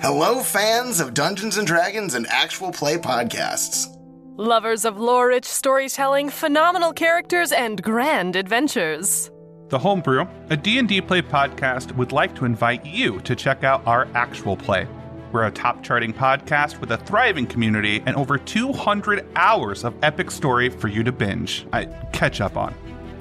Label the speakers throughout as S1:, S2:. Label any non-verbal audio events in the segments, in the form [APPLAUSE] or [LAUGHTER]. S1: Hello, fans of Dungeons and Dragons and actual play podcasts.
S2: Lovers of lore rich storytelling, phenomenal characters, and grand adventures.
S3: The Homebrew, a D&D play podcast, would like to invite you to check out our actual play. We're a top charting podcast with a thriving community and over 200 hours of epic story for you to binge, I catch up on.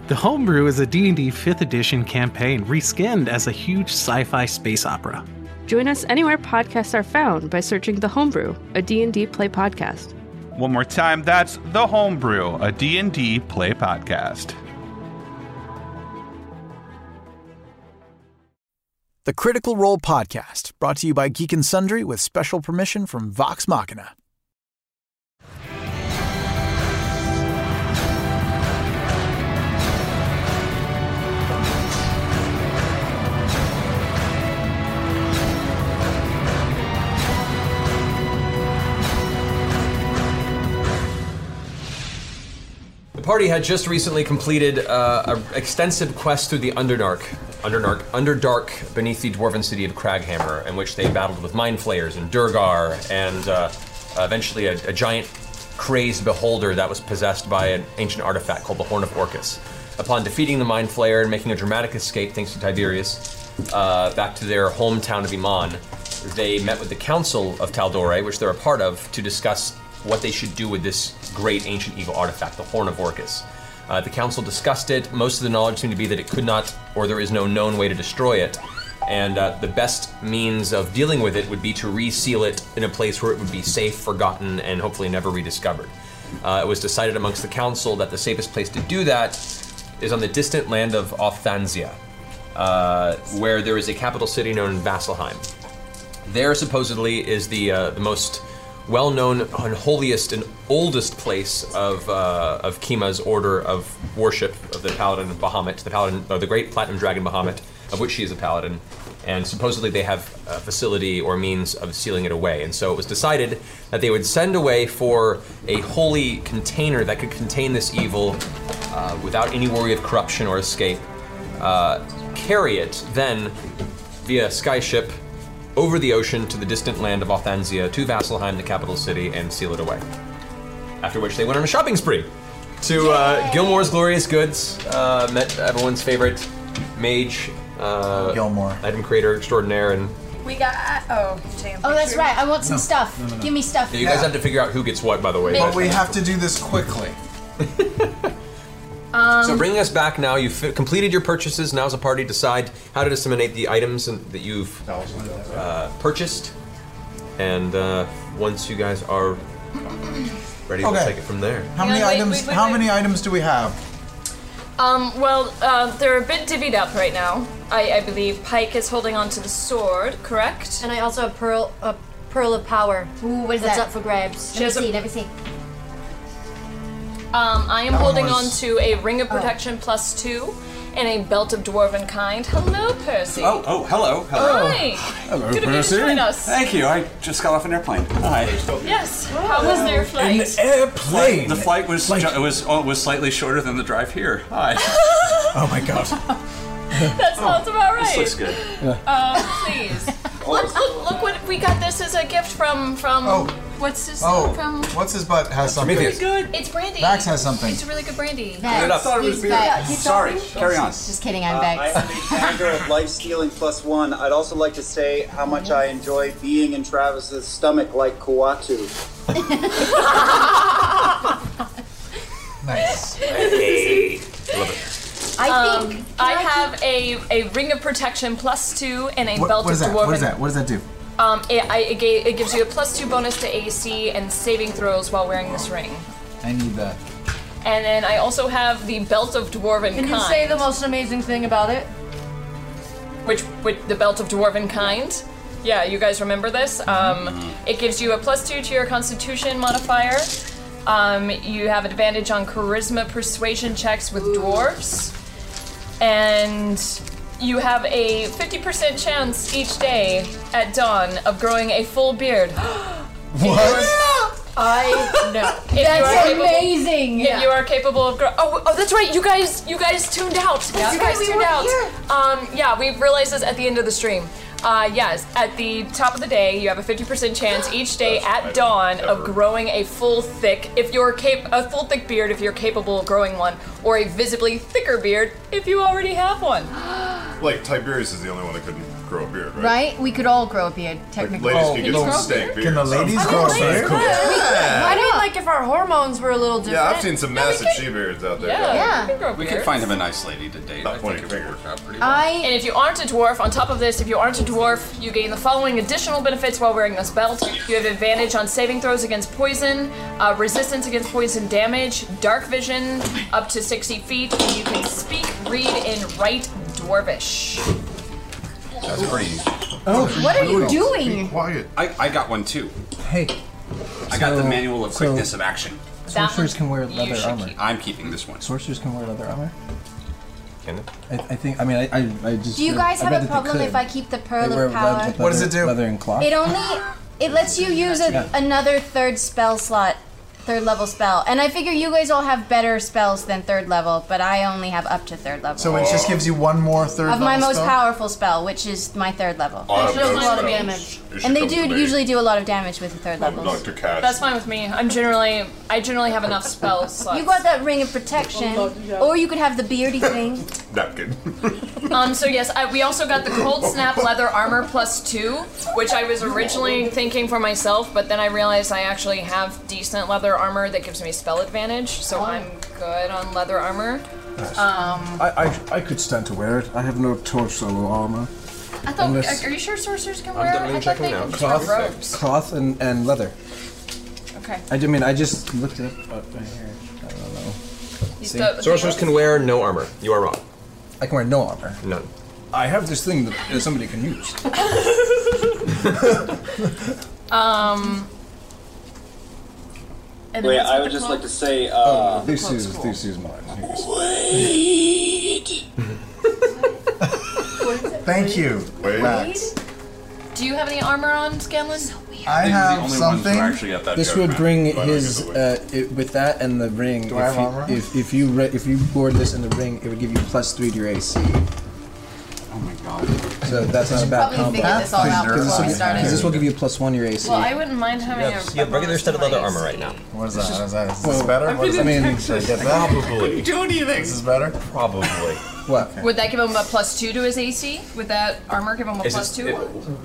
S4: The Homebrew is a D&D 5th edition campaign reskinned as a huge sci-fi space opera.
S5: Join us anywhere podcasts are found by searching The Homebrew, a D&D play podcast.
S3: One more time, that's The Homebrew, a D&D play podcast.
S6: The Critical Role Podcast, brought to you by Geek and Sundry with special permission from Vox Machina.
S7: The party had just recently completed uh, an extensive quest through the Underdark, Underdark, Underdark beneath the dwarven city of Craghammer, in which they battled with mind flayers and Durgar, and uh, eventually a, a giant crazed beholder that was possessed by an ancient artifact called the Horn of Orcus. Upon defeating the mind flayer and making a dramatic escape, thanks to Tiberius, uh, back to their hometown of Iman, they met with the Council of Taldore, which they're a part of, to discuss what they should do with this great ancient evil artifact, the Horn of Orcus. Uh, the council discussed it. Most of the knowledge seemed to be that it could not, or there is no known way to destroy it. And uh, the best means of dealing with it would be to reseal it in a place where it would be safe, forgotten, and hopefully never rediscovered. Uh, it was decided amongst the council that the safest place to do that is on the distant land of Ofthanzia, uh, where there is a capital city known as Vasselheim. There supposedly is the uh, the most well-known, unholiest, and oldest place of uh, of Kima's order of worship of the Paladin of Bahamut, the Paladin of the Great Platinum Dragon Bahamut, of which she is a Paladin. And supposedly they have a facility or means of sealing it away. And so it was decided that they would send away for a holy container that could contain this evil uh, without any worry of corruption or escape. Uh, carry it then via skyship over the ocean to the distant land of Othanzia to Vasselheim, the capital city, and seal it away. After which they went on a shopping spree to uh, Gilmore's Glorious Goods, uh, met everyone's favorite mage, uh,
S6: Gilmore.
S7: item creator extraordinaire, and
S8: We got. Oh, damn.
S9: Oh, that's right. I want some stuff. Give me stuff.
S7: you guys have to figure out who gets what, by the way.
S8: But
S7: but-
S1: We have to do this quickly.
S7: So
S8: Um,
S7: bringing us back now, you've fi- completed your purchases. Now, as a party, decide how to disseminate the items and- that you've uh, purchased, and uh, once you guys are ready, we'll
S1: Okay.
S7: take it from there.
S1: How many
S8: wait,
S1: items?
S8: wait, wait,
S1: how
S8: wait.
S1: many items do we have?
S8: Um, well, uh, they're a bit divvied up right now. I, I believe Pike is holding on to the sword, correct?
S9: And I also have pearl a pearl of power. Ooh, what is That's up for grabs. Let me
S8: has a-
S9: see. Let me see.
S8: Um, I am
S1: one
S8: holding on
S1: was-
S8: to a ring
S9: Oh.
S8: of protection plus two and a belt of dwarven kind. Hello, Percy.
S10: Oh, oh, hello, hello.
S8: Hi.
S10: Hello,
S8: Good of you to join us.
S10: Thank you. I just got off an airplane. Hi.
S8: Yes. How was their flight?
S6: airplane!
S10: The flight was ju- it was oh, it was slightly shorter than the drive here. Hi.
S6: Oh my god.
S8: that
S1: Oh,
S8: sounds about right.
S10: this looks good.
S8: Uh,
S1: [LAUGHS]
S8: please. look, look, look what we got. This is a gift from from.
S1: Oh.
S8: What's this
S1: Oh,
S8: from?
S1: what's his butt has something?
S8: Good. It's brandy.
S1: Max has something.
S8: It's a really good brandy.
S10: Put it up.
S9: He's back.
S10: Sorry. Carry on.
S9: Just
S11: Uh,
S9: kidding. I'm back.
S11: anger of life stealing plus one. I'd also like to say how much I enjoy being in Travis's stomach like Kuatu.
S1: Nice.
S9: I think
S8: Um, I have a, a ring of protection plus two and a
S1: What,
S8: belt
S1: what is
S8: of
S1: that?
S8: dwarven.
S1: What is that? What does that do?
S8: Um, it, I, it, ga- it gives you a plus two bonus to AC and saving throws while wearing this ring.
S1: I need that.
S8: And then I also have the belt of dwarven kind,
S9: most amazing thing about it?
S8: which with the belt of dwarven kind. yeah, you guys remember this. Um, it gives you a plus two to your Constitution modifier. Um, you have advantage on Charisma persuasion checks with dwarves, and you have a 50% chance each day at dawn of growing a full beard. [GASPS] I know. If you
S9: That's
S8: are capable-
S9: amazing.
S8: If
S9: Yeah.
S8: you are capable of, gro- oh, oh, that's right. You guys, you guys tuned out.
S9: That's right,
S8: you guys
S9: we
S8: tuned
S9: weren't
S8: out.
S9: here.
S8: Um, yeah, we realized this at the end of the stream. Uh, yes, at the top of the day, you have a 50%
S9: [GASPS]
S8: chance each day at dawn of growing a full thick, if you're cap- a full thick beard, if you're capable of growing one, or a visibly thicker beard if you already
S9: [GASPS]
S8: have one.
S12: Like Tiberius is the only one that couldn't grow a
S13: Uh,
S12: beard, right?
S9: Right? We could all grow a beard,
S12: Ladies
S9: technically.
S12: can get some stank beards.
S13: Can the ladies
S12: I'm
S13: grow a
S12: fine.
S13: beard?
S12: Cool. [LAUGHS]
S9: I
S12: Yeah.
S9: mean, like if our hormones were a little different.
S12: I've seen some massive she beards out there.
S8: Yeah,
S9: Yeah.
S8: we can grow
S10: We
S8: beards.
S10: could find him a nice lady to date. I think it would work out pretty well.
S9: I
S8: And if you aren't a dwarf, on top of this, if you aren't a dwarf, you gain the following additional benefits while wearing this belt. You have advantage on saving throws against poison, uh, resistance against poison damage, dark vision up to 60 feet, and you can speak, read, and write dwarvish.
S10: That's pretty.
S9: Oh, what are you doing?
S12: Quiet.
S10: I, I got one too.
S13: Hey.
S10: I got the
S13: so-
S10: manual of
S13: so-
S10: quickness of action.
S13: Sorcerers can wear leather armor.
S10: I'm keeping this one.
S13: Sorcerers can wear leather armor.
S10: Can they?
S13: I, I think. I mean, I. I, I just.
S9: Do you guys
S13: I bet that
S9: have a
S13: they
S9: problem
S13: could.
S9: if I keep the pearl
S13: They wear
S9: of power?
S13: leather- leather- Leather and cloth.
S9: It only it lets you use a,
S13: Yeah.
S9: another third spell slot, third level spell. And I figure you guys all have better spells than third level, but I only have up to third level.
S13: So it just gives you one more third
S9: of my
S13: level
S9: most
S13: spell?
S9: powerful spell, which is my third level.
S13: Auto
S9: Which does
S13: boost
S9: a lot of
S13: spells.
S9: damage.
S13: You should
S9: And they
S13: come
S9: do
S13: to me.
S9: usually do a lot of damage with the third levels.
S12: Dr. Cash.
S8: That's fine with me. I'm generally, I generally have enough spell slots.
S9: You got that ring of protection, or you could have the beardy thing.
S12: Napkin.
S8: Um, so yes, I, we also got the cold snap leather armor plus two, which I was originally thinking for myself, but then I realized I actually have decent leather armor that gives me spell advantage, so I'm good on leather armor.
S13: Nice.
S8: Um,
S13: I, I, I could stand to wear it. I have no torso armor.
S8: I thought.
S13: Unless-
S8: are you sure sorcerers can wear? it? I thought they can just wear
S13: Cloth,
S8: robes.
S13: cloth and, and leather.
S8: Okay.
S13: I ju- mean, I just looked it up. up here. I don't know.
S8: You
S13: See?
S8: stu-
S7: Sorcerers can wear no armor. You are wrong.
S13: I can wear no armor.
S7: None.
S13: I have this thing that uh, somebody can use.
S8: Um. and
S14: Wait,
S8: what's
S14: I
S8: with
S14: would
S8: the
S14: just
S8: cloak?
S14: like to say, uh,
S13: Oh, this is this is mine. Here's-
S8: [LAUGHS]
S14: Thank you.
S13: Max.
S8: Do you have any armor on, Scanlan?
S13: I
S10: They were the
S13: have
S10: only ones who
S13: something.
S10: actually got that
S13: this
S10: joke,
S13: would
S10: man.
S13: bring
S10: Why don't I
S13: his uh, it, with that and the ring.
S10: Do
S13: if
S10: I have
S13: you,
S10: armor on?
S13: If, if you re- if you board this in the ring, it would give you plus three to your AC. Oh my god! So that's not a bad
S8: probably
S13: combo.
S8: figure this all out
S13: Because
S8: before
S13: this,
S8: we
S13: will
S8: started.
S13: give- 'cause this will give you plus one to your AC.
S8: Well, I wouldn't mind having a.
S7: You have regular studded leather armor right now.
S13: What is
S7: that?
S13: What is that? Is
S7: this better?
S13: What does that mean?
S7: Probably.
S8: Do anything.
S13: This is better.
S7: Probably.
S13: What?
S8: Would that give him a plus two to his AC? Would that armor give him a
S7: Is
S8: plus
S7: it-
S8: two?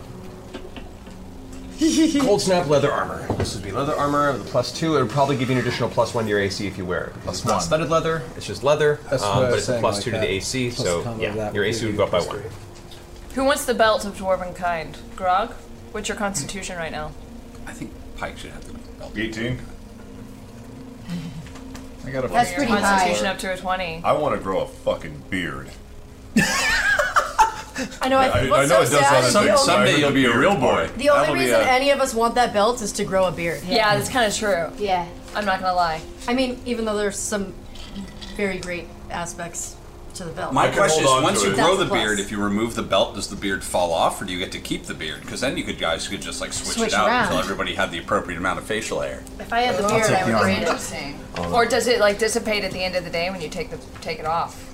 S7: [LAUGHS] Cold snap leather armor. This would be leather armor with a plus two. It would probably give you an additional plus one to your AC if you wear it. Plus it's not
S13: one.
S7: studded leather. It's just leather.
S13: That's
S7: um,
S13: what I
S7: but
S13: was
S7: it's a
S13: saying,
S7: plus
S13: like
S7: two to
S13: that.
S7: the AC.
S13: Plus the
S7: so
S13: combo of
S7: yeah,
S13: that
S7: your
S13: would
S7: AC
S13: give
S7: would
S13: you
S7: go up by
S13: plus
S7: one.
S8: Who wants the belt of dwarven kind? Grog? What's your constitution right now?
S10: I think Pike should have the belt.
S12: 18.
S13: I got
S8: That's pretty high. Constitution up to a 20.
S12: I want to grow a fucking beard.
S9: I know. I,
S12: I,
S9: what's
S12: I know
S9: so
S12: it does
S9: sad
S12: sound
S9: is
S12: like
S9: the
S10: someday
S9: only-
S10: you'll be a real boy.
S9: The only reason any of us want that belt is to grow a beard.
S8: Yeah, that's kind of true.
S9: Yeah.
S8: I'm not gonna lie.
S9: I mean, even though there's some very great aspects to the belt.
S10: My question is,
S12: hold on
S10: once
S12: to
S10: you
S12: it.
S10: grow
S9: That's
S10: the
S9: a plus.
S10: beard, if you remove the belt, does the beard fall off, or do you get to keep the beard? Because then you could guys could just like switch,
S8: Switch
S10: it out
S8: around.
S10: until everybody had the appropriate amount of facial hair.
S8: If I had the
S10: I'll
S8: beard,
S10: take
S8: I
S10: the
S8: would
S10: armor. Oh.
S8: grade it. Or does it like dissipate at the end of the day when you take the take it off?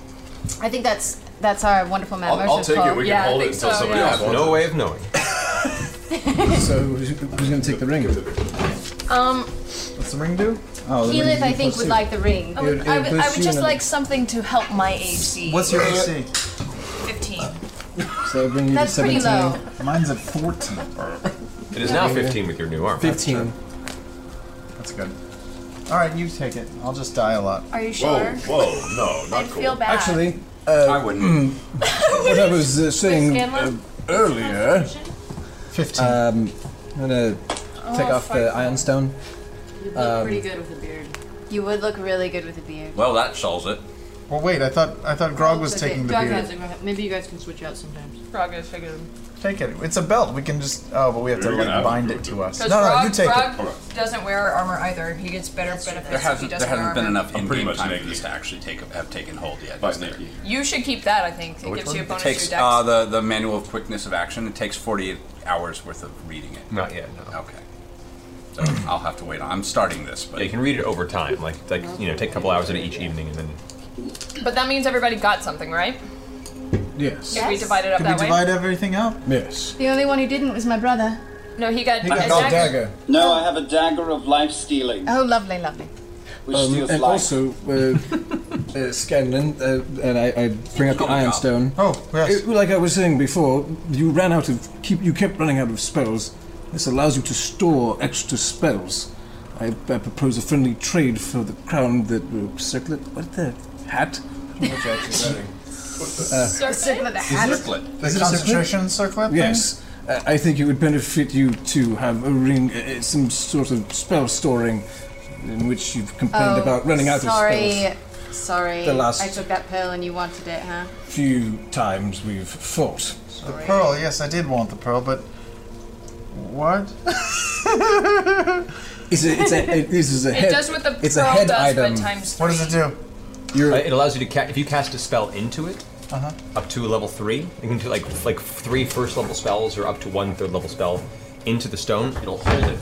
S9: I think that's that's our wonderful man.
S12: I'll, I'll
S9: Mercer's
S12: take it.
S9: called.
S12: We
S8: Yeah, I
S12: can hold it
S8: think
S12: until
S8: so,
S12: somebody
S8: yeah.
S12: else wants
S7: No
S12: it.
S7: way of knowing.
S9: [LAUGHS]
S13: so who's, who's gonna take the ring?
S8: Um,
S13: What's the ring do? Oh, the ring gives
S8: Keyleth,
S13: you
S8: I think
S13: plus
S8: would
S13: two.
S8: like the ring. I would,
S13: It- it
S8: I would, I
S13: boosts
S8: would
S13: you
S8: just
S13: another-
S8: like something to help my AC.
S13: What's your AC?
S8: 15.
S13: So I bring you
S8: That's
S13: to
S8: pretty
S13: 17.
S8: low.
S13: Mine's at 14.
S7: It is now 15 with your new armor.
S13: 15.
S6: That's good. All right, you take it. I'll just die a lot.
S8: Are you sure? [LAUGHS]
S12: no,
S8: not I'd cool. feel bad.
S6: Actually,
S13: Uh,
S10: I
S8: [LAUGHS]
S10: wouldn't.
S13: what I was uh, saying uh,
S8: Scanlan?
S13: earlier. 15. Um, I'm gonna take
S9: Oh,
S13: off the iron stone. Um,
S9: good with a beard. You would look really good with a beard.
S10: Well, that solves it.
S6: Well, wait. I thought I thought Grog was taking the beard.
S8: Maybe you guys can switch out sometimes. Grog is taking
S6: Take it. It's a belt. We can just. Oh, but we have to
S10: You're gonna
S6: like
S10: have
S6: bind
S10: to
S6: it to us.
S8: Because
S6: No, no,
S8: Rog,
S6: you take
S8: Rog
S6: it.
S8: doesn't wear armor either. He gets better benefits
S10: There
S8: if he
S10: hasn't,
S8: doesn't
S10: there hasn't
S8: wear
S10: been
S8: armor.
S10: enough in-game time for this to actually take have taken hold yet. is there?
S8: You should keep that, I think. It
S10: Which
S8: gives
S10: one?
S8: you a bonus to
S10: takes
S8: your dex.
S10: uh, the the manual of quickness of action. It takes 48 hours worth of reading it.
S7: Not yet. No.
S10: Okay. So I'll have to wait. I'm starting this, but
S7: Yeah, you can read it over time. Like, like you know, take a couple hours of it each evening, and then
S10: uh,
S8: but that means everybody got something, right?
S6: Yes.
S8: If we divide it up
S6: Can
S8: that
S6: we
S8: way.
S6: divide everything up?
S13: Yes.
S9: The only one who didn't was my brother.
S8: No, he got.
S9: He got no dagger.
S11: No, I have a dagger of life stealing,
S9: Oh, lovely, lovely.
S11: which
S13: Um,
S11: steals
S13: and
S11: life.
S13: also, uh, uh, Scanlan, uh, and I, I bring up the Iron Stone.
S6: Oh, yes.
S13: like I was saying before, you ran out of keep. You kept running out of spells. This allows you to store extra spells. I, I propose a friendly trade for the crown that uh, circlet. What the hat?
S6: Which [LAUGHS] actually ready.
S13: Uh,
S9: Circlet.
S13: Circlet.
S6: The
S13: Is it a circlet?
S6: concentration circlet?
S13: Yes. Uh, I think it would benefit you to have a ring, uh, some sort of spell storing, in which you've complained
S9: Oh,
S13: about running out of
S9: sorry.
S13: spells.
S9: Sorry.
S13: The last-
S9: I took that pill and you wanted it, huh?
S13: Few times we've fought.
S6: The pearl. Yes, I did want the pearl, but
S8: [LAUGHS]
S6: what?
S13: It's a, it's a, it, this is a
S8: It
S13: head.
S8: does what the
S13: it's a
S8: pearl
S13: head
S8: does, but
S13: item.
S8: times
S6: What does it do?
S7: Uh, it allows you to ca- if you cast a spell into it,
S6: Uh-huh.
S7: up to level three. You can do like like three first level spells or up to one third level spell into the stone. It'll hold it,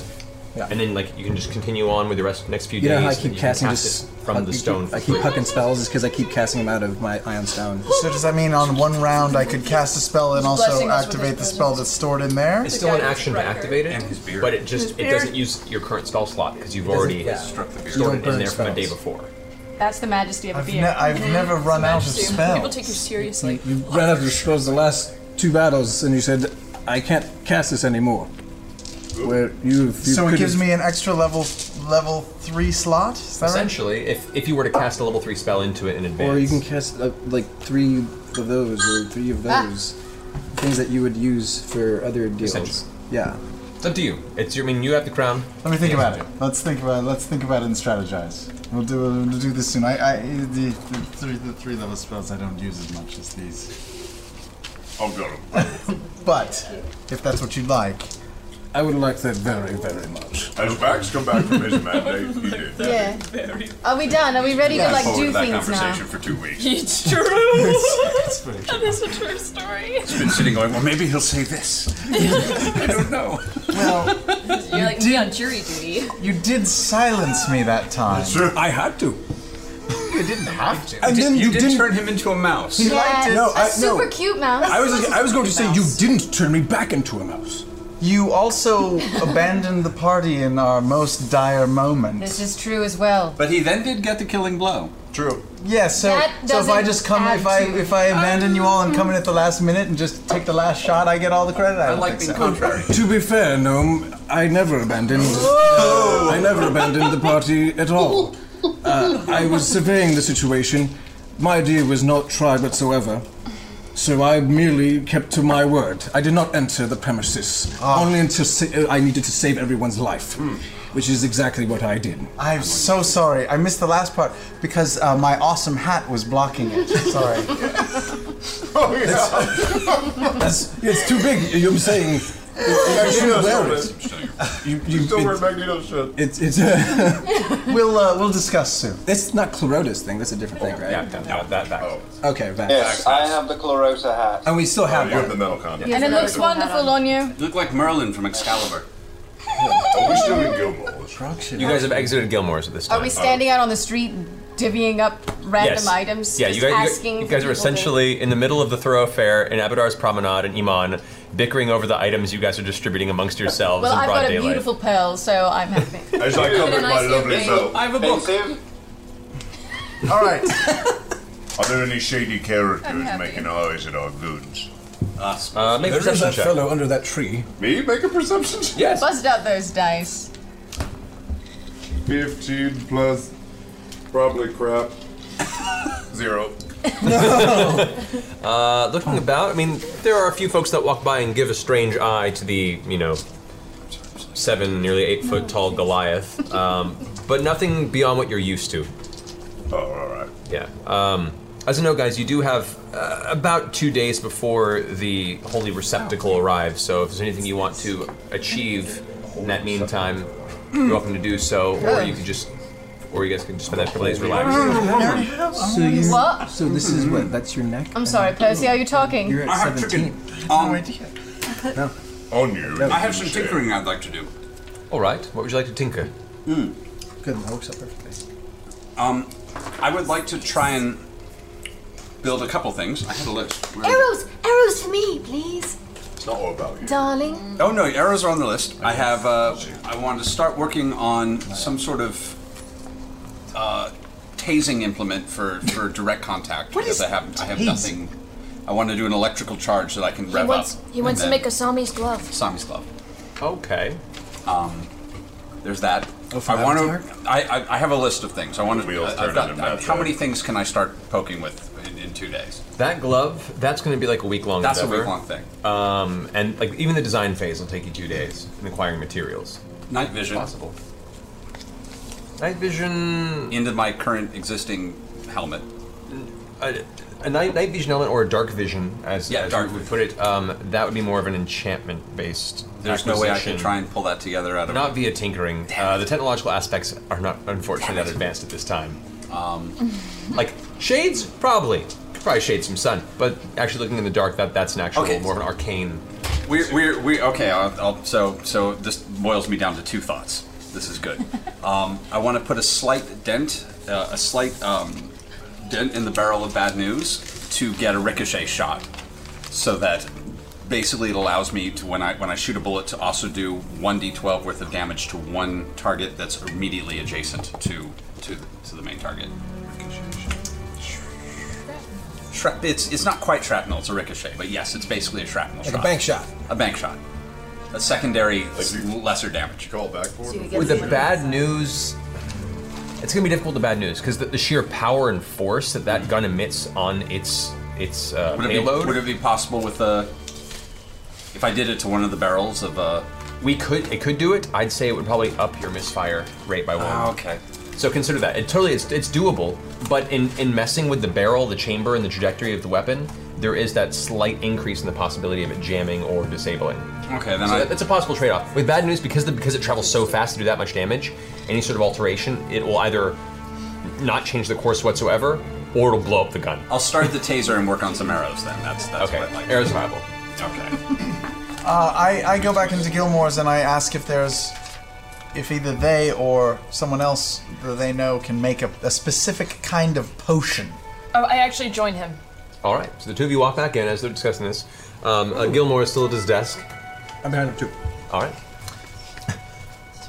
S7: and then like you can just continue on with the rest next few
S13: You
S7: days.
S13: know how I
S7: and
S13: keep
S7: you can
S13: casting
S7: cast
S13: just
S7: it from the stone.
S13: I keep hucking spells is because I keep casting them out of my ion stone.
S6: [LAUGHS] So does that mean on one round I could cast a spell and also
S13: Blessing us with
S6: activate the spell that's stored in there?
S7: It's still an action to activate it, but it
S6: His
S7: just it
S6: beard.
S7: doesn't use your current spell slot because you've
S6: It doesn't-
S7: already
S6: yeah.
S7: stored
S6: You
S7: it
S6: don't
S7: in
S6: burn
S7: there from the day
S6: spells.
S7: before.
S9: That's the majesty of
S6: I've
S9: beer.
S6: ne- I've never run out of
S9: Majesty.
S6: spells.
S8: People take you seriously.
S13: You, you ran out of spells the last two battles, and you said, "I can't cast this anymore." Where you, you
S6: So it
S13: could've-
S6: gives me an extra level level three slot. Is that right?
S7: Essentially, if if you were to cast a level three spell into it in advance,
S13: or you can cast uh, like three of those or three of
S7: Ah.
S13: those things that you would use for other deals. Yeah.
S7: It's up to you. It's your, I mean, you have the crown.
S6: Let me think
S7: Yeah.
S6: about it. Let's think about it. Let's think about it and strategize. We'll do we'll do this soon. I, I the, the three the three level spells I don't use as much as these.
S12: I'll go.
S6: [LAUGHS] but if that's what you'd like,
S13: I would like that very very much.
S12: As Max come back
S9: [LAUGHS]
S12: from his mandate, he did.
S9: Yeah. Are we done? Are we ready to
S12: Fast
S9: like
S12: forward
S9: do
S12: that
S9: things
S12: conversation
S9: now?
S12: for two weeks.
S14: [LAUGHS]
S8: It's true.
S12: It's-
S8: That is a true story.
S12: It's been sitting
S10: [LAUGHS]
S12: going.
S13: [LAUGHS]
S12: Well, maybe he'll say this.
S8: [LAUGHS] You're like me on jury duty.
S6: you did silence me that time.
S13: I had to.
S6: You didn't have to.
S10: And then you, did
S13: didn't-
S10: turn him into a mouse.
S13: He liked it. No, I-
S9: a super
S13: no.
S9: cute mouse.
S13: I was I was going to say you didn't turn me back into a mouse.
S6: You also abandoned the party in our most dire moment.
S9: This is true as well.
S10: But he then did get the killing blow.
S6: True. Yeah, so
S9: That
S6: so if I
S9: doesn't
S6: just come
S9: add
S6: if I
S9: to-
S6: if I abandon you all and come in at the last minute and just take the last shot, I get all the credit. I, don't think so. [LAUGHS]
S13: to be fair, Gnome, I never abandoned.
S6: Oh!
S13: I never abandoned the party at all. Uh, I was surveying the situation. My idea was not tried whatsoever, so I merely kept to my word. I did not enter the premises
S6: Ah.
S13: only until sa- uh, I needed to save everyone's life,
S6: Hmm.
S13: which is exactly what I did.
S6: I'm so sorry. I missed the last part because uh, my awesome hat was blocking it. Sorry.
S12: Oh [LAUGHS] yeah.
S13: That's, it's too big. You're saying you should wear it. You, you,
S12: Still wear
S13: it-
S12: Magneto shit.
S13: It's it's. Uh,
S6: [LAUGHS] we'll uh, we'll discuss soon.
S13: That's not Clorotis thing. That's a different thing, right?
S7: Yeah, yeah, that back.
S6: Oh.
S13: Okay, back.
S11: Yes, I have the Clarota hat.
S13: And we still have one.
S12: the metal condom.
S9: And it looks wonderful on you.
S10: You look like Merlin from Excalibur.
S7: You guys have exited Gilmore's at this time.
S9: Are we standing out on the street divvying up random
S7: Yes.
S9: items?
S7: Yeah,
S9: just
S7: you guys, you
S9: asking
S7: guys- you
S9: for
S7: guys are
S9: people to-
S7: essentially in the middle of the thoroughfare in Abadar's Promenade and Iman, bickering over the items you guys are distributing amongst yourselves
S9: Well,
S7: in
S9: I've
S7: broad
S9: got a
S7: daylight.
S9: beautiful pearl, so I'm happy.
S7: [LAUGHS]
S9: [LAUGHS]
S12: As I come with my lovely self.
S9: I have a book.
S6: [LAUGHS] All right.
S12: Are there any shady
S9: I'm
S12: characters
S9: happy.
S12: making eyes at our goons?
S10: Us.
S7: Uh,
S13: There is that fellow under that tree.
S12: Me make a perception check.
S9: Bust out those dice.
S12: Fifteen plus, probably crap. Zero.
S7: [LAUGHS] Uh, looking about, I mean, there are a few folks that walk by and give a strange eye to the, you know, seven, nearly eight foot tall Goliath, um, but nothing beyond what you're used to.
S12: Oh, all right.
S7: Yeah. Um, As a note, guys, you do have uh, about two days before the holy receptacle arrives. So if there's anything you want to achieve in that meantime, you're welcome to do so, or you can just, or you guys can just spend that place relaxing.
S13: So you,
S9: What?
S13: So this is what? That's your neck.
S9: I'm sorry, Percy, are you talking?
S13: Oh. You're at seventeen.
S10: Um,
S13: No.
S10: On you. I have some
S7: share.
S10: tinkering I'd like to do.
S7: All right. What would you like to tinker?
S14: Hmm.
S10: Mm.
S13: Good. That works out perfectly.
S10: Um, I would like to try and build a couple things. I had a list. Where-
S15: Arrows! Arrows for me, please!
S10: It's not all about
S15: Darling.
S10: Oh no, arrows are on the list. I have. Uh, I wanted to start working on some sort of uh, tasing implement for, for direct contact because I have I have
S15: tase?
S10: nothing. I want to do an electrical charge that I can
S15: He
S10: rev
S15: wants,
S10: up.
S15: he wants to
S10: and
S15: make
S10: then-
S15: a Sami's glove.
S10: Sami's glove.
S7: Okay.
S10: Um, there's that.
S15: Oh, from
S10: I want
S15: Avatar?
S10: to. I, I I have a list of things. I want to.
S7: Wheels
S10: I've
S7: turning
S10: got,
S7: in that
S10: how
S7: way.
S10: many things can I start poking with in, in two days?
S7: That glove, that's going to be like a week long.
S10: That's a week-long thing.
S7: Um, and like even the design phase will take you two days in acquiring materials.
S10: Night vision.
S7: Possible. Night vision.
S10: Into my current existing helmet.
S7: A, a night, night vision element or a dark vision, as, yeah, as dark we would put it, um, that would be more of an enchantment based.
S10: There's no way I can try and pull that together out of
S7: Not via tinkering. Uh, the technological aspects are not, unfortunately, that advanced at this time. Um, like shades, probably, Could probably shade some sun, but actually looking in the dark, that that's an actual
S10: Okay.
S7: more of an arcane.
S10: We're, we're, we okay. I'll, I'll, so so this boils me down to two thoughts. This is good. um, I want to put a slight dent, uh, a slight um, dent in the barrel of bad news to get a ricochet shot, so that basically it allows me to when I when I shoot a bullet to also do one d12 worth of damage to one target that's immediately adjacent to to to the main target. Shrap- it's it's not quite shrapnel, it's a ricochet, but yes, it's basically a shrapnel
S13: Like a
S10: shot.
S13: bank shot.
S10: A bank shot. A secondary, s- lesser damage. Call back for
S15: See, we get
S7: With the bad news, it's gonna be difficult. The bad news because the, the sheer power and force that that gun emits on its its uh,
S10: Would it, be,
S7: payload.
S10: would it be possible with a? If I did it to one of the barrels of a.
S7: uh, We could. It could do it. I'd say it would probably up your misfire rate by one.
S10: Ah, okay.
S7: So consider that. It totally it's, it's doable, but in in messing with the barrel, the chamber, and the trajectory of the weapon, there is that slight increase in the possibility of it jamming or disabling.
S10: Okay, then
S7: so
S10: I.
S7: that- that's a possible trade-off. With bad news, because the, because it travels so fast to do that much damage, any sort of alteration, it will either not change the course whatsoever, or it'll blow up the gun.
S10: I'll start the taser and work on some arrows then. That's that's
S7: okay.
S10: what I'd like.
S7: Arrows viable.
S10: Okay.
S6: Uh, I, I go back into Gilmore's and I ask if there's, if either they or someone else that they know can make a, a specific kind of potion.
S8: Oh, I actually join him.
S7: All right. So the two of you walk back in as they're discussing this. Um, uh, Gilmore is still at his desk.
S13: I'm behind him too.
S7: All right.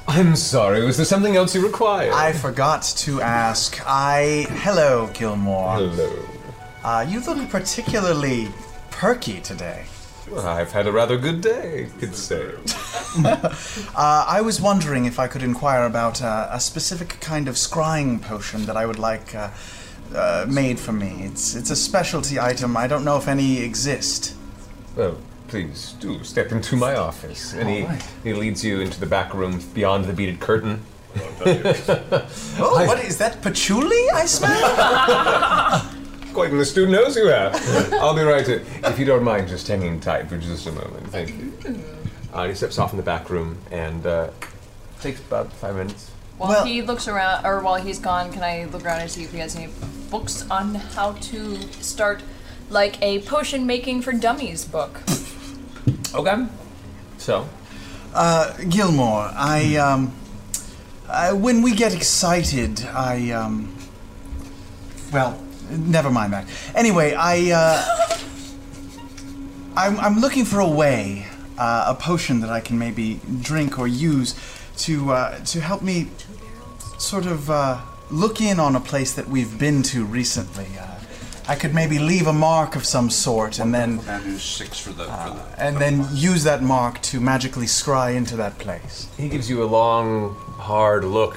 S7: I'm sorry. Was there something else you required?
S6: I forgot to ask. I hello, Gilmore.
S7: Hello.
S6: Uh, you look particularly perky today.
S7: I've had a rather good day, could say.
S6: Uh, I was wondering if I could inquire about uh, a specific kind of scrying potion that I would like uh, uh, made for me. It's it's a specialty item. I don't know if any exist.
S7: Well, please do step into my office. And he, he leads you into the back room beyond the beaded curtain.
S6: Oh, what is that patchouli I
S14: [LAUGHS]
S6: smell?
S7: [LAUGHS] Quite the student knows you have. I'll be right in. If you don't mind just hanging tight for just a moment, thank you.
S10: hmm.
S7: Uh, he steps off in the back room and uh, takes about five minutes.
S8: While he looks around, or while he's gone, can I look around and see if he has any books on how to start, like a potion making for dummies book?
S7: Okay. So, Hmm.
S6: Uh, Gilmore, I um, uh, when we get excited, I um, well, never mind that. Anyway, I uh, I'm, I'm looking for a way, uh, a potion that I can maybe drink or use to uh, to help me sort of uh, look in on a place that we've been to recently. Uh, I could maybe leave a mark of some sort, and then uh,
S10: Six for the. for the
S6: and then use that mark to magically scry into that place.
S7: He gives you a long, hard look,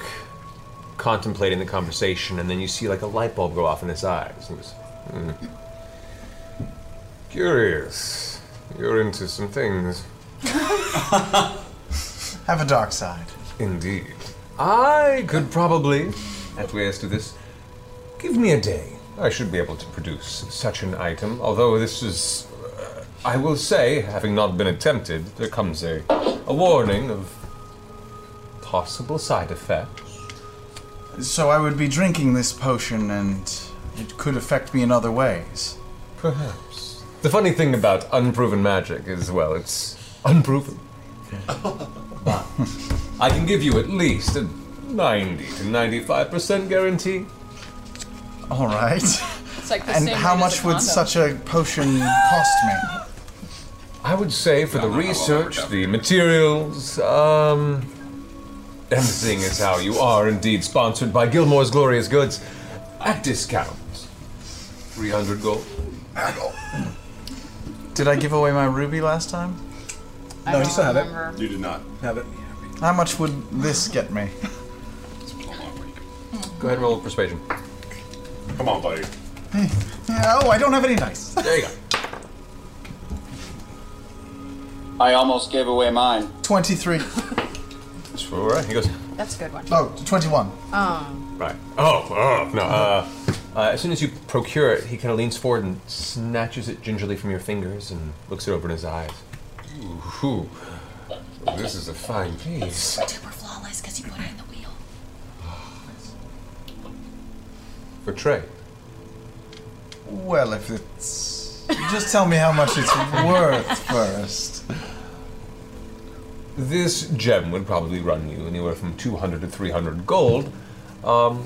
S7: contemplating the conversation, and then you see like a light bulb go off in his eyes. He goes, "Hmm. Curious. You're into some things.
S6: Have a dark side.
S7: Indeed. I could probably, at ways to this, give me a day.
S16: I should be able to produce such an item, although this is. Uh, I will say, having not been attempted, there comes a, a warning of possible side effects.
S6: So I would be drinking this potion and it could affect me in other ways.
S16: Perhaps. The funny thing about unproven magic is, well, it's unproven. but I can give you at least a 90 to 95% guarantee.
S6: All right. [LAUGHS]
S8: It's like the
S6: and
S8: same
S6: how
S8: rate as
S6: much
S8: a
S6: would
S8: condom.
S6: such a potion cost me?
S16: I would say for the research, the materials, um. And seeing as how you are indeed sponsored by Gilmore's Glorious Goods, at discount 300 gold.
S6: Did I give away my ruby last time?
S14: I
S6: no,
S14: don't
S6: you still have
S14: remember.
S6: it.
S14: You did not
S6: have it. How much would this get me?
S16: Go ahead and roll persuasion.
S14: Come on, buddy.
S6: Yeah, oh, I don't have any dice.
S16: There you go.
S11: I almost gave away mine.
S6: 23.
S16: That's all right. He goes,
S9: That's a good one.
S6: Oh, 21.
S9: Um,
S16: Right. Oh, oh no. Uh, uh, as soon as you procure it, he kind of leans forward and snatches it gingerly from your fingers and looks it over in his eyes. Ooh, this is a fine piece.
S17: Super flawless because you put it in the wheel.
S16: For trade.
S6: Well, if it's. Just tell me how much it's [LAUGHS] worth first.
S16: This gem would probably run you anywhere from 200 to 300 gold. Um,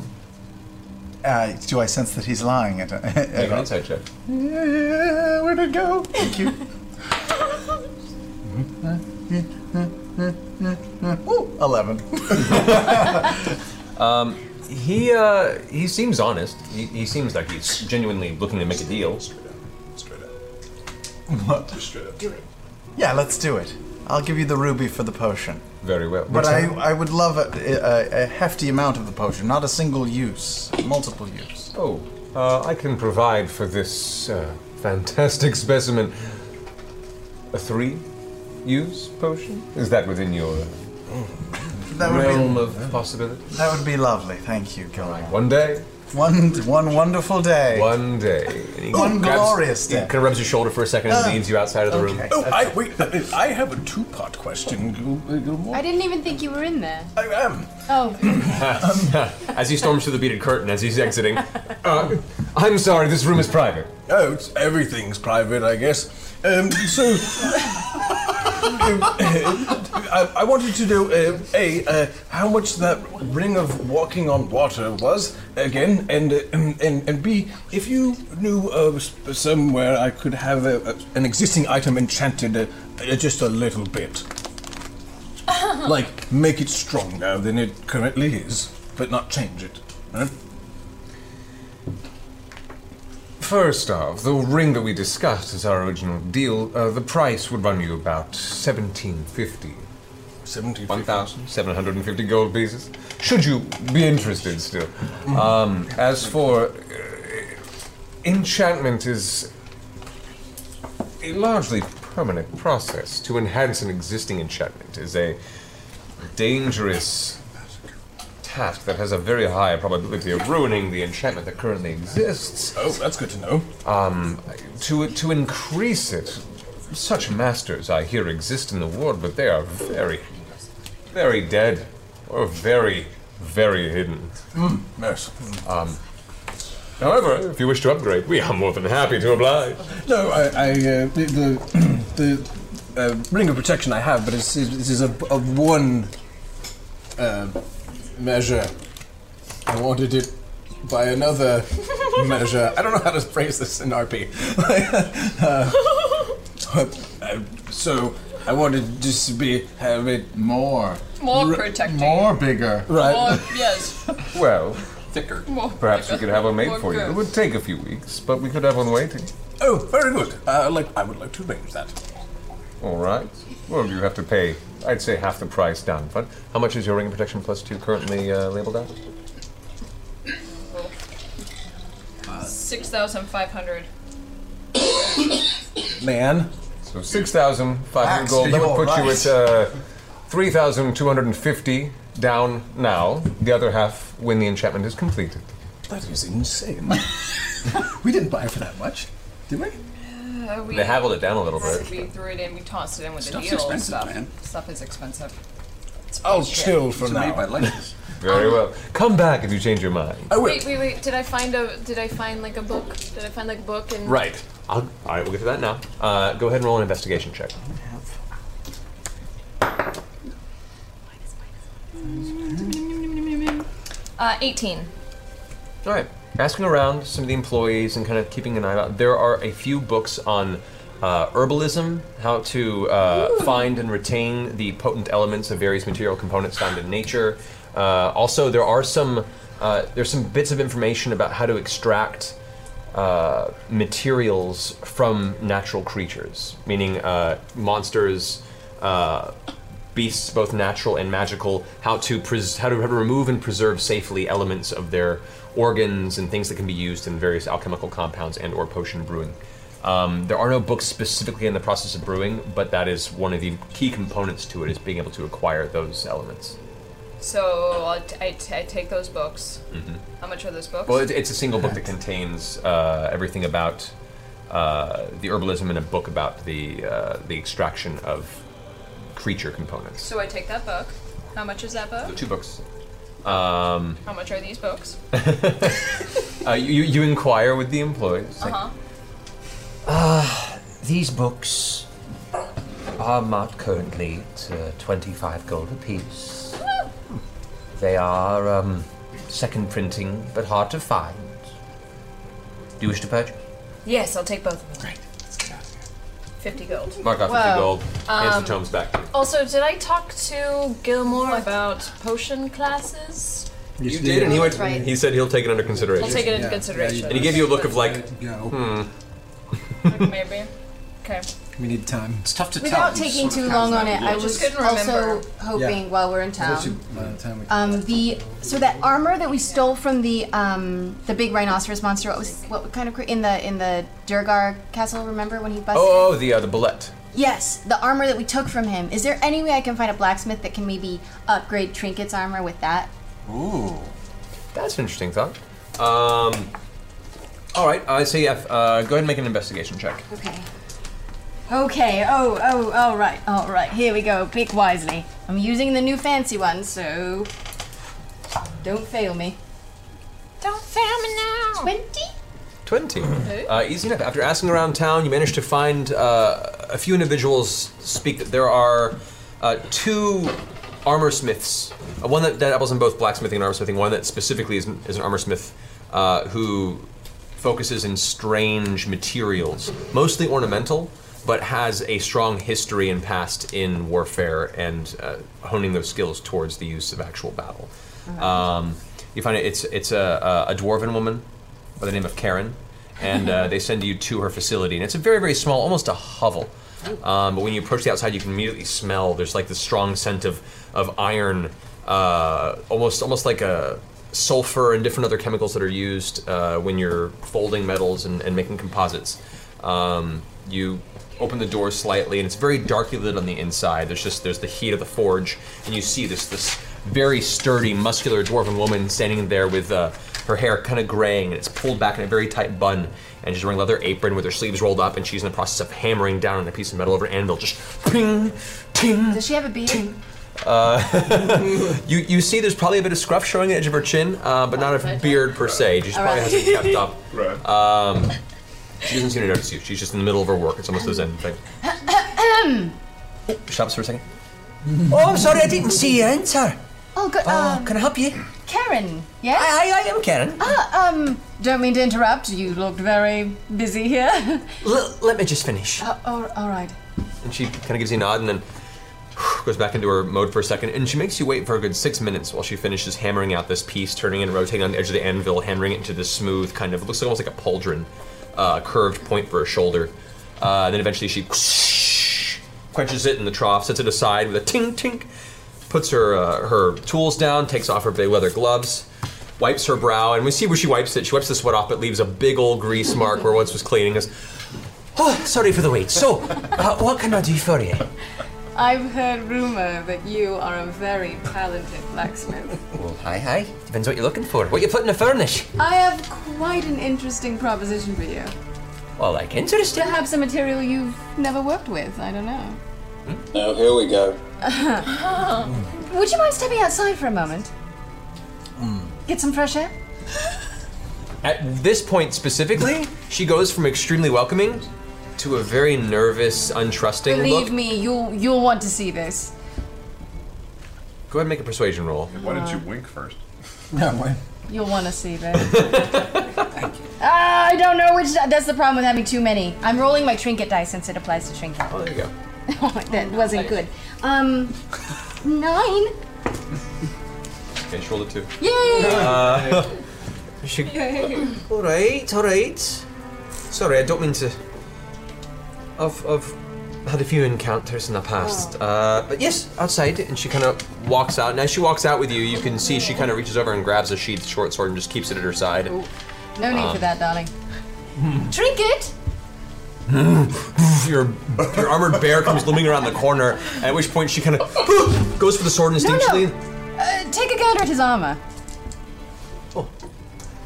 S6: Uh, do I sense that he's lying at, at
S16: make an insight check.
S6: Yeah, where'd it go? Thank [LAUGHS] you. Ooh, 11.
S16: [LAUGHS] Um, he uh, he seems honest. He, he seems like he's genuinely looking to make a deal.
S6: What?
S14: Just straight up.
S6: Yeah, let's do it. I'll give you the ruby for the potion.
S16: Very well.
S6: But I, I would love a, a, a hefty amount of the potion, not a single use, multiple use.
S16: Oh, uh, I can provide for this uh, fantastic [LAUGHS] specimen a three use potion. Is that within your
S6: Mm. That would be-
S16: realm of possibility?
S6: That would be lovely. Thank you, Gilmore.
S16: One day.
S6: One, one wonderful day.
S16: One day. And he
S6: One glorious
S16: He
S6: day.
S16: kind of rubs your shoulder for a second and
S6: Ah,
S16: leads you outside of the room.
S6: okay.
S13: Oh, I, wait, I have a two
S6: [LAUGHS]
S13: part question, Gil- Gilmore.
S9: I didn't even think you were in there.
S13: I am.
S9: Oh,
S13: Um,
S16: [LAUGHS] as he storms through the beaded curtain as
S13: [LAUGHS]
S16: he's exiting. Uh, I'm sorry, this room is private.
S13: Oh, it's, everything's private, I guess. Um, so, um, [LAUGHS] I, I wanted to know uh, a uh, how much that ring of walking on water was again, and uh, um, and and b if you knew uh, s- somewhere I could have a, a- an existing item enchanted uh, uh, just a little bit,
S8: [LAUGHS]
S13: like make it stronger than it currently is, but not change it. Huh?
S16: First off, the ring that we discussed as our original deal, uh, the price would run you about 1750. 1,750 gold pieces. Should you be interested still. Um, as for. Uh, enchantment is a largely permanent process. To enhance an existing enchantment is a dangerous task that has a very high probability of ruining the enchantment that currently exists.
S13: Oh, that's good to know.
S16: Um, to to increase it, such masters I hear exist in the world, but they are very, very dead, or very, very hidden.
S13: Mm, yes.
S16: Um, however, if you wish to upgrade, we are more than happy to oblige.
S13: No, I, I uh, the the, [CLEARS THROAT] the uh, ring of protection I have, but it's this is a, a one uh, measure. I wanted it by [LAUGHS] another measure. I don't know how to phrase this in RP. [LAUGHS] Uh, uh, so I wanted just to be have it more
S8: More protecting.
S13: more bigger, right?
S8: [LAUGHS] More, yes.
S16: Well, thicker.
S8: More
S16: Perhaps we could have one
S8: More
S16: made for you.
S8: good.
S16: It would take a few weeks, but we could have one waiting.
S13: Oh, very good. Uh, like I would like to arrange that.
S16: All right. Well, you have to pay. I'd say half the price down front. How much is your ring of protection plus two currently uh, labeled at?
S13: Uh,
S8: 6,500.
S13: Man.
S16: So 6,500
S13: Max,
S16: gold. That would
S13: you're
S16: put you
S13: right.
S16: at uh, 3,250 down now. The other half when the enchantment is completed.
S13: That is insane. [LAUGHS] we didn't buy for that much, did we?
S8: Uh, we,
S7: They haggled it down a little bit.
S8: We threw it in. We tossed it in with
S10: Stuff's
S8: the deal.
S10: expensive,
S8: stuff.
S10: man.
S8: Stuff is expensive. It's
S13: I'll
S8: bullshit.
S13: chill for now.
S7: [LAUGHS] Very well. Come back if you change your mind.
S8: Wait, wait, wait. Did I find a? Did I find like a book? Did I find like a book and?
S7: Right. I'll, all right, we'll get to that now. Uh, go ahead and roll an investigation check.
S8: Uh, 18.
S7: All right. Asking around some of the employees and kind of keeping an eye out. There are a few books on uh, herbalism, how to uh, find and retain the potent elements of various material components found in nature. Uh, also, there are some uh, there's some bits of information about how to extract uh, materials from natural creatures, meaning uh, monsters, uh, beasts, both natural and magical. How to pres- how to how to remove and preserve safely elements of their organs and things that can be used in various alchemical compounds and or potion brewing. Um, there are no books specifically in the process of brewing, but that is one of the key components to it is being able to acquire those elements.
S8: So I'll t- I, t- I take those books.
S7: Mhm.
S8: How much are those books?
S7: Well, it, it's a single book that contains uh, everything about uh, the herbalism and a book about the uh, the extraction of creature components.
S8: So I take that book. How much is that
S7: So
S8: book?
S7: two books. Um,
S8: How much are these books?
S7: uh, you you inquire with the employees.
S8: Uh
S7: like,
S8: huh.
S16: Ah, these books are marked currently at uh, 25 gold apiece. They are um, second printing, but hard to find. Do you wish to purchase?
S8: Yes, I'll take both of them. Great. Let's get out of here. 50 gold.
S7: Mark off 50
S8: Whoa.
S7: gold. Hands
S8: Um,
S7: the tomes back to you.
S8: Also, did I talk to Gilmore about potion classes?
S7: You,
S8: did, did. and he went- Right.
S7: He said he'll take it under consideration.
S8: I'll take it into Yeah. consideration.
S7: and he gave you a look of like, hmm.
S8: Maybe. Okay.
S13: We need time.
S10: It's tough to
S9: Without taking too long on it, I was also hoping
S13: Yeah.
S9: while we're in town.
S13: [LAUGHS]
S9: Um, the so that armor that we stole from the um, the big rhinoceros monster. What was what kind of cre- in the in the Durgar castle? Remember when he busted?
S7: Oh, oh, the uh, the bullet.
S9: Yes, the armor that we took from him. Is there any way I can find a blacksmith that can maybe upgrade Trinket's armor with that?
S7: Ooh, that's an interesting thought. Um, all right, I see. F, uh, go ahead and make an investigation check.
S9: Okay. Okay. Oh. Oh. All right. All right. Here we go. Pick wisely. I'm using the new fancy one, so don't fail me.
S8: Don't fail me now.
S9: Twenty.
S7: Twenty. Uh, easy enough. After asking around town, you managed to find uh, a few individuals speak that there are uh, two armor smiths. Uh, one that, that dabbles in both blacksmithing and armor smithing. One that specifically is an, is an armor smith uh, who focuses in strange materials, mostly ornamental, but has a strong history and past in warfare and uh, honing those skills towards the use of actual battle. Um, you find it, it's it's a, a a dwarven woman by the name of Karen, and uh, they send you to her facility, and it's a very very small, almost a hovel. Um, but when you approach the outside, you can immediately smell. There's like this strong scent of of iron, uh, almost almost like a sulfur and different other chemicals that are used uh, when you're folding metals and, and making composites. Um, you open the door slightly, and it's very darkly lit on the inside. There's just there's the heat of the forge, and you see this this very sturdy, muscular dwarven woman standing there with uh, her hair kind of graying, and it's pulled back in a very tight bun. And she's wearing a leather apron with her sleeves rolled up, and she's in the process of hammering down on a piece of metal over an anvil. Just ping, ting.
S9: Does she have a beard? [COUGHS]
S7: uh, [LAUGHS] you you see, there's probably a bit of scruff showing the edge of her chin, uh, but not a beard per se. She just probably
S9: Alright.
S7: has it kept up. Um, she doesn't seem to notice you. She's just in the middle of her work. It's almost those end thing. Stops for a second.
S16: Oh, I'm sorry, I didn't see you enter.
S9: Oh, good.
S16: Uh,
S9: um,
S16: can I help you?
S9: Karen, yes?
S16: I, I am Karen.
S9: Ah, um, don't mean to interrupt. You looked very busy here.
S16: L- let me just finish.
S9: Uh, all, all right.
S7: And she kind of gives you a nod and then goes back into her mode for a second. And she makes you wait for a good six minutes while she finishes hammering out this piece, turning and rotating on the edge of the anvil, hammering it into this smooth kind of, looks almost like a pauldron, uh, curved point for a shoulder. Uh, and then eventually she [LAUGHS] quenches it in the trough, sets it aside with a tink tink, puts her uh, her tools down, takes off her big leather gloves, wipes her brow, and we see where she wipes it. She wipes the sweat off, but leaves a big old grease mark where once was cleaning. Us.
S16: [LAUGHS] Oh, sorry for the wait. So, uh, what can I do for you?
S18: I've heard rumor that you are a very talented blacksmith.
S16: Well, hi, hi. Depends what you're looking for. What you put in the furnish?
S18: I have quite an interesting proposition for you.
S16: Well, like interesting.
S18: Perhaps a material you've never worked with. I don't
S16: [LAUGHS]
S18: know.
S11: Oh, here we go.
S9: [LAUGHS] Would you mind stepping outside for a moment?
S16: Hmm.
S9: Get some fresh air?
S7: At this point specifically, she goes from extremely welcoming to a very nervous, untrusting
S9: Believe
S7: look.
S9: me, you'll you'll want to see this.
S7: Go ahead and make a persuasion roll.
S9: Why didn't you
S7: wink
S16: [LAUGHS]
S7: first?
S19: No way.
S9: You'll want to see
S7: [LAUGHS]
S9: this. Ah, I don't know which. That's the problem with having too many. I'm rolling my trinket die since it applies to trinket.
S7: Oh,
S9: [LAUGHS]
S7: there you go.
S9: that wasn't good. Um, nine.
S7: Okay, she rolled a two.
S9: Yay!
S16: Uh,
S7: [LAUGHS] she- all right, all right. Sorry, I don't mean to. I've, I've had a few encounters in the
S16: Oh.
S7: past, uh, but yes, outside. And she kind of walks out. And as she walks out with you, you can see she kind of reaches over and grabs a sheathed short sword and just keeps it at her side.
S16: Oh.
S9: No need for
S7: Um.
S9: that, darling.
S7: Hmm.
S9: Trinket.
S7: your your armored bear comes looming around the corner. At which point she kind of goes for the sword instinctually.
S9: Uh, take a gander at his armor.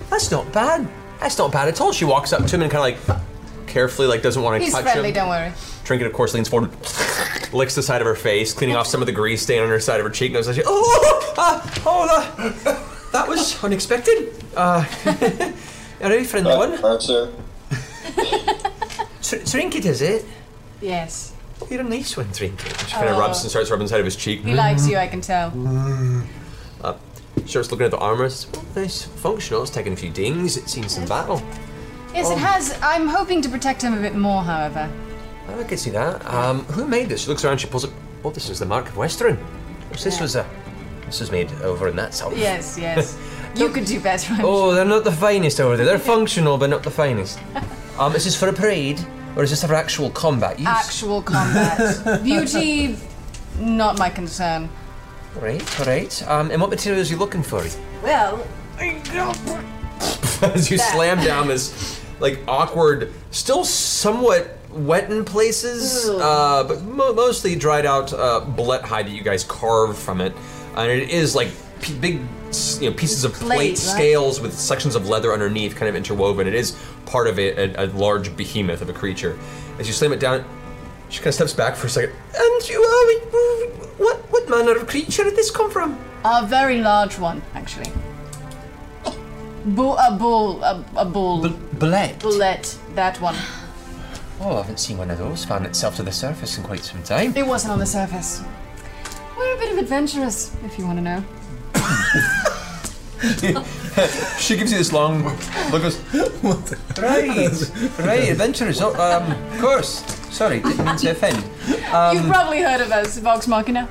S7: That's not bad. That's not bad at all. She walks up to him and kind of like carefully, like doesn't want to
S9: He's
S7: touch
S9: friendly.
S7: him.
S9: Don't worry.
S7: Trinket, of course, leans forward, licks the side of her face, cleaning off some of the grease stain on her side of her cheek. And goes, oh, ah, oh, that, that was unexpected.
S16: [LAUGHS]
S7: Uh, are you friend one?
S11: Archer.
S16: Tr- trinket, is it?
S9: Yes.
S16: You're a nice one, Trinket.
S7: She kind of rubs and starts rubbing the side of his cheek.
S9: Oh. He likes you, I can tell.
S7: Uh, she starts looking at the armor. Says, "Well, nice, functional. It's taken a few dings. It's seen some battle.
S9: Yes,
S7: Oh.
S9: it has. I'm hoping to protect him a bit more, however.
S16: Oh, I could see that. Um, who made this? She looks around, she pulls up. Oh, this is the Mark of Western. This was a. This was made over in that
S7: Oh.
S16: south.
S9: Yes,
S7: [LAUGHS]
S9: yes. you could do better. I'm
S16: [LAUGHS] Oh, they're not the finest over there. They're functional, but not the finest. Um, is this for a parade, or is this for actual combat use?
S9: Actual
S16: [LAUGHS]
S9: combat. Beauty, not my concern.
S16: all right, all right. Um, and what materials are you looking for?
S9: Well,
S7: [LAUGHS] As you
S9: That.
S7: slam down this, like awkward, still somewhat wet in places,
S9: Ew.
S7: uh, but mo- mostly dried out uh, bullet hide that you guys carved from it, and it is like p- big, s- you know, pieces of
S9: Plate,
S7: plate,
S9: right?
S7: scales with sections of leather underneath, kind of interwoven. It is part of a, a, a large behemoth of a creature. As you slam it down, she kind of steps back for a second. And you, uh, what, what manner of creature did this come from?
S9: a very large one, actually. Bull, a bull, a, a bull.
S16: bullet.
S9: Bullet, that one.
S16: Oh, I haven't seen one of those found itself to the surface in quite some time.
S9: It wasn't on the surface. We're a bit of adventurous, if you want to know.
S7: she gives you this long look. Goes,
S16: [LAUGHS] right, right, adventurers. Oh, um, of course. Sorry, didn't mean to offend. Um,
S9: You've probably heard of us, Vox Machina.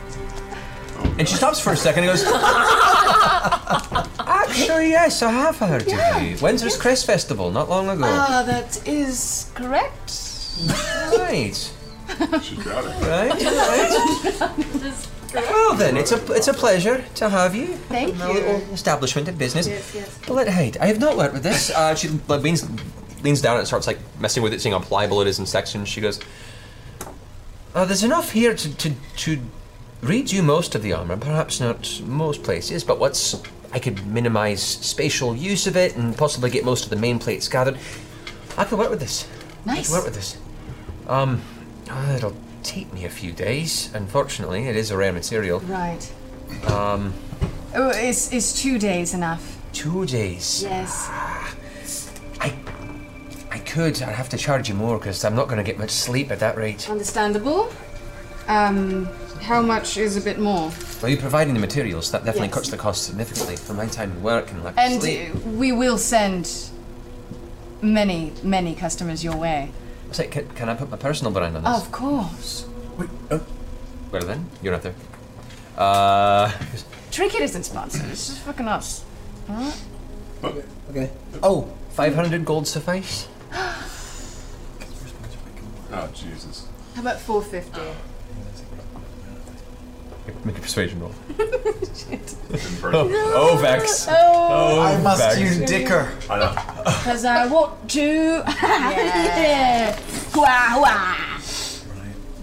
S7: and she stops for a second and goes,
S16: Actually, yes, I have heard
S9: Yeah.
S16: of you. Windsor's Crest Festival, not long ago.
S9: Ah, that is correct.
S16: right. Right, right. Well then, it's a it's a pleasure to have
S9: [LAUGHS]
S16: you.
S9: Thank
S16: in our little establishment of business.
S9: Yes, yes.
S16: Bullet hide. I have not worked with this.
S7: Uh, she like, leans, leans down and starts like messing with it, seeing how pliable it is in sections. She goes,
S16: Uh, there's enough here to, to to redo most of the armor, perhaps not most places, but what's I could minimize spatial use of it and possibly get most of the main plates gathered. I could work with this. I
S9: Nice.
S16: could work with this. Um, uh, it'll take me a few days. Unfortunately, it is a rare material.
S9: Right.
S16: Um,
S9: Oh, is is two days enough?
S16: two days.
S9: Yes.
S16: I could. I'd have to charge you more because I'm not going to get much sleep at that rate.
S18: Understandable. Um, how much is a bit more?
S16: Well, you're providing the materials. That definitely
S18: Yes.
S16: cuts the cost significantly for my time and work and lack of
S9: And
S16: sleep.
S9: uh, we will send many, many customers your way.
S16: So, can, can I put my personal brand on this?
S9: Of course.
S7: "Where then? You're not there." Uh, [LAUGHS]
S9: Trinket isn't sponsored. It's just fucking us. Huh?
S16: Okay. Oh, 500 gold suffice?
S12: Oh, Jesus.
S18: How about 450?
S7: make a persuasion roll.
S18: Shit.
S7: [LAUGHS] oh, Vex.
S9: Oh.
S7: Oh,
S9: I must
S7: Vex.
S9: use dicker.
S7: I know.
S9: Because I want to. [LAUGHS] yeah. Wah, wah.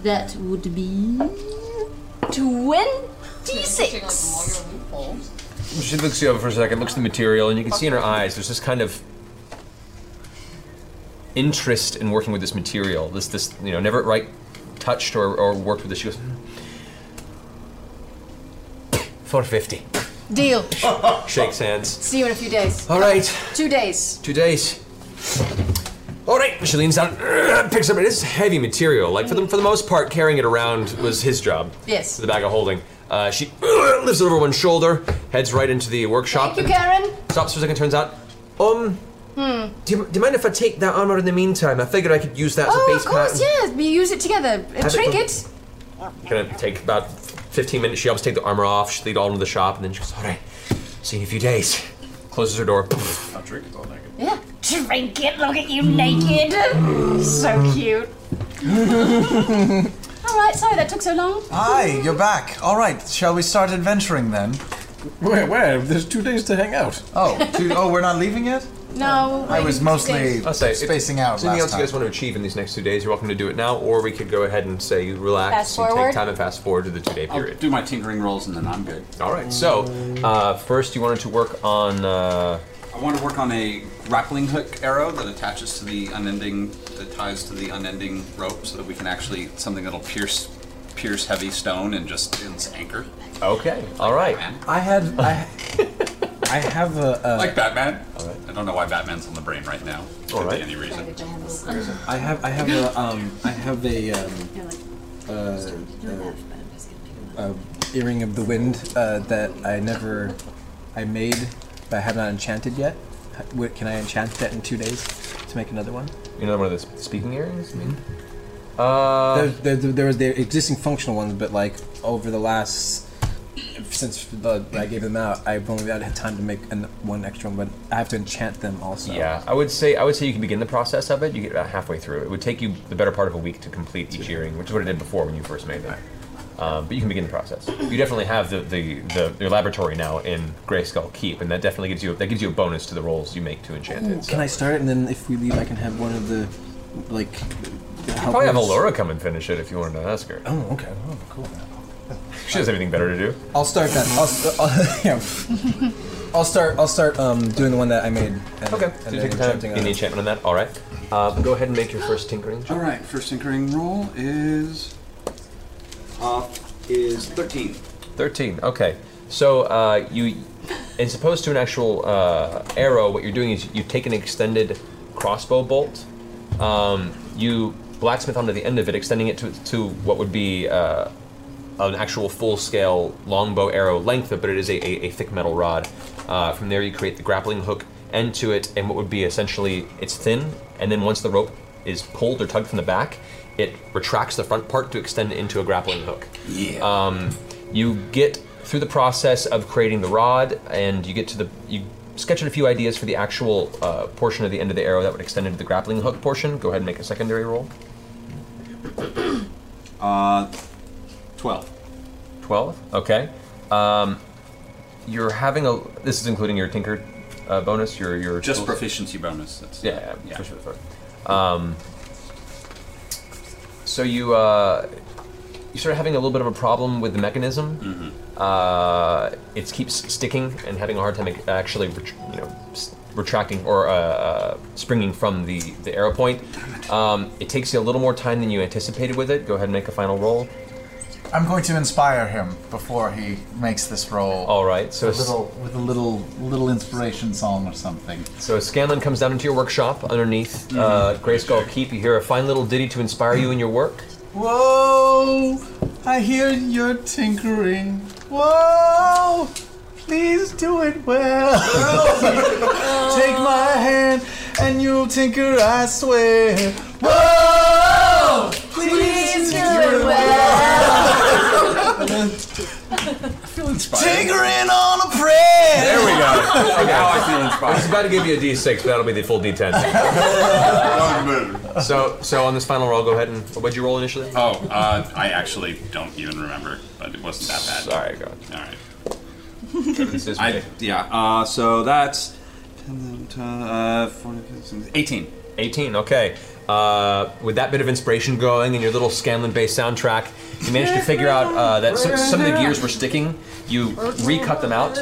S15: That would be
S9: Twenty-six.
S7: She looks you over for a second, looks at the material, and you can see in her eyes there's this kind of interest in working with this material. This, this, you know, never right touched or, or worked with this. She goes, "Hmm." 450.
S6: [LAUGHS]
S9: Deal.
S7: Shakes hands.
S9: See you in a few days.
S7: All right.
S9: Two days.
S7: Two days. All right. She leans down, [CLEARS THROAT] picks up. It is heavy material. Like for the for the most part, carrying it around was his job.
S9: Yes.
S7: The bag of holding. Uh, she [CLEARS THROAT] lifts it over one shoulder, heads right into the workshop.
S9: Thank you,
S7: and
S9: Karen.
S7: Stops for a second. Turns out, um,
S9: Hmm.
S16: Do you, do you mind if I take that armor in the meantime? I figured I could use that as
S9: oh,
S16: a
S9: of
S16: base
S9: course,
S16: pattern.
S9: yes. We use it together. A
S7: Have it
S9: trinket.
S7: Gonna take about 15 minutes. She helps take the armor off. She leads all into the shop, and then she goes, "All right, see you in a few days." Closes her door. I'll drink it all night.
S9: Yeah. Trinket. Look at you naked.
S6: Mm.
S9: so cute. All right. Sorry that took so long.
S6: [LAUGHS] Hi, you're back. All right, shall we start adventuring then? Where? Where? There's two days to hang out. Oh, two, oh, we're not leaving yet.
S9: No.
S6: I was mostly
S7: I'll say, if-
S6: spacing out
S7: If there's anything
S6: last
S7: else you guys want to achieve in these next two days, you're welcome to do it now, or we could go ahead and say you
S10: Fast
S7: relax, you
S10: forward.
S7: take time and fast forward to the two-day
S10: I'll
S7: period.
S10: do my tinkering rolls and then I'm good.
S7: All right. So uh, first, you wanted to work on. Uh,
S10: I want to work on a grappling hook arrow that attaches to the unending, that ties to the unending rope, so that we can actually something that'll pierce, pierce heavy stone and just it's anchor.
S7: Okay. All right.
S4: [LAUGHS]
S10: I had. I,
S13: I have a.
S7: Uh,
S10: like Batman. All right. I don't know why Batman's on the brain right now. Could be any reason.
S13: I have I have a um I have a um uh, uh, uh, earring of the wind uh, that I never I made but I have not enchanted yet. Ha- wh- Can I enchant that in two days to make another one?
S7: Another one of the speaking earrings. I mean, uh,
S13: there, there, there was the existing functional ones, but like over the last since the, I gave them out, I've only had time to make an, one extra one, but I have to enchant them also.
S7: Yeah, I would say I would say you can begin the process of it. You get about halfway through. It would take you the better part of a week to complete each earring, which is what it did before when you first made them. Um, but you can begin the process. You definitely have the, the, the your laboratory now in Grayskull Keep, and that definitely gives you that gives you a bonus to the rolls you make to enchant it.
S13: Can I start it and then if we leave, I can have one of the like.
S7: You probably have Alora come and finish it if you wanted to ask her.
S13: Oh, okay. Oh, cool.
S7: She doesn't have anything better to do.
S13: I'll start that. I'll, st- I'll, [LAUGHS] yeah. I'll start. I'll start um, doing the one that I made. And,
S7: Okay.
S13: And
S7: So you
S13: then
S7: take your time
S13: enchanting
S7: in the
S13: on it.
S7: enchantment on that. All right. Uh, go ahead and make your first tinkering.
S10: All right. First tinkering roll is. Uh, is thirteen.
S7: 13 okay so uh, you as opposed to an actual uh, arrow what you're doing is you take an extended crossbow bolt um, you blacksmith onto the end of it extending it to, to what would be uh, an actual full-scale longbow arrow length but it is a, a, a thick metal rod uh, from there you create the grappling hook end to it and what would be essentially it's thin and then once the rope is pulled or tugged from the back it retracts the front part to extend into a grappling hook
S10: yeah
S7: um, you get through the process of creating the rod, and you get to the you sketch out a few ideas for the actual uh, portion of the end of the arrow that would extend into the grappling hook portion. Go ahead and make a secondary roll.
S10: Uh, twelve.
S7: Twelve. Okay. Um, you're having a. This is including your tinker uh, bonus. Your your
S10: Just
S7: tools.
S10: proficiency bonus. That's
S7: Yeah, yeah. push it forward. Um, so you uh, you start having a little bit of a problem with the mechanism.
S10: Mm-hmm.
S7: Uh, it keeps sticking and having a hard time ac- actually, ret- you know, s- retracting or uh, uh, springing from the the arrow point. Um, it takes you a little more time than you anticipated with it. Go ahead and make a final roll.
S6: time. I'm going to inspire him before he makes this roll.
S7: All right, so
S6: a
S7: it's-
S6: little with a little little inspiration psalm or something.
S7: So Scanlan comes down into your workshop underneath uh, Grayskull Keep. You hear a fine little ditty to inspire you in your work.
S6: Whoa! I hear you're tinkering. Whoa! Please do it [LAUGHS] well. Take my hand and you'll tinker, I swear. Whoa! Please do it well.
S12: [LAUGHS]
S6: Tinkering on a prayer.
S7: There we go. now I feel inspired. I was about to give you a D6, but that'll be the full D10. so, so on this final roll, go ahead and what'd you roll initially?
S10: Oh, uh, I actually don't even remember, but it wasn't that bad.
S7: Sorry, God.
S10: All right.
S7: is
S10: I-
S7: way.
S10: yeah. Uh, so that's uh, 18.
S7: uh, 18. Okay. Uh, with that bit of inspiration going and your little Scanlan-based soundtrack, You managed to figure out uh, that some, some of the gears were sticking. You recut them out,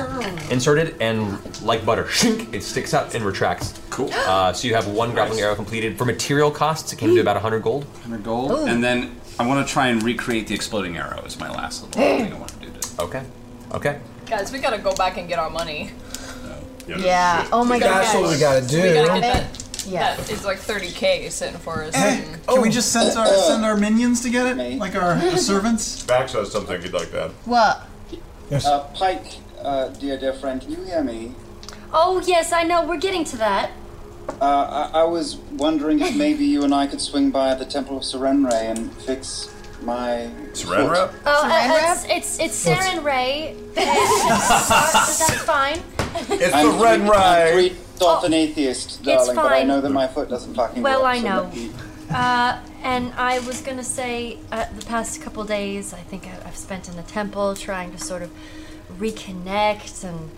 S7: insert it, and like butter, shink, it sticks out and retracts. Cool. Uh, so you have one grappling arrow completed. For material costs, it came to about 100 gold.
S10: 100 gold.
S7: Ooh.
S10: And then I want to try and recreate the exploding arrow as my last little thing I want to do. To.
S7: Okay. Okay.
S8: Guys, we gotta go back and get our money.
S9: Yeah. Oh my god.
S13: That's what we gotta do.
S8: We gotta get that.
S9: Yeah.
S8: That is like 30k sitting for us. Mm.
S12: Eh.
S2: Can we just send our send our minions to get it, like our servants?
S12: Bax has something he'd like to add.
S9: [LAUGHS] What?
S11: Uh, Pike, uh, dear, dear friend, can you hear me?
S20: Oh, yes, I know. We're getting to that.
S11: Uh, I, I was wondering if maybe you and I could swing by the Temple of Serenre and fix my.
S12: Serenre?
S20: Oh, uh,
S11: Saran
S20: it's, it's it's
S9: [LAUGHS]
S20: Saren Ray. That's fine.
S11: It's I'm the red rye. Three dolphin atheist, darling, but I
S20: Oh, fine.
S11: know that my foot doesn't fucking
S20: Well,
S11: work,
S20: I
S11: so
S20: know.
S11: let me-
S20: Uh, and I was gonna say, uh, the past couple days, I think I, I've spent in the temple trying to sort of reconnect and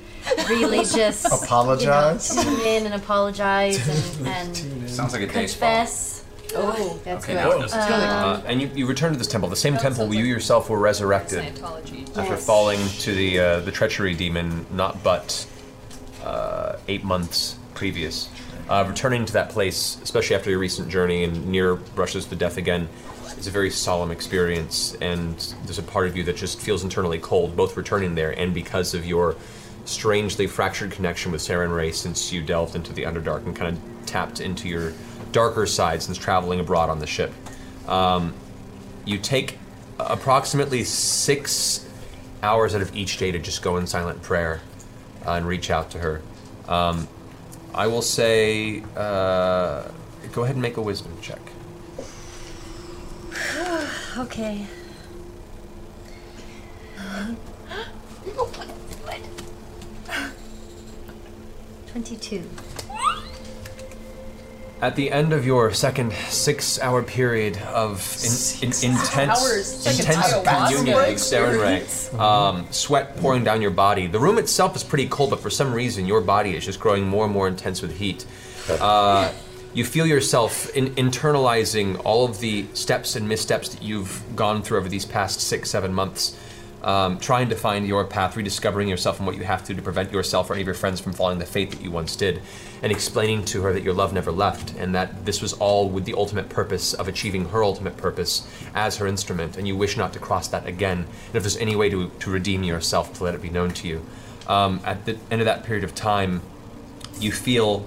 S20: really just you know,
S10: Apologize?
S20: tune in and apologize and, and
S10: Sounds like a day spa.
S20: confess. Oh, that's
S7: Okay,
S20: good.
S7: now it doesn't.
S20: Um,
S7: Uh, and you, you return to this temple, the same temple where you yourself were resurrected after
S20: Yes.
S7: falling to the uh, the treachery demon, not but uh, eight months previous. Uh, returning to that place, especially after your recent journey and near brushes to death again, is a very solemn experience. And there's a part of you that just feels internally cold, both returning there and because of your strangely fractured connection with Saren Ray since you delved into the Underdark and kind of tapped into your darker side since traveling abroad on the ship. Um, you take approximately six hours out of each day to just go in silent prayer uh, and reach out to her. Um, I will say, uh, go ahead and make a wisdom check.
S20: [SIGHS] [GASPS] okay. Twenty-two.
S7: At the end of your second six-hour period of in, in, intense,
S8: hours. It's like an
S7: intense
S8: ayahuasca
S7: communion with
S8: experience.
S7: Saren Ray, um, sweat pouring down your body. The room itself is pretty cold, but for some reason, your body is just growing more and more intense with heat. Uh, you feel yourself in, internalizing all of the steps and missteps that you've gone through over these past six, seven months, um, trying to find your path, rediscovering yourself and what you have to to prevent yourself or any of your friends from following the fate that you once did, and explaining to her that your love never left and that this was all with the ultimate purpose of achieving her ultimate purpose as her instrument, and you wish not to cross that again. And if there's any way to, to redeem yourself, to let it be known to you. Um, at the end of that period of time, you feel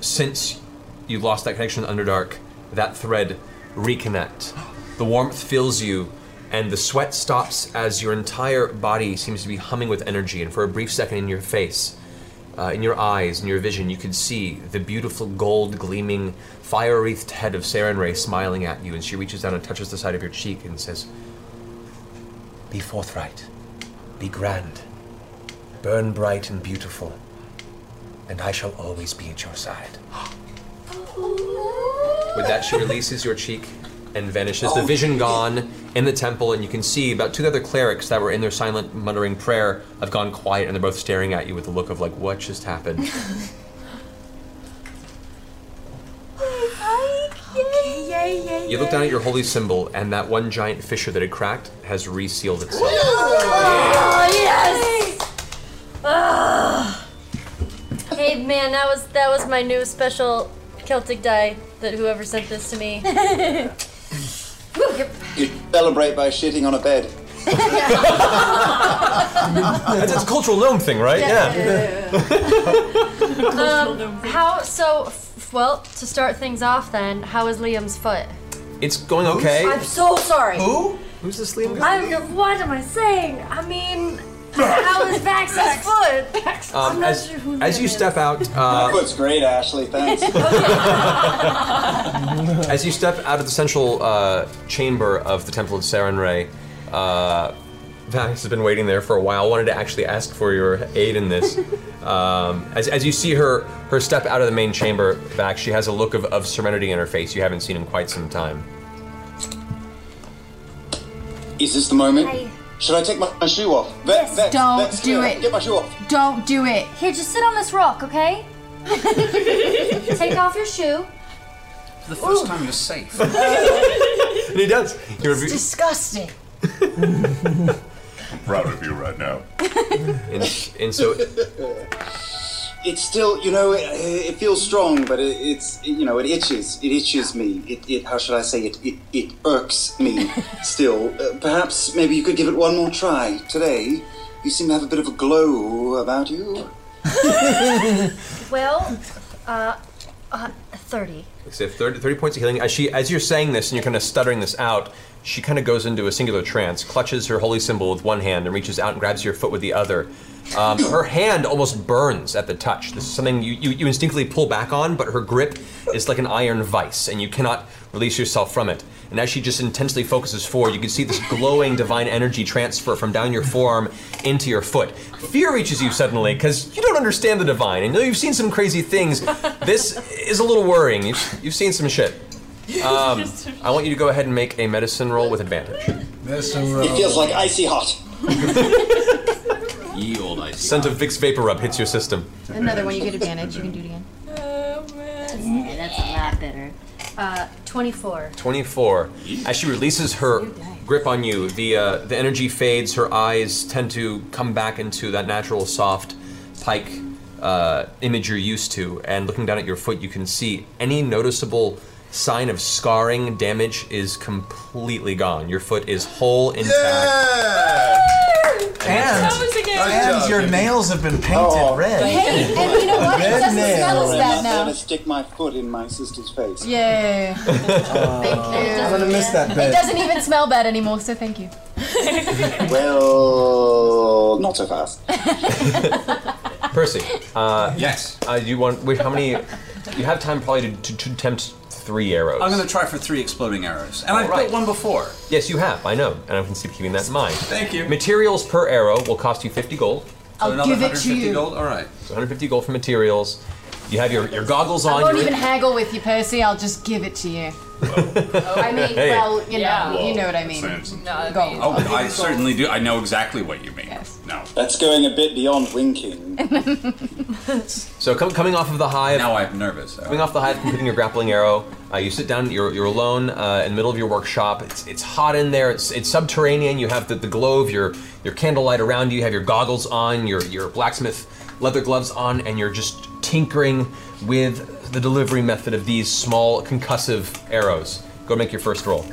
S7: since you lost that connection with Underdark, that thread reconnect. The warmth fills you, and the sweat stops as your entire body seems to be humming with energy. And for a brief second, in your face, uh, in your eyes, in your vision, you can see the beautiful gold gleaming, fire wreathed head of Sarenrae smiling at you. And she reaches down and touches the side of your cheek and says, Be forthright, be grand, burn bright and beautiful, and I shall always be at your side. With that, she releases your cheek and vanishes.
S20: Oh.
S7: The vision gone in the temple, and you can see about two other clerics that were in their silent, muttering prayer have gone quiet, and they're both staring at you with a look of like, "What
S20: [LAUGHS]
S7: just happened?"
S20: Okay, yay, yay,
S7: you look down at your holy symbol, and that one giant fissure that had cracked has resealed itself.
S20: Oh, [LAUGHS] yes! Ugh. Hey man, that was that was my new special Celtic die that whoever sent this to me.
S11: You celebrate by shitting on a bed.
S7: That's Uh, a cultural gnome thing, right?
S20: Yeah. [LAUGHS] um, how so? F- well, to start things off, then, how is Liam's foot?
S7: It's going okay.
S20: I'm so sorry.
S7: Who? Who's this Liam? guy?
S20: I'm, what am I saying? I mean, how is Vax's foot? I'm
S7: Um,
S20: not
S7: as,
S20: sure [LAUGHS] who
S7: as
S20: that
S7: you
S20: is. [LAUGHS]
S7: step out, uh,
S11: Looks great, Ashley. Thanks.
S7: As you step out of the central uh, chamber of the Temple of Sarenrae, uh, Vax has been waiting there for a while. Wanted to actually ask for your aid in this. Um, as, as you see her her step out of the main chamber, Vax, she has a look of, of serenity in her face you haven't seen in quite some time.
S11: Is this the moment? Should I take my, my shoe off? Ve- Vex,
S9: Don't
S11: Vex,
S9: do
S11: here,
S9: it.
S11: Get my shoe
S20: Oh,
S11: off.
S9: Don't do it.
S20: Here, just sit on this rock,
S7: [LAUGHS]
S20: okay? Take off your shoe.
S10: For the first time, you're safe.
S7: and he does. He
S15: It's
S7: refu-
S15: disgusting.
S12: Proud of you right now.
S20: [LAUGHS]
S7: and, and so
S11: [LAUGHS] It's still, you know, it, it feels strong, but it, it's, you know, it itches. It itches me. It, it how should I say it? It, it irks
S7: [LAUGHS]
S11: me still. Uh, perhaps maybe you could give it one more try today. You seem to have a bit of a glow about you.
S20: [LAUGHS] well, uh, uh, 30.
S7: Like I said, 30, 30 points of healing. As she, as you're saying this and you're kind of stuttering this out, she kind of goes into a singular trance, clutches her holy symbol with one hand, and reaches out and grabs your foot with the other. Um, her hand almost burns at the touch. This is something you, you, you instinctively pull back on, but her grip is like an iron vice, and you cannot release yourself from it. And as she just intensely focuses forward, you can see this glowing divine energy transfer from down your forearm into your foot. Fear reaches you suddenly because you don't understand the divine, and though you've seen some crazy things, this is a little worrying. You've, you've seen some shit. Um, I want you to go ahead and make a medicine roll with advantage.
S13: Medicine roll.
S11: It feels like icy hot.
S7: Ye old ice. Scent of Vicks Vapor Rub hits your system.
S9: Another one, you
S6: [LAUGHS]
S9: get advantage. You can do it again.
S20: Yeah, that's a lot better. Uh, 24.
S7: 24. As she releases her grip on you, the uh, the energy fades. Her eyes tend to come back into that natural, soft pike uh, image you're used to. And looking down at your foot, you can see any noticeable sign of scarring, damage is completely gone. Your foot is whole, intact.
S6: And, and your nails have been painted red.
S11: Hey, and you know what? It doesn't
S9: smell as bad now.
S11: Oh. I'm gonna stick my foot in my sister's face.
S9: Yay.
S6: Oh.
S11: I'm gonna miss that
S9: It doesn't even smell bad anymore, so thank you.
S11: Well, not so fast.
S7: Percy. Uh, yes. Uh, you want? Wait, how many? You have time probably to, to, to attempt three arrows.
S10: I'm going to try for three exploding arrows. And I've
S7: Alright.
S10: built one before.
S7: Yes, you have. I know, and I'm going to keeping that in mind.
S10: Thank you.
S7: Materials per arrow will cost you 50 gold.
S10: I'll another give it to 150 you.
S7: gold. All right. So 150 gold for materials. You have your, your goggles
S9: I
S7: on.
S9: won't
S7: you're-
S9: even haggle with you, Percy. I'll just give it to you. Oh, I mean,
S10: Hey.
S9: well, you know,
S10: Yeah.
S9: you know what I mean. Go.
S10: Oh, I certainly do. I know exactly what you mean. No.
S11: That's going a bit beyond winking.
S7: So com- coming off of the hive.
S10: Now I'm nervous.
S7: Coming off the hive, completing your grappling arrow, uh, you sit down. You're, you're alone uh, in the middle of your workshop. It's, it's hot in there. It's, it's subterranean. You have the, the glow of your your candlelight around you. You have your goggles on, your your blacksmith leather gloves on, and you're just tinkering with the delivery method of these small concussive arrows. Go make your first roll.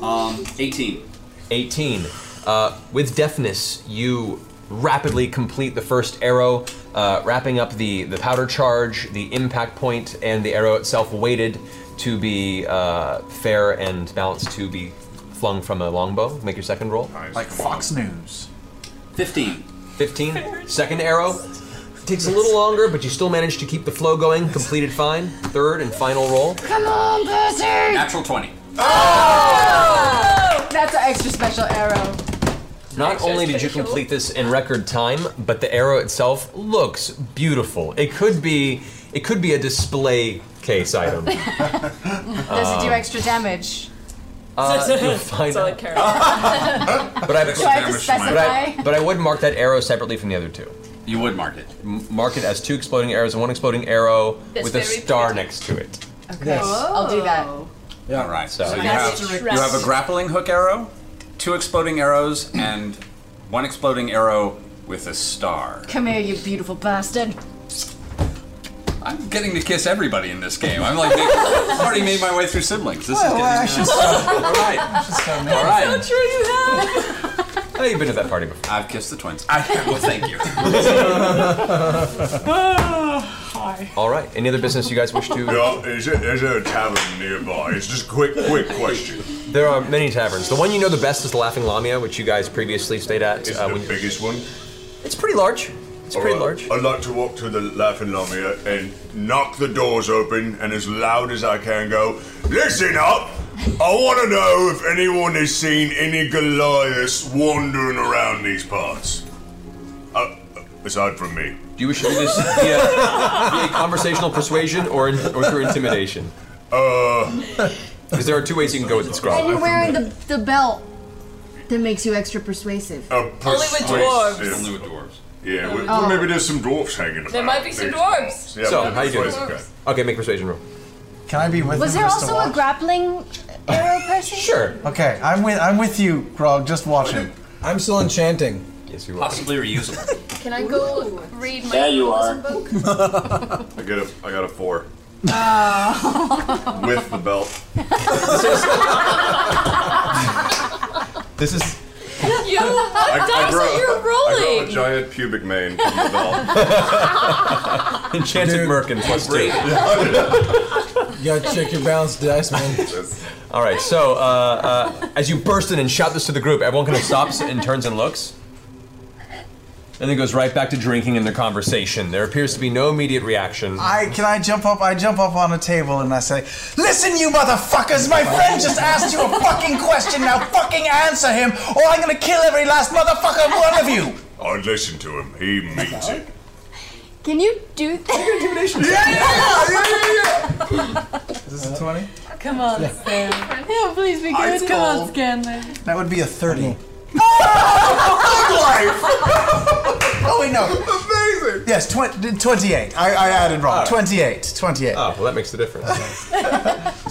S10: Um, 18.
S7: 18. Uh, with deafness, you rapidly complete the first arrow, uh, wrapping up the, the powder charge, the impact point, and the arrow itself weighted to be uh, fair and balanced to be flung from a longbow. Make your second roll.
S10: Like Fox News. 15.
S7: 15. Second arrow. Takes a little longer, but you still manage to keep the flow going. Completed fine. Third and final roll.
S9: Come on, Percy!
S10: Natural 20.
S8: Oh.
S9: That's an extra special arrow.
S7: Not only did you complete this in record time, but the arrow itself looks beautiful. It could be it could be a display
S9: [LAUGHS]
S7: case item.
S9: Does it do
S7: Um,
S9: extra damage?
S7: Uh, you'll find out. [LAUGHS] But I,
S9: Do I have to
S7: but, I,
S9: specify?
S7: but I would mark that arrow separately from the other two. You would mark it. mark it as two exploding arrows and one exploding arrow
S9: That's
S7: with a
S9: very
S7: star next to it.
S9: Okay.
S10: Yes.
S9: I'll do that.
S8: Oh.
S10: Yeah. All right. So,
S7: So
S10: you,
S7: that's
S10: have,
S7: direct-
S10: you have a grappling hook arrow, two exploding arrows, and one exploding arrow with a star.
S9: Come here, you beautiful bastard.
S10: I'm getting to kiss everybody in this game. I'm like, I've already made my way through siblings. This
S6: Well, I
S10: is getting.
S6: should
S9: [LAUGHS]
S6: stop.
S10: All right. All right.
S8: That's so true, you have.
S7: Hey, Oh, you've been to that party before.
S10: I've kissed the twins. I, well, thank
S7: [LAUGHS]
S10: you.
S20: Oh,
S8: Hi.
S7: All right. Any other business you guys wish to?
S12: Yeah, is, it, is there a tavern nearby? It's just quick, quick question.
S7: There are many taverns. The one you know the best is the Laughing Lamia, which you guys previously stayed at. uh, Is the
S12: biggest one?
S7: It's pretty large. It's
S12: pretty large. I'd like to walk to the Laughing Lamia and knock the doors open and as loud as I can go, Listen up! I want to know if anyone has seen any Goliaths wandering around these parts. Uh, aside from me.
S7: Do you wish to do this via, via conversational persuasion or, in, or through intimidation? Uh. Because there are two ways you can go with this,
S9: And you're
S7: Grog.
S9: wearing the, the belt that makes you extra persuasive.
S10: Uh,
S12: A persuasive-
S10: dwarves. Only with
S12: dwarves. Yeah, well,
S9: Oh.
S12: well, maybe there's some dwarves hanging about.
S8: There might be some
S12: Maybe.
S8: dwarves.
S12: Yeah,
S7: so,
S12: but
S7: how you doing?
S12: persuasive guy.
S7: Okay, make a persuasion roll.
S6: Can I be with
S9: Was
S6: him
S9: there
S6: just to
S9: also a
S6: watch?
S9: grappling arrow person?
S6: Okay, I'm with I'm with you, Grog. Just watching.
S13: I'm still enchanting.
S7: Yes,
S13: you
S10: Possibly reusable.
S8: Can I go read my
S12: There you are.
S8: book?
S12: [LAUGHS] I got a, I got a four
S8: [LAUGHS] Oh.
S12: with the belt.
S13: This is.
S8: you, what dice are you
S12: I
S8: rolling?
S12: grow a giant pubic mane from the belt.
S7: [LAUGHS]
S12: [LAUGHS]
S7: Enchanted Merkin plus two.
S13: [LAUGHS] You gotta check your balance dice, man.
S7: [LAUGHS] All right, so uh, uh, as you burst in and shout this to the group, everyone kind of stops and turns and looks, and then goes right back to drinking and their conversation. There appears to be no immediate reaction.
S6: I can I jump up? I jump up on a table and I say, "Listen, you motherfuckers! My friend just asked you a fucking question. Now fucking answer him, or I'm gonna kill every last motherfucker one
S18: [LAUGHS]
S6: of you."
S12: I'd listen to him. He means it.
S9: Can you do that?
S6: intimidation. Is this a twenty?
S18: Come on, Stan. Yeah, please be
S6: Eyes
S18: good. Come on,
S6: cold. [LAUGHS]
S18: Scanlan.
S6: That would be a thirty.
S12: oh
S6: wait, no. Amazing. Yes, twen- twenty-eight. I, I added wrong. Twenty-eight. Twenty-eight.
S7: Oh, well, that makes the difference.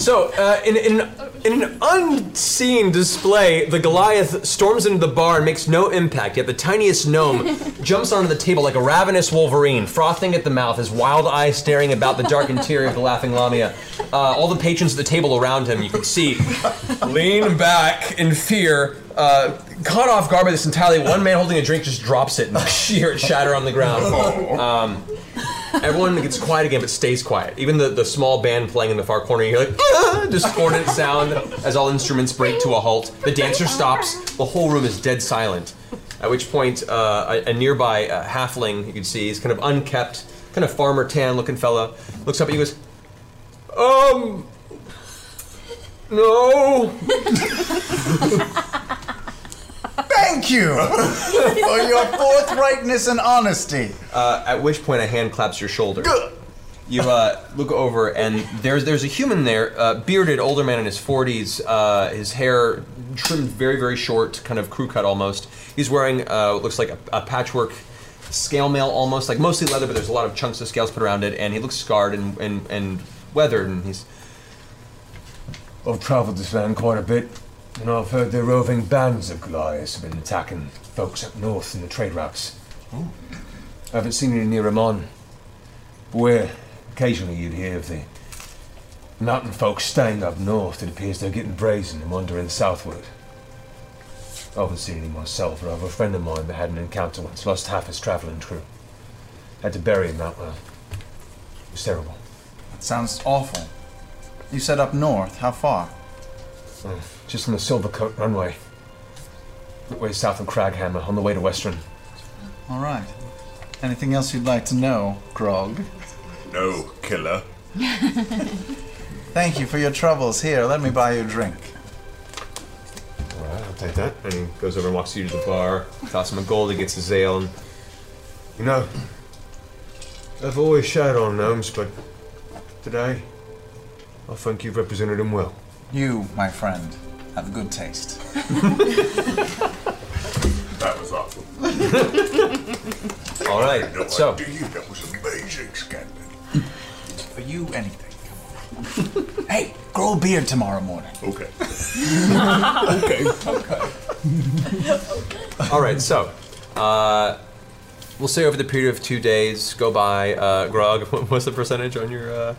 S7: so, uh, in, in, an, in an unseen display, the Goliath storms into the bar and makes no impact, yet the
S18: [LAUGHS]
S7: tiniest gnome jumps onto the table like a ravenous wolverine, frothing at the mouth, his wild eyes staring about the dark interior of the Laughing Lamia. Uh, all the patrons at the table around him, you can see, lean back in fear. Uh, caught off guard by this entirely, one man holding a drink just drops it and you hear it shatter on the ground. Um, Everyone gets quiet again, but stays quiet. Even the, the small band playing in the far corner, you hear like "Ah!" discordant sound as all instruments break to a halt. The dancer stops. The whole room is dead silent. At which point, uh, a, a nearby uh, halfling you can see is kind of unkept, kind of farmer tan looking fella, looks up at you and goes, "Um, no."
S6: [LAUGHS] Thank you for your forthrightness and honesty.
S7: Uh, at which point, a hand claps your shoulder. You uh, look over, and there's there's a human there, uh, bearded, older man in his 40s. Uh, his hair trimmed very very short, kind of crew cut almost. He's wearing uh, what looks like a, a patchwork scale mail almost, like mostly leather, but there's a lot of chunks of scales put around it, and he looks scarred and and, and weathered, and he's
S16: I've travelled this land quite a bit, and I've heard the roving bands of Goliaths have been attacking folks up north in the trade routes. I haven't seen any near Amon, but where occasionally you'd hear of the mountain folks staying up north, it appears they're getting brazen and wandering southward. I haven't seen any myself, but I have a friend of mine that had an encounter once, lost half his travelling crew. Had to bury him out there. It was terrible.
S6: That sounds awful. You said up north. How far?
S7: Mm.
S16: Oh, just on the Silvercoat runway. Way south of Craghammer, on the way to Western.
S6: All right. Anything else you'd like to know, Grog?
S12: No, killer.
S6: Thank you for your troubles. Here, let me buy you a drink.
S7: I'll take that. And he goes over and walks you to the bar, tosses him a gold, he gets his ale, and
S16: You know, I've always shied on gnomes, but today, I think you've represented them well.
S6: You, my friend, have good taste.
S12: That was awesome.
S7: All right.
S12: No
S7: so
S12: idea. That was amazing, Scanlan.
S6: For you, anything. hey, grow a beard tomorrow morning.
S12: Okay.
S6: okay.
S7: All right, so uh, we'll say over the period of two days go by. Uh, Grog, [LAUGHS] what- what's the percentage on your? Uh...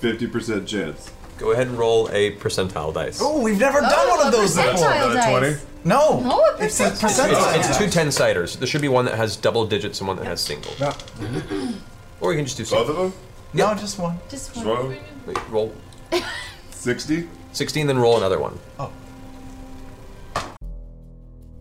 S7: Fifty percent chance. Go ahead and roll a percentile dice.
S6: Oh, we've never done one of those before.
S7: percentile dice.
S6: No.
S9: No, a
S6: It's a
S7: It's,
S6: percentile.
S7: it's two ten siders. There should be one that has double digits and one that has single. Or you can just do both
S12: of them.
S6: No, just one.
S9: Just
S7: Wait, roll.
S12: Sixty.
S7: Sixteen, then roll another one.
S6: Oh.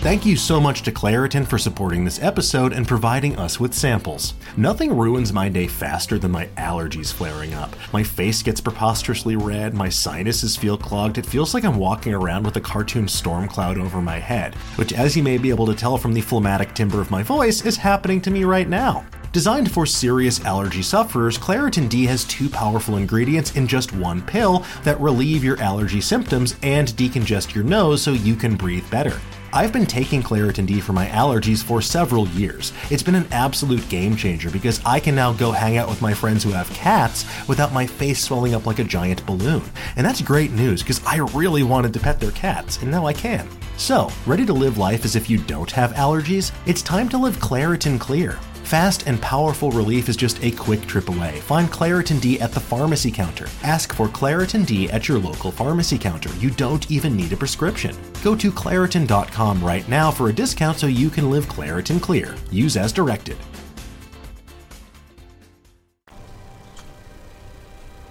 S21: Thank you so much to Claritin for supporting this episode and providing us with samples. Nothing ruins my day faster than my allergies flaring up. My face gets preposterously red, my sinuses feel clogged, it feels like I'm walking around with a cartoon storm cloud over my head, which, as you may be able to tell from the phlegmatic timbre of my voice, is happening to me right now. Designed for serious allergy sufferers, Claritin D has two powerful ingredients in just one pill that relieve your allergy symptoms and decongest your nose so you can breathe better. I've been taking Claritin D for my allergies for several years. It's been an absolute game changer because I can now go hang out with my friends who have cats without my face swelling up like a giant balloon. And that's great news because I really wanted to pet their cats, and now I can. So, ready to live life as if you don't have allergies? It's time to live Claritin Clear. Fast and powerful relief is just a quick trip away. Find Claritin D at the pharmacy counter. Ask for Claritin D at your local pharmacy counter. You don't even need a prescription. Go to Claritin.com right now for a discount so you can live Claritin Clear. Use as directed.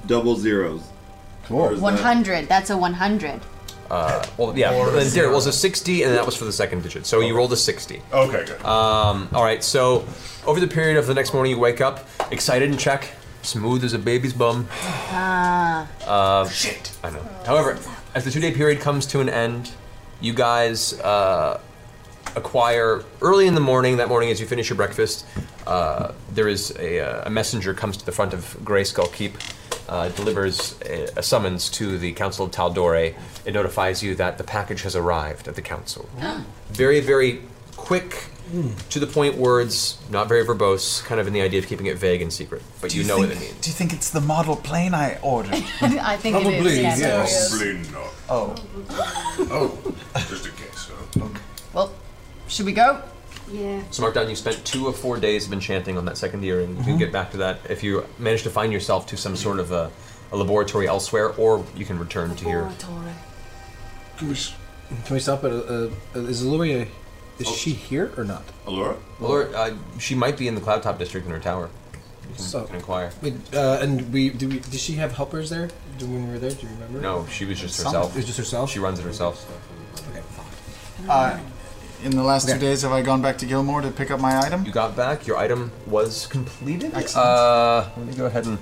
S22: Double zeros.
S7: Or is that-
S9: 100. That's a
S10: [SIGHS]
S9: 100.
S7: Uh, well, yeah,
S22: Or
S7: then zero.
S22: zero.
S7: It was a 60, and that was for the second digit. So you rolled a 60.
S12: Okay, good.
S7: Um, all right, so over the period of the next morning, you wake up excited and check, smooth as a baby's bum.
S9: Ah.
S7: Uh, Shit. I know. However, as the two-day period comes to an end, you guys uh, acquire early in the morning. That morning, as you finish your breakfast, uh, there is a, uh, a messenger comes to the front of Grayskull Keep, uh, delivers a, a summons to the Council of Taldore. It notifies you that the package has arrived at the council. Very, very quick. To the point words, not very verbose, kind of in the idea of keeping it vague and secret, but you, know
S6: think,
S7: what it means.
S6: Do you think it's the model plane I ordered?
S9: [LAUGHS] I think it is. yeah, there it is.
S12: Probably not.
S6: Oh.
S12: oh, just a guess. Huh?
S9: Well, should we go? Yeah.
S7: So mark down you spent two or four days of enchanting on that second year, and you can
S9: Mhm.
S7: get back to that if you manage to find yourself to some sort of a, a laboratory elsewhere, or you can return to
S18: Oh,
S7: here.
S13: Can we, s- can we stop at a, a, is Allura, is she here or not?
S12: Allura?
S7: Allura, uh, she might be in the Cloudtop District in her tower. You can,
S13: So-
S7: you can inquire.
S13: Wait, uh, and we, did we, did she have helpers there Do- when we were there? Do you remember?
S7: No, she was just
S13: Some-
S7: herself.
S13: It was just herself?
S7: She runs it herself.
S6: Uh, in the last
S7: Okay.
S6: two days, have I gone back to Gilmore to pick up my item?
S7: You got back. Your item was completed.
S6: Excellent.
S7: Uh, let me go ahead and.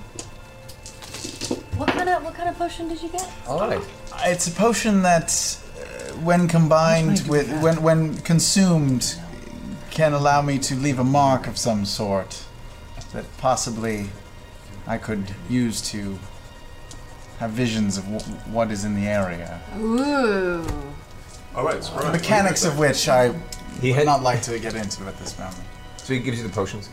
S20: What kind of what kind of potion did you get?
S7: All right.
S6: It's a potion that, uh, when combined with, when when consumed, can allow me to leave a mark of some sort that possibly I could use to have visions of w- what is in the area.
S9: Ooh.
S12: All right, so
S6: The mechanics of which I
S7: He
S6: would not like to get into at this moment.
S7: So he gives you the potions.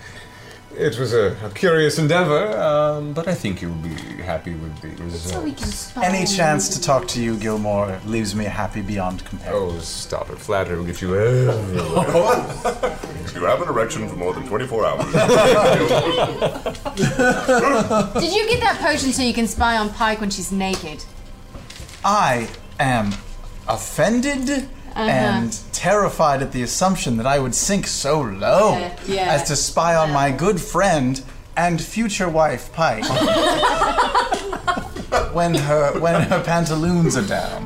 S7: It was a, a curious endeavor, um, but I think you'll be happy with the result.
S6: Any chance to talk to you, Gilmore, leaves me happy beyond compare.
S7: Oh, stop it. Flattery will get you everywhere.
S12: If [LAUGHS] you have an erection for more than
S7: [LAUGHS]
S12: 24 hours,
S9: [LAUGHS] Did you get that potion so you can spy on Pike when she's naked?
S6: [LAUGHS] I am offended
S9: Uh-huh.
S6: and terrified at the assumption that I would sink so low
S9: Yeah, yeah.
S6: as to spy on my good friend and future wife
S9: [LAUGHS]
S6: Pike when her when her pantaloons are down.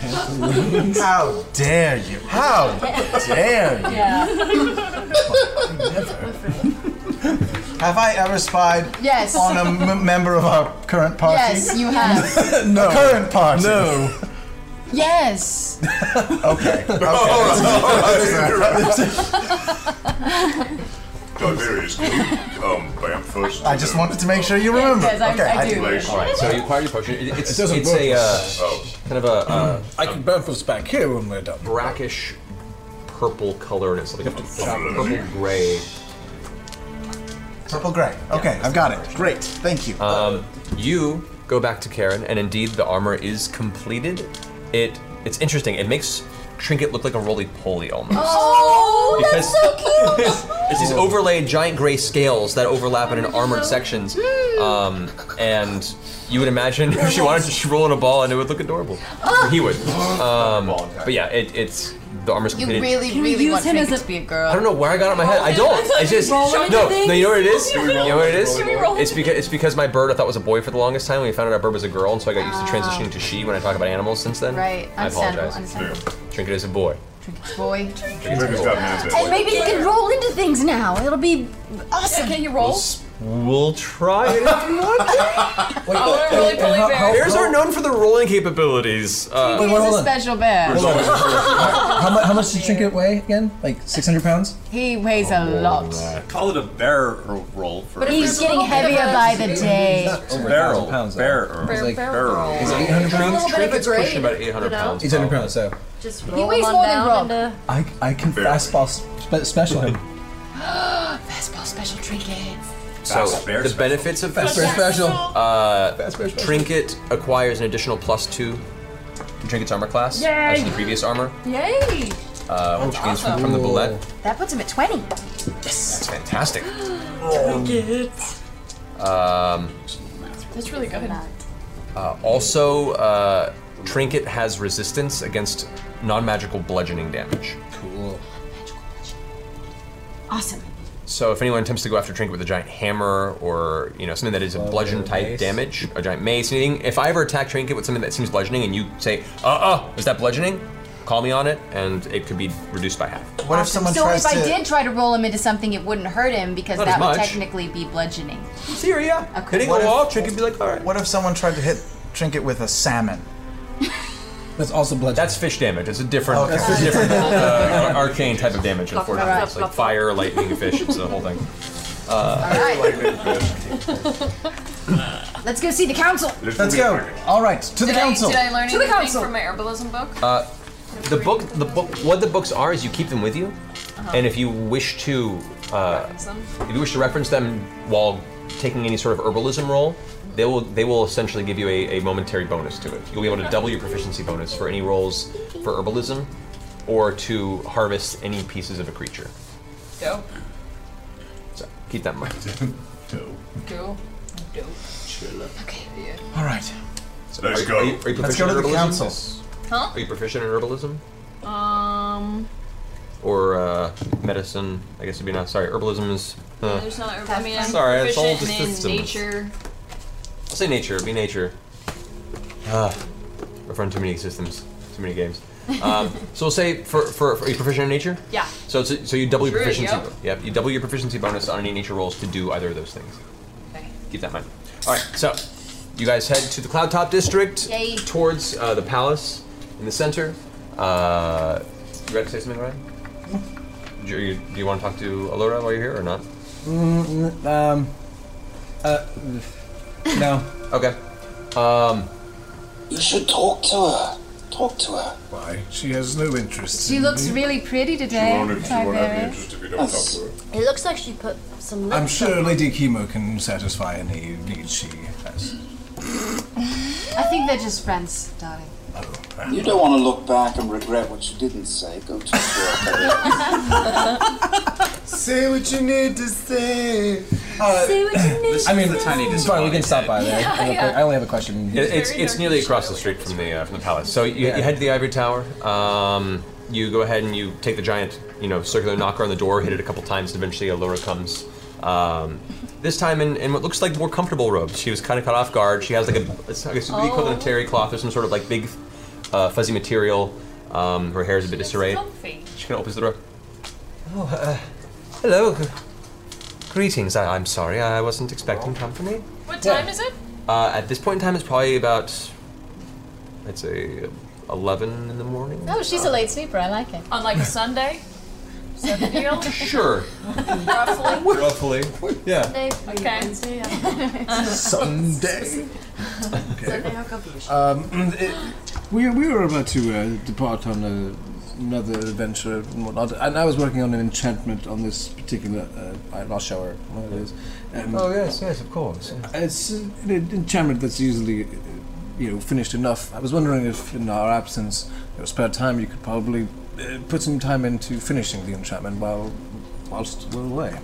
S6: [LAUGHS] How dare you?
S9: [LAUGHS]
S6: How dare
S18: [LAUGHS]
S6: you? Have I ever spied
S9: Yes.
S6: on a m- member of our current party?
S9: Yes, you have.
S6: [LAUGHS] no. Current party.
S13: No.
S6: [LAUGHS]
S9: Yes.
S6: Okay. okay.
S12: Tiberius, can you um, bam first?
S6: I just wanted to make sure you remember. okay,
S7: All right, so you acquired your potion. It- it's
S13: It doesn't
S7: it's a
S13: work.
S7: uh,
S12: Oh.
S7: kind of a.
S14: [CLEARS THROAT]
S7: Uh,
S13: I can burn us back here when we're done.
S7: Brackish purple color, and it's like a purple gray.
S6: Purple gray. Okay, I've got it. Great. Thank you.
S7: Um, you go back to Karen, and indeed the armor is completed. It it's interesting. It makes trinket looked like a roly poly almost.
S15: Oh,
S7: Because- it's these overlaid giant gray scales that overlap in an armored sections. Um, and you would imagine [LAUGHS] if she wanted to just roll in a ball and it would look adorable. Or he would. Um, but yeah, it, it's the armor's
S9: You
S7: completed.
S9: really,
S18: Can we
S9: really
S18: use
S9: want
S18: him
S9: Trinket
S18: as a-
S9: to be a girl.
S7: I don't know where I got it in my head. I
S18: I
S7: don't.
S18: thought
S7: I
S18: you
S7: just
S18: rolled
S7: no.
S18: with
S7: No,
S18: the things.
S7: you know what it is.
S18: Can
S7: You
S18: we roll
S7: know what it
S18: with
S7: is.
S18: the Can we roll with
S7: It's because it's because my bird I thought was a boy for the longest time. We found out our bird was a girl, and so I got used to transitioning to she when I talk about animals. Since then,
S9: Right.
S7: I
S9: Understandable,
S7: apologize.
S9: understandable.
S7: Trinket is a boy.
S9: Boy.
S7: Trinket's a boy.
S9: And maybe you can roll into things now. It'll be awesome.
S8: Can you roll?
S7: We'll try it if you want to.
S8: I want to really poorly bear.
S7: Bears are known for their rolling capabilities. Uh,
S19: Wait, wait, hold on.
S18: Special bear.
S19: Hold on. how, how mu- how much did Trinket weigh again? Like 600 pounds?
S18: He weighs a lot.
S10: Call it a bear ro- roll for
S9: But he's getting heavier by the day.
S10: Over barrel, barrel,
S9: Bear-
S10: like
S9: bear-
S10: barrel.
S9: Is it 800 pounds? A little bit of a
S10: Trinket's pushing
S9: grade,
S10: about 800
S9: you know?
S10: pounds.
S19: 800 pounds, so.
S20: Just
S9: He
S20: roll
S9: weighs
S20: him on
S9: more than
S20: down
S9: Rob.
S20: into-
S19: I, I can fastball spe- special him.
S9: [GASPS] Fastball special trinket.
S7: So
S19: Fast
S7: the benefits of
S19: Fast bear special.
S7: Uh,
S19: bear special.
S7: Trinket acquires an additional plus two to Trinket's armor class
S9: Yay.
S7: as in the previous armor,
S9: Yay!
S7: uh,
S19: Oh,
S7: which gains from, from the
S9: Awesome.
S7: bullet.
S9: That puts him at 20. Yes.
S7: That's fantastic.
S9: Trinket.
S7: Um,
S8: That's really good.
S7: uh, also, uh, Trinket has resistance against non-magical bludgeoning damage. Cool.
S9: Awesome.
S7: So if anyone attempts to go after Trinket with a giant hammer or you know something that is a bludgeon type
S16: mace.
S7: damage, a giant mace, anything, if I ever attack Trinket with something that seems bludgeoning and you say, "Uh, uh, is that bludgeoning?" Call me on it, and it could be reduced by half.
S10: What if
S9: So if I did try to roll him into something, it wouldn't hurt him because
S7: Not
S9: that
S7: as
S9: would
S7: much.
S9: technically be bludgeoning.
S7: Syria.
S9: Okay.
S7: Hitting
S6: What
S7: the
S6: if-
S7: wall, Trinket would be like, all right.
S6: What if someone tried to hit Trinket with a salmon?
S7: That's also bludgeoning. That's fish damage. It's a different,
S6: Okay.
S7: it's
S6: [LAUGHS]
S7: a different uh, arcane type of damage.
S6: Fuck,
S7: Unfortunately,
S6: fuck,
S7: it's like fire, lightning, fish. It's the whole thing.
S9: Alright.
S7: Uh,
S9: Let's go see the council.
S6: Let's go. All right, to the
S8: Did I-
S6: council.
S8: did I learn
S9: To the
S8: anything
S9: council.
S8: from my herbalism book?
S7: Uh, the book, the book, what the books are is you keep them with you,
S8: Uh-huh.
S7: and if you wish to, uh, if you wish to reference them while taking any sort of herbalism role, they will they will essentially give you a, a momentary bonus to it. You'll be able to double your proficiency bonus for any roles for herbalism, or to harvest any pieces of a creature.
S8: Dope.
S7: So keep that in [LAUGHS] mind.
S8: Dope. Dope. Okay.
S6: All right.
S7: So
S6: Let's
S7: are you-
S6: go.
S7: Are you, are you
S6: Let's
S7: proficient
S6: go to
S7: in
S6: the
S7: herbalism?
S6: council.
S8: Huh?
S7: Are you proficient in herbalism
S8: Um.
S7: or uh, medicine? I guess it'd be not. Sorry, herbalism is. Uh,
S8: There's not. I mean, I'm
S7: Sorry, it's all
S8: proficient
S7: just
S8: in
S7: systems.
S8: nature.
S7: I'll say nature. It'd be nature. Uh, I've run too many systems, too many games. Um, so we'll say for for, for are you proficient in nature?
S8: Yeah.
S7: So it's, so you double your
S8: Sure,
S7: proficiency.
S8: yep.
S7: Yep. You double your proficiency bonus on any nature rolls to do either of those things.
S8: Okay.
S7: Keep that in mind. All right. So you guys head to the Cloud Top District
S9: Yay.
S7: towards uh, the palace in the center. Uh, you ready to say something, Ryan? Do you, do you want to talk to Alora while you're here or not?
S19: Mm, n- um, uh, no.
S7: Okay. Um,
S11: You should talk to her. Talk to her.
S19: Why? She has no interest.
S9: She
S6: Mm-hmm.
S9: looks really pretty today. Tiberius.
S19: interest
S11: if
S19: you
S11: don't talk
S19: to her.
S20: It looks like she put some
S19: I'm
S20: lips
S19: sure
S20: on.
S19: Lady Chemo can satisfy any needs she has.
S9: I think they're just friends,
S20: [LAUGHS]
S9: darling.
S11: You don't want to look back and regret what you didn't say. Go talk to her.
S13: Say what you need to say.
S20: say what you need.
S13: I mean,
S10: the tiny
S13: sorry, we can stop by there.
S20: Yeah,
S13: I, have a-
S20: yeah.
S13: I only have a question.
S7: It- it's it's nearly across the street from the uh, from the palace. So you, you head to the ivory tower. Um, you go ahead and you take the giant, you know, circular knocker on the door, hit it a couple times, and eventually Allura comes. Um, this time in, in what looks like more comfortable robes. She was kind of caught off guard. She has like a, it's, I guess it would be called
S8: Oh.
S7: a terry cloth or some sort of like big uh, fuzzy material. Um, her hair is a bit disarrayed.
S8: Comfy.
S7: She kind of opens the door. Oh, uh, hello. G- Greetings. I, I'm sorry. I wasn't expecting company.
S8: What time is it?
S7: Uh, at this point in time, it's probably about, I'd say, 11 in the morning.
S9: Oh, she's a late sleeper. I like it.
S8: On
S7: [LAUGHS]
S8: like a Sunday. Is that the
S9: [LAUGHS]
S8: deal?
S7: Sure,
S8: Roughly.
S7: roughly. Yeah.
S20: [LAUGHS]
S8: Okay.
S19: Sunday.
S8: Sunday,
S19: Um, it, we, we were about to uh, depart on a, another adventure and whatnot, and I was working on an enchantment on this particular uh, last shower, whatever it is. Um,
S16: Oh, yes, yes, of course.
S19: It's an enchantment that's usually uh,
S23: you know, finished enough. I was wondering if, in our absence, your spare time, you could probably uh, put some time into finishing the enchantment while whilst we're away.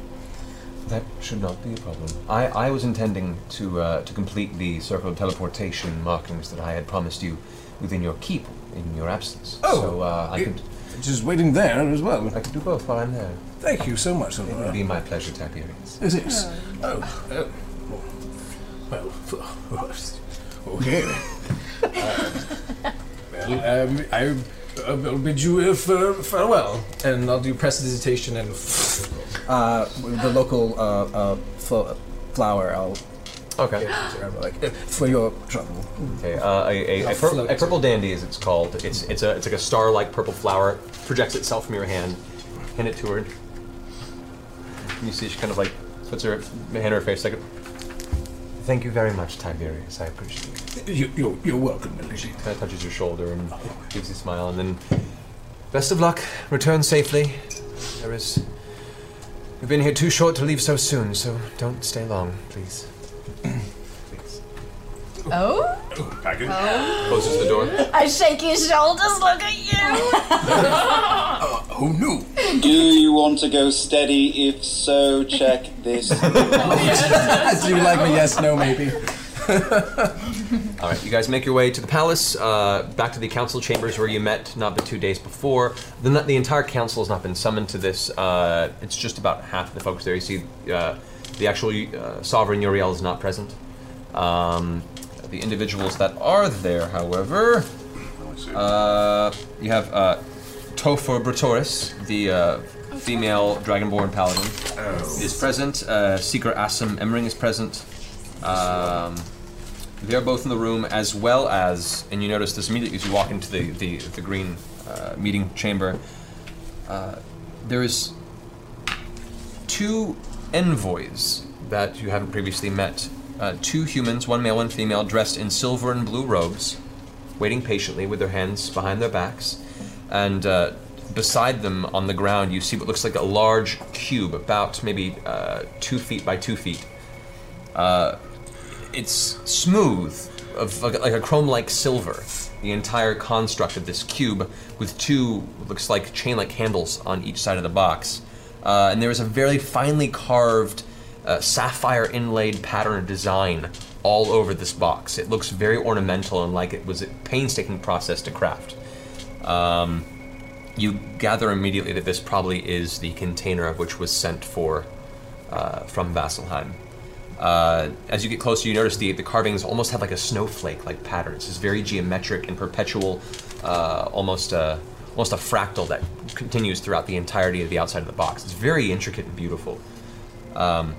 S24: That should not be a problem.
S7: I, I was intending to uh, to complete the circle of teleportation markings that I had promised you within your keep in your absence. Oh, so uh, I
S23: it-
S7: could
S23: just waiting there as well.
S7: I could do both while I'm there.
S23: Thank you so much.
S7: It would be my pleasure, Tiberius.
S23: It is. Oh, oh.
S13: Oh.
S23: well, okay.
S13: Well, um, I uh, will bid you a fa- farewell, and I'll do prestidigitation and uh, the local uh, uh, flo- flower. I'll
S7: okay
S13: like, "Eh, for your trouble.
S7: Okay, uh, a, a, a, pur- a purple dandy, as it's called. It's it's a it's like a star-like purple flower. Projects itself from your hand. Hand it to her. And you see, she kind of like puts her hand on her face. Like, thank you very much, Tiberius. I appreciate it.
S13: You, you're, you're welcome,
S7: She kind of touches your shoulder and gives you a smile, and then, best of luck. Return safely. There is. We've been here too short to leave so soon, so don't stay long, please.
S14: Oh?
S7: Pagan
S14: Oh.
S7: closes the door.
S9: I shake his shoulders. Look at you.
S11: Oh no! Do you want to go steady? If so, check this.
S13: [LAUGHS] Do you like me? Yes, no, maybe.
S7: All right, you guys make your way to the palace, uh, back to the council chambers where you met not but two days before. The, the entire council has not been summoned to this. Uh, it's just about half the folks there. You see, uh, the actual uh, sovereign Uriel is not present. Um, the individuals that are there, however, uh, you have uh, Topher Bratoris, the uh, female dragonborn paladin, is present. Uh, Seeker Asim Emring is present. Um, they're both in the room, as well as, and you notice this immediately as you walk into the the, the green uh, meeting chamber. Uh, there is two envoys that you haven't previously met. Uh, two humans, one male, one female, dressed in silver and blue robes, waiting patiently with their hands behind their backs. And uh, beside them on the ground, you see what looks like a large cube, about maybe uh, two feet by two feet. Uh, it's smooth, of like, like a chrome-like silver. The entire construct of this cube, with two what looks like chain-like handles on each side of the box, uh, and there is a very finely carved uh, sapphire inlaid pattern and design all over this box. It looks very ornamental and like it was a painstaking process to craft. Um, you gather immediately that this probably is the container of which was sent for uh, from Vasselheim. Uh, as you get closer, you notice the, the carvings almost have like a snowflake like pattern. It's this very geometric and perpetual, uh, almost a almost a fractal that continues throughout the entirety of the outside of the box. It's very intricate and beautiful. Um,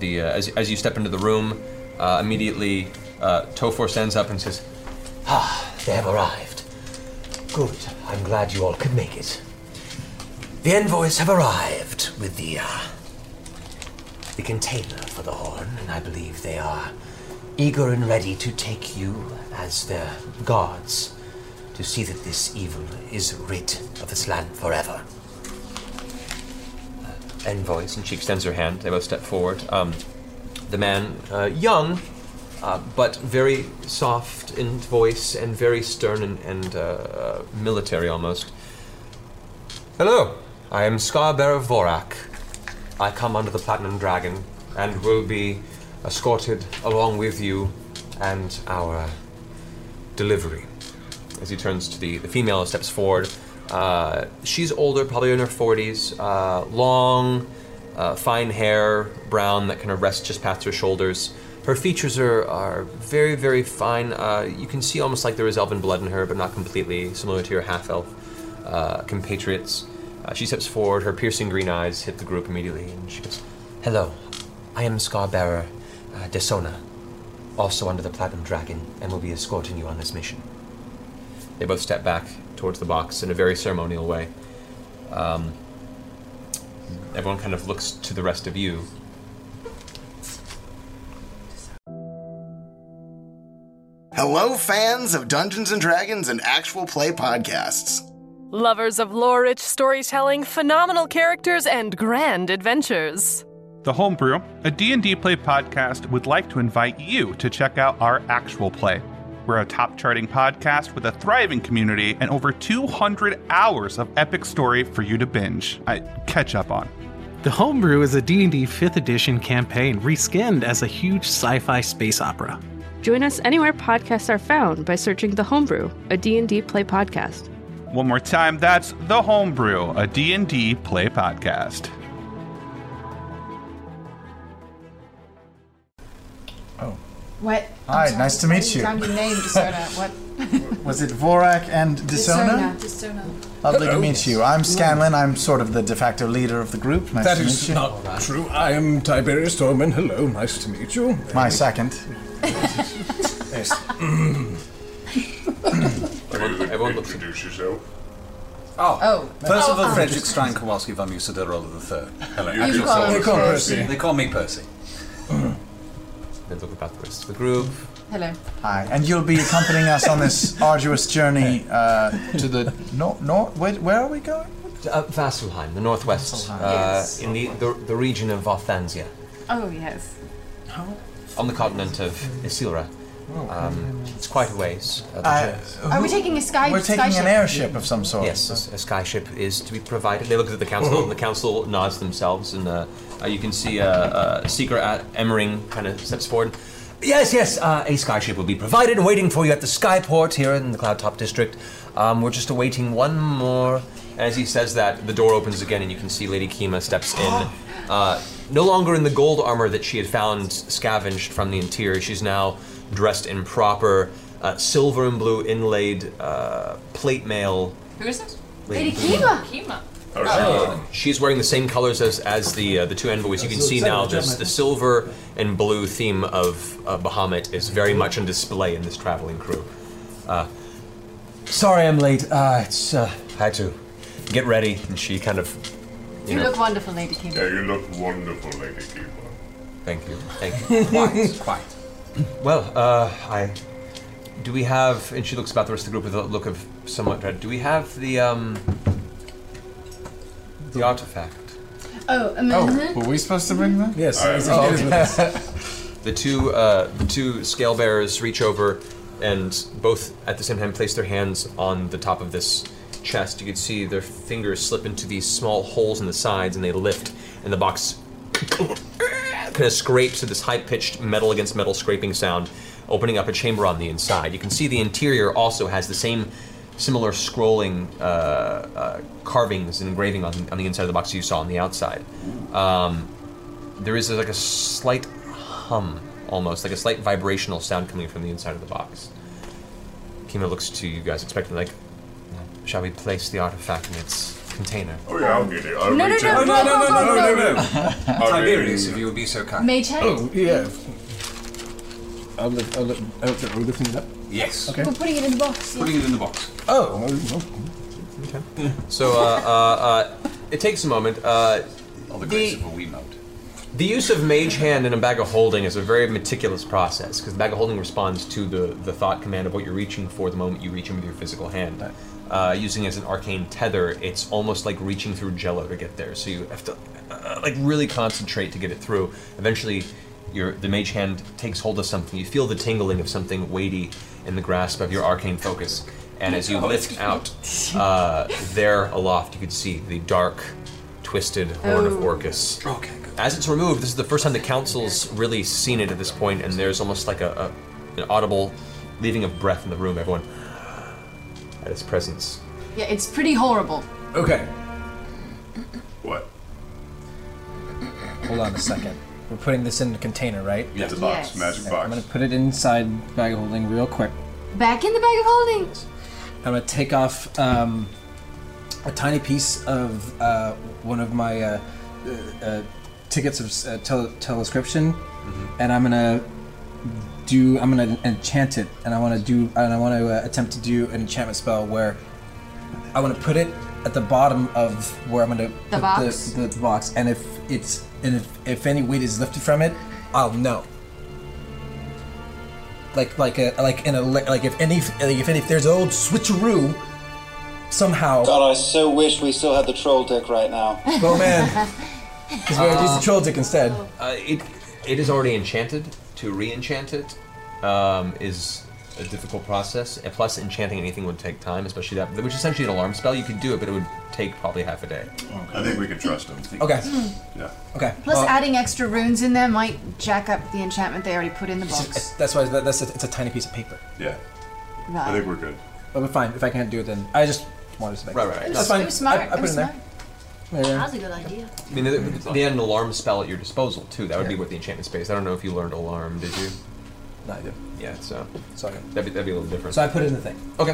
S7: the uh, as, as you step into the room, uh, immediately uh, Tofor stands up and says,
S16: Ah, they have arrived. Good. I'm glad you all could make it. The envoys have arrived with the uh, the container for the horn, and I believe they are eager and ready to take you as their guards to see that this evil is rid of this land forever.
S7: Uh, envoys, and she extends her hand. They both step forward. Um, the man, uh, young, uh, but very soft in voice and very stern and, and uh, uh, military almost. Hello, I am Scarbearer Vorak. I come under the Platinum Dragon and will be escorted along with you and our uh, delivery. As he turns to the, the female and steps forward, uh, she's older, probably in her 40s, uh, long, uh, fine hair, brown that kind of rests just past her shoulders. Her features are, are very, very fine. Uh, you can see almost like there is elven blood in her, but not completely, similar to your half elf uh, compatriots. Uh, she steps forward, her piercing green eyes hit the group immediately, and she goes,
S16: Hello, I am Scarbearer uh, Desona, also under the Platinum Dragon, and will be escorting you on this mission.
S7: They both step back towards the box in a very ceremonial way. Um, everyone kind of looks to the rest of you.
S1: Hello, fans of Dungeons and Dragons and actual play podcasts.
S2: Lovers of lore rich storytelling, phenomenal characters, and grand adventures.
S3: The Homebrew, a D&D play podcast, would like to invite you to check out our actual play. We're a top charting podcast with a thriving community and over 200 hours of epic story for you to binge. I catch up on.
S25: The Homebrew is a D&D 5th edition campaign reskinned as a huge sci-fi space opera.
S2: Join us anywhere podcasts are found by searching The Homebrew, a D&D play podcast.
S3: One more time, that's The Homebrew, a D&D play podcast.
S9: [LAUGHS] What? I'm
S6: Hi,
S9: sorry,
S6: nice to meet
S9: I
S6: you.
S9: Found your name, Disona. What?
S6: [LAUGHS] Was it Vorak and Disona? Lovely to meet you. I'm Scanlan. I'm sort of the de facto leader of the group. Nice
S19: That
S6: to meet
S19: is
S6: you.
S19: not true. I am Tiberius Torman. Hello, nice to meet you.
S6: My second.
S19: yes.
S10: Everyone,
S12: introduce yourself.
S10: Oh.
S9: oh.
S10: First of
S9: Oh,
S10: all,
S9: um,
S10: Frederick Stein Kowalski von Musaderol the Third. Hello.
S9: You You call call him him Percy. Percy.
S10: They call me Percy.
S7: Then look about the rest of the group.
S9: Hello.
S6: Hi, and you'll be accompanying us
S19: [LAUGHS]
S6: on this arduous journey uh, to the north. Nor- where, where are we going?
S7: Uh, Vasselheim, the northwest,
S6: Vasselheim.
S7: uh,
S6: Yes.
S7: in the, the the region of Varthansia,
S18: Oh, yes.
S7: on the continent of Isilra. Um, it's quite a ways. uh,
S6: Oh,
S7: the
S6: Uh,
S7: journey.
S9: Are we taking a sky?
S6: We're taking
S9: skyship?
S6: an airship of some sort.
S7: Yes, a, a skyship is to be provided. They look at the council, and the council nods themselves, and uh, uh, you can see uh, uh, Seeker at Emmering kind of steps forward. Yes, yes, uh, a skyship will be provided and waiting for you at the skyport here in the Cloudtop District. Um, we're just awaiting one more. As he says that, the door opens again, and you can see Lady Kima steps in. Uh, no longer in the gold armor that she had found scavenged from the interior, she's now dressed in proper uh, silver and blue inlaid uh, plate mail
S8: Who is it?
S7: Lady
S9: Kima.
S8: Kima.
S7: uh, she's wearing the same colors as, as the uh, the two envoys. You can see now this the silver and blue theme of uh, Bahamut is very much on display in this traveling crew. Uh, Sorry, I'm late. Uh, it's uh, had to get ready, and she kind of. You,
S9: You
S7: know,
S9: look wonderful, Lady King.
S7: you look wonderful, Lady Keeper. Thank you. Thank
S9: [LAUGHS]
S7: you. quiet, quiet. Well, uh, I. Do we have. And she looks about the rest of the group with a look of somewhat dread. Do we have the. um... The artifact?
S9: Oh, um, mhm.
S7: we supposed to bring them?
S19: Yes, All right.
S6: Oh,
S19: yes, it is with
S7: the two uh, the two scale bearers reach over and both at the same time place their hands on the top of this chest. You can see their fingers slip into these small holes in the sides, and they lift, and the box kind of scrapes to this high-pitched metal against metal scraping sound, opening up a chamber on the inside. You can see the interior also has the same similar scrolling uh, uh, carvings and engraving on, on the inside of the box you saw on the outside. Um, there is like a slight hum, almost like a slight vibrational sound coming from the inside of the box. Kima looks to you guys, expecting like, shall we place the artifact in its container?
S12: Oh yeah, I'll get it. I'll
S9: No, no,
S12: reach
S9: no,
S12: out.
S9: Oh, no, no, no, no, no, no,
S7: [LAUGHS]
S10: Tiberius, if you would be so kind.
S9: May check? Oh,
S19: yeah. I'll lift, I'll lift, I'll lift, I'll lift it up.
S10: Yes.
S19: Okay.
S9: We're putting it in the box.
S10: Putting it in the box.
S19: Oh. well,
S7: So uh, uh, uh, it takes a moment. Uh,
S10: All the
S7: grace
S10: of a Wiimote.
S7: The use of mage hand in a bag of holding is a very meticulous process because the bag of holding responds to the, the thought command of what you're reaching for the moment you reach in with your physical hand. Uh, using it as an arcane tether, it's almost like reaching through jello to get there. So you have to uh, like really concentrate to get it through. Eventually, your the mage hand takes hold of something. You feel the tingling of something weighty in the grasp of your arcane focus. And as
S10: Oh,
S7: you lift out, uh, there aloft, you could see the dark, twisted horn of
S10: Oh.
S7: Orcus. Okay. As it's removed, this is the first time the council's really seen it at this point, and there's almost like a, a an audible leaving of breath in the room. Everyone at its presence.
S9: Yeah, it's pretty horrible.
S19: Okay.
S10: What?
S13: Hold on a second. We're putting this in the container, right?
S10: Yeah,
S9: the box, Yes. magic
S13: box. I'm gonna put it inside bag of holding real quick.
S9: Back in the bag of holding.
S13: I'm gonna take off um, a tiny piece of uh, one of my uh, uh, uh, tickets of uh, tele- telescription, and I'm gonna do. I'm gonna enchant it, and I want to do. And I want to uh, attempt to do an enchantment spell where I want to put it at the bottom of where I'm gonna put
S9: box?
S13: The, the box, and if it's and if, if any weight is lifted from it, I'll know like like a like in a like if any like if any if there's an old switcheroo somehow
S11: God, I so wish we still had the troll deck right now.
S13: Oh man. because we're gonna use the troll dick instead
S7: Uh, it it is already enchanted. To re-enchant it um, is a difficult process. And plus, enchanting anything would take time, especially that, which is essentially an alarm spell. You could do it, but it would take probably half a day.
S10: I think we can trust him.
S7: Okay.
S9: Mm.
S10: Yeah.
S13: Okay.
S9: Plus,
S7: Oh.
S13: well,
S9: adding extra runes in there might jack up the enchantment they already put in the box.
S13: it's- that's why that- that's a, it's a tiny piece of paper.
S10: Yeah.
S9: Right.
S10: think we're good.
S13: But we're fine. If I can't do it, then I just wanted to make
S7: Right, right, right. It
S13: That's
S7: was-
S13: fine.
S7: it was smart,
S13: I, I
S7: it
S13: put
S7: was
S13: it in there. Yeah.
S20: a good idea.
S7: I mean, they, they had an alarm spell at your disposal too. That would be with the enchantment space. I don't know if you learned alarm. Did you?
S13: No, I did.
S7: Yeah. So.
S13: Sorry.
S7: That'd be, that'd be a little different.
S13: So I put it in the thing.
S7: Okay.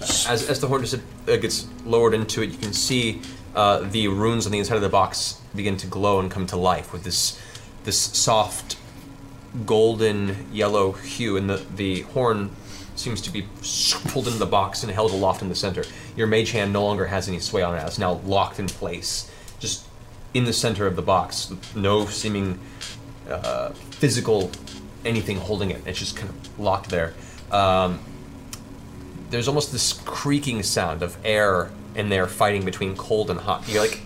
S7: As, as the horn just, uh, gets lowered into it, you can see uh, the runes on the inside of the box begin to glow and come to life with this this soft golden yellow hue, and the, the horn seems to be pulled into the box and held aloft in the center. Your mage hand no longer has any sway on it; it's now locked in place, just in the center of the box, with no seeming uh, physical anything holding it. It's just kind of locked there. Um, there's almost this creaking sound of air in there fighting between cold and hot. You're like,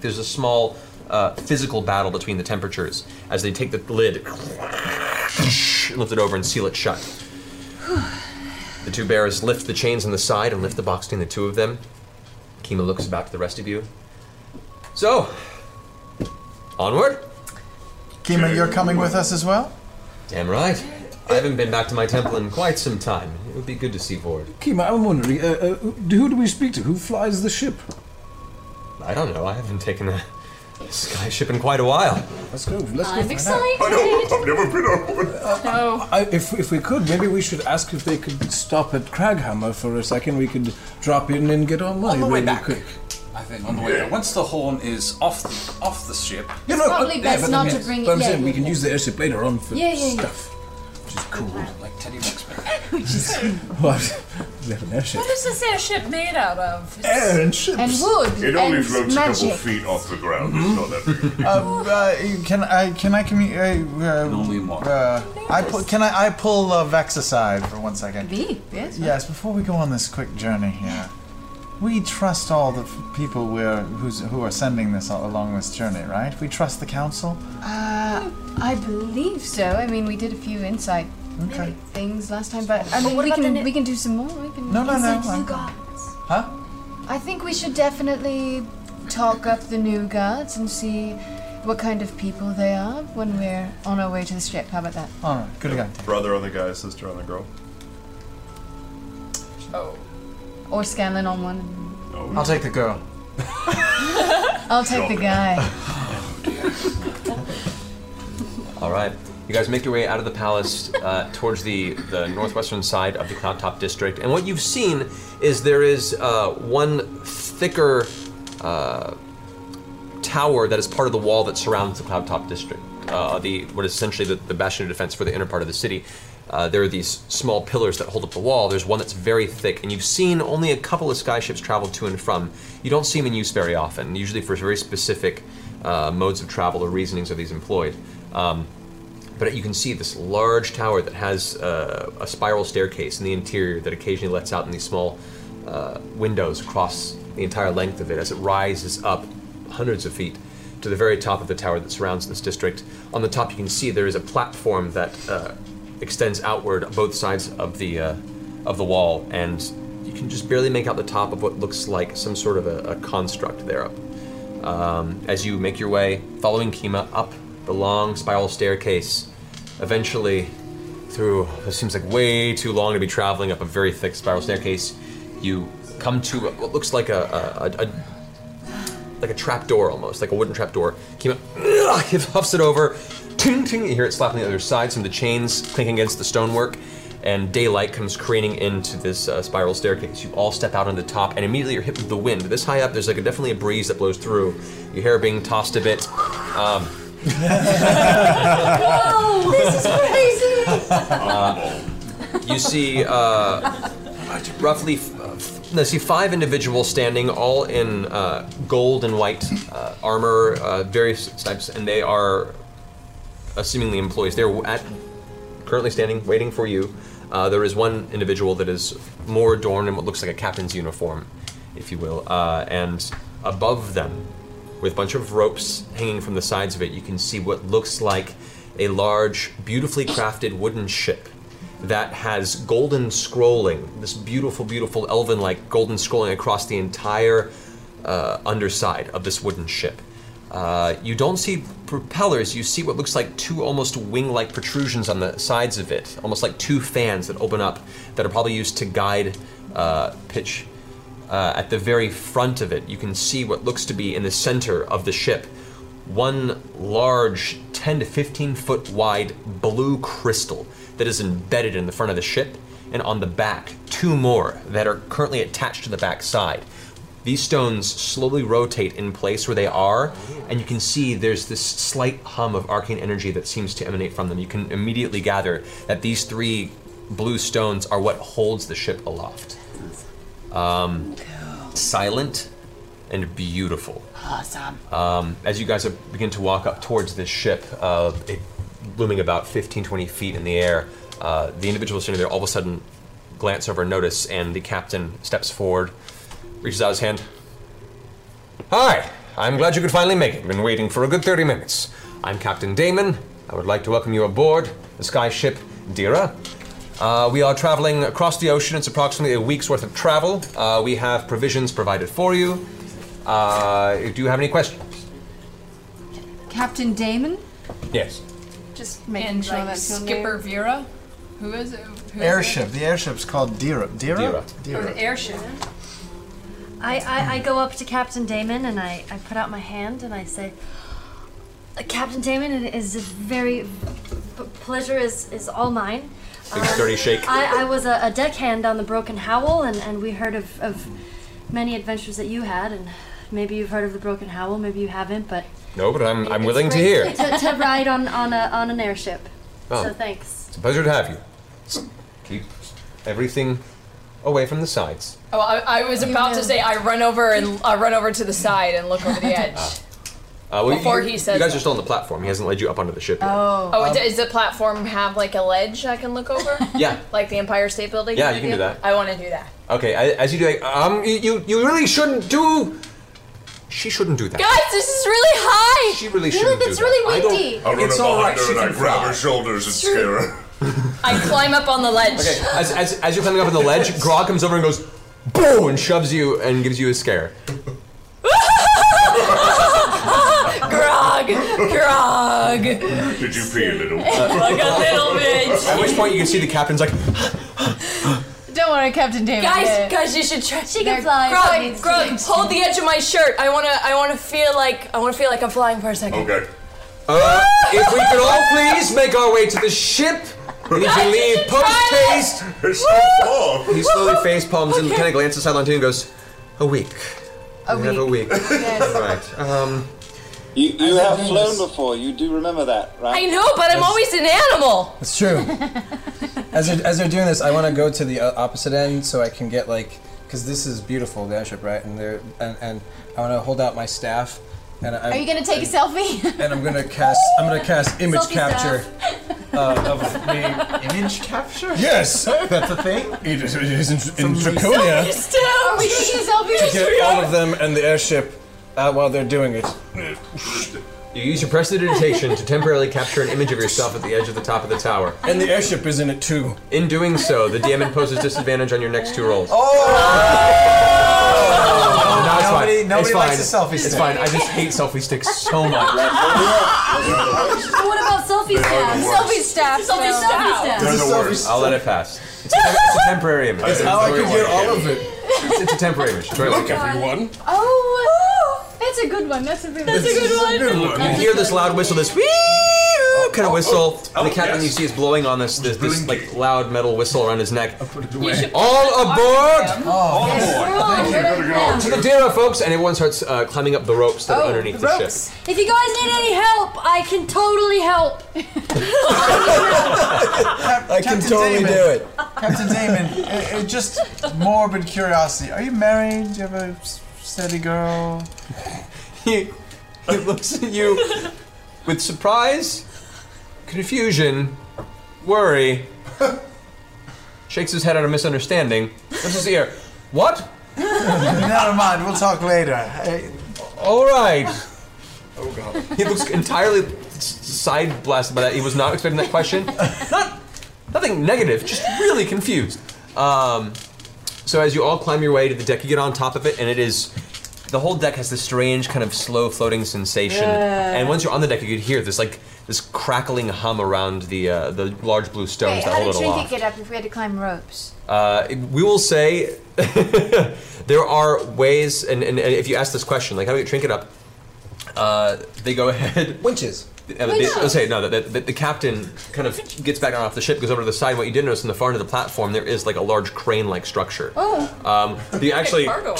S7: there's a small uh, physical battle between the temperatures as they take the lid, [LAUGHS] and lift it over, and seal it shut. The two bears lift the chains on the side and lift the box between the two of them. Kima looks back to the rest of you. So, onward.
S6: [LAUGHS] Kima, you're coming with us as well?
S7: Damn right. I haven't been back to my temple in quite some time. It would be good to see Vord.
S13: Kima, I'm wondering, uh, uh, who do we speak to? Who flies the ship?
S7: I don't know. I haven't taken a skyship in quite a while.
S13: Let's go. Let's
S15: I'm
S13: go.
S15: excited. I know,
S13: I've never been on one.
S9: Oh.
S13: I, if, if we could, maybe we should ask if they could stop at Craghammer for a second. We could drop in and get online.
S10: On the way
S13: really
S10: back.
S13: Quick.
S10: I think on the way. Once the horn is off the, off the ship. uh,
S13: You know,
S9: probably
S13: but-
S9: best
S13: but
S9: not
S13: I'm-
S9: to bring it-
S13: But I'm
S9: yeah,
S13: saying we
S9: yeah,
S13: can use the airship later on for
S9: Yeah, yeah, yeah.
S13: stuff,
S9: [LAUGHS]
S13: which is cool.
S10: Like Teddy Ruxpin.
S13: What? [LAUGHS] We have an airship.
S8: What is this airship made out of?
S13: Air and ships.
S9: And wood.
S12: It only
S9: and
S12: floats
S9: magic.
S12: a couple feet off the ground. It's
S19: Mm-hmm.
S12: not that
S6: Uh, uh,
S12: big.
S6: can I can I communicate? Uh, Only
S10: one.
S6: Uh, I pull, can I I pull uh, Vex aside for one second.
S9: Me? Yes.
S6: Yes, before we go on this quick journey here, we trust all the f- people we're who's, who are sending this all, along this journey, right? We trust the council.
S9: Uh, I believe so. I mean, we did a few insight
S6: Okay.
S9: things last time, but I
S20: But
S9: mean,
S20: what
S9: we
S20: about
S9: can
S20: the ne-
S9: we can do some more. We can.
S6: No, no, no, I'm- Huh?
S9: I think we should definitely talk up the new guards and see what kind of people they are when we're on our way to the ship. How about that?
S6: All right, good again.
S12: Brother on the guy, sister on the girl.
S8: Oh.
S9: Or Scanlan on one.
S6: I'll take the girl.
S9: I'll take the guy.
S7: All right. You guys make your way out of the palace uh, towards the, the northwestern side of the Cloud Top District. And what you've seen is there is uh, one thicker uh, tower that is part of the wall that surrounds the Cloud Top District, uh, the what is essentially the, the bastion of defense for the inner part of the city. Uh, there are these small pillars that hold up the wall. There's one that's very thick, and you've seen only a couple of skyships travel to and from. You don't see them in use very often, usually for very specific uh, modes of travel or reasonings of these employed. Um, but you can see this large tower that has uh, a spiral staircase in the interior that occasionally lets out in these small uh, windows across the entire length of it as it rises up hundreds of feet to the very top of the tower that surrounds this district. On the top, you can see there is a platform that uh, extends outward on both sides of the uh, of the wall, and you can just barely make out the top of what looks like some sort of a, a construct there up um, as you make your way, following Kima up the long spiral staircase, eventually through it seems like way too long to be traveling up a very thick spiral staircase, you come to what looks like a, a, a, a like a trap door almost, like a wooden trap door. Kima he huffs [LAUGHS] it over, ting ting. You hear it slapping the other side. Some of the chains clinking against the stonework, and daylight comes craning into this uh, spiral staircase. You all step out on the top, and immediately you're hit with the wind. This high up, there's like a, definitely a breeze that blows through. Your hair being tossed a bit. Um,
S15: Whoa, this is crazy!
S14: [LAUGHS]
S7: uh, you see
S20: [LAUGHS]
S7: uh, roughly uh, let's see five individuals standing all in uh, gold and white uh, armor uh, various types and they are uh, seemingly employees they're at currently standing waiting for you uh, there is one individual that is more adorned in what looks like a captain's uniform if you will uh, and above them with a bunch of ropes hanging from the sides of it you can see what looks like a large, beautifully crafted wooden ship that has golden scrolling, this beautiful, beautiful elven like golden scrolling across the entire uh, underside of this wooden ship. Uh, you don't see propellers, you see what looks like two almost wing like protrusions on the sides of it, almost like two fans that open up that are probably used to guide uh, pitch. Uh, at the very front of it, you can see what looks to be in the center of the ship one large 10 to 15 foot wide blue crystal that is embedded in the front of the ship, and on the back, two more that are currently attached to the back side. These stones slowly rotate in place where they are, and you can see there's this slight hum of arcane energy that seems to emanate from them. You can immediately gather that these three blue stones are what holds the ship aloft. Um, silent and beautiful.
S15: Awesome.
S7: Um, as you guys are, begin to walk up towards this ship, uh, it looming about 15, 20 feet in the air, uh, the individual sitting there all of a sudden glance over and notice, and the captain steps forward, reaches out his hand. Hi, I'm glad you could finally make it. Been waiting for a good 30 minutes. I'm Captain Damon. I would like to welcome you aboard the sky ship Dira. Uh, we are traveling across the ocean. It's approximately a week's worth of travel. Uh, we have provisions provided for you. Uh, do you have any questions?
S9: Captain Damon?
S7: Yes.
S18: Just making
S8: And,
S18: sure
S8: like,
S18: that's your
S8: Skipper
S18: name.
S8: Vera? Who is it? Who is
S6: Airship.
S8: it?
S6: The airship's called Dira. Dira?
S8: Or the airship.
S20: I, I, I go up to Captain Damon and I, I put out my hand and I say, "Uh, Captain Damon, it is a very p- pleasure is, is all mine. Um,
S7: Big sturdy shake.
S20: I, I was a, a deckhand on the Broken Howl and, and we heard of, of many adventures that you had and maybe you've heard of the Broken Howl, maybe you haven't, but
S7: No, but I'm, I'm willing to
S9: [LAUGHS]
S20: great
S7: hear.
S20: To, to ride on, on, a, on an airship.
S7: Oh.
S20: So thanks.
S7: It's a pleasure to have you. Keep everything away from the sides.
S8: Oh, I, I was about to say I run over and I run over to the side and look over the edge.
S7: [LAUGHS] Uh, well,
S8: Before
S7: you,
S8: he says
S7: You guys
S8: that.
S7: are still on the platform. He hasn't led you up onto the ship yet.
S8: Oh. Oh,
S7: Um,
S8: does the platform have like a ledge I can look over?
S7: [LAUGHS] Yeah.
S8: Like the Empire State Building?
S7: Yeah, you can do that.
S8: I want to do that.
S7: Okay, a- as you do, like, um, you, you, you really shouldn't do. She shouldn't do that.
S8: Guys, this is really high.
S7: She really shouldn't do that. I don't-
S12: I run
S7: It's
S12: up
S7: all right,
S12: behind her
S7: she
S12: and I
S7: can
S12: grab
S7: fly.
S12: her shoulders and scare her.
S8: I climb up on the ledge.
S7: Okay, as, as, as you're climbing up on the ledge, Grog comes over and goes, boom, and shoves you and gives you a scare.
S8: grog, grog.
S12: Did you pee a little?
S8: Like a little bit.
S7: At which point you can see the captain's like,
S18: Don't worry, Captain David.
S8: Guys,
S18: Yeah.
S8: guys, you should try.
S20: She can fly.
S8: Grog, grog, hold the edge of my shirt. I wanna, I wanna feel like, I wanna feel like I'm flying for a second.
S12: Okay.
S7: Uh, if we could all please make our way to the ship,
S9: [LAUGHS]
S7: we need to
S8: Guys, you
S7: leave
S8: should
S7: post
S8: try it.
S7: haste.
S12: [LAUGHS] It's
S7: He slowly
S12: [LAUGHS]
S7: face palms and kind of glances sideline too and goes, a week.
S9: A
S7: we have a week.
S9: Yes.
S7: Right. Um,
S11: [LAUGHS] You, you have flown before. You do remember that, right?
S8: I know, but I'm always an animal.
S13: It's
S9: [LAUGHS]
S13: true. as, they're, as they're doing this, I want to go to the uh, opposite end so I can get like, because this is beautiful, the airship, right? And they're, and, and I want to hold out my staff, and I.
S9: Are you gonna take a
S13: [LAUGHS]
S9: selfie?
S13: And I'm gonna cast. I'm gonna cast image
S9: Selfie
S13: capture uh,
S9: [LAUGHS]
S13: of me.
S6: Image capture?
S13: [LAUGHS] Yes, that's a thing. It is, it is in, in Draconia
S15: Selfie
S13: to
S15: still. Are we taking selfies?
S13: get all of them and the airship uh, while they're doing it.
S7: you use your prestidigitation to temporarily capture an image of yourself at the edge of the top of the tower.
S13: And the airship is in it too.
S7: In doing so, the DM imposes disadvantage on your next two
S13: Oh!
S7: rolls. No, it's
S6: Nobody-
S7: fine.
S6: nobody
S7: it's
S6: likes a
S7: fine.
S6: selfie
S7: It's
S6: stick.
S7: fine. I just hate selfie sticks
S13: [LAUGHS]
S7: so much.
S20: But what about selfie staff?
S7: the worst.
S20: Selfie staff.
S8: Selfie
S20: Selfie
S8: staff.
S20: staff.
S7: They're the worst. I'll let it pass. It's a, tem- it's a temporary image.
S13: That's how I could get all of it.
S7: It's, it's a temporary image. Enjoy it
S13: Look,
S7: later.
S13: everyone.
S18: Oh, that's a good one. That's a really
S7: That's a good
S18: one.
S7: You hear this loud whistle, this wee kind of whistle,
S13: Oh,
S7: and the captain you see is blowing on this this, this like loud metal whistle around his neck. All aboard!
S15: All
S7: To the dinner, folks, and everyone starts uh, climbing up the ropes that are underneath the, ship.
S20: If you guys need any help, I can totally help.
S6: I can
S13: totally do it.
S6: Captain Damon, uh, uh, just
S8: [LAUGHS]
S6: morbid curiosity. Are you married? Do you have a s- steady girl?
S7: He, he [LAUGHS] looks at you with surprise, confusion, worry, shakes his head at a misunderstanding. Let's just hear, what?
S6: Never mind, we'll talk later.
S7: All right.
S6: Oh, God.
S7: He looks entirely side blasted by that. He was not expecting that question. not nothing negative, just really confused. Um, so as you all climb your way to the deck, you get on top of it, and it is the whole deck has this strange kind of slow floating sensation.
S8: Yeah.
S7: And once you're on the deck, you could hear this like this crackling hum around the uh, the large blue stones
S9: Wait,
S7: that
S9: how
S7: hold
S9: did
S7: it aloft.
S9: Trinket get up if we had to climb ropes?
S7: Uh, we will say [LAUGHS] there are ways, and, and, and if you ask this question, like how do we get Trinket up? Uh, they go ahead. Winches. Uh, they,
S13: Winches.
S7: I'll say no. The, the, the captain kind of gets back on off the ship, goes over to the side. What you did notice in the far end of the platform, there is like a large crane-like structure.
S15: Oh.
S7: Um, you actually
S15: Cargo.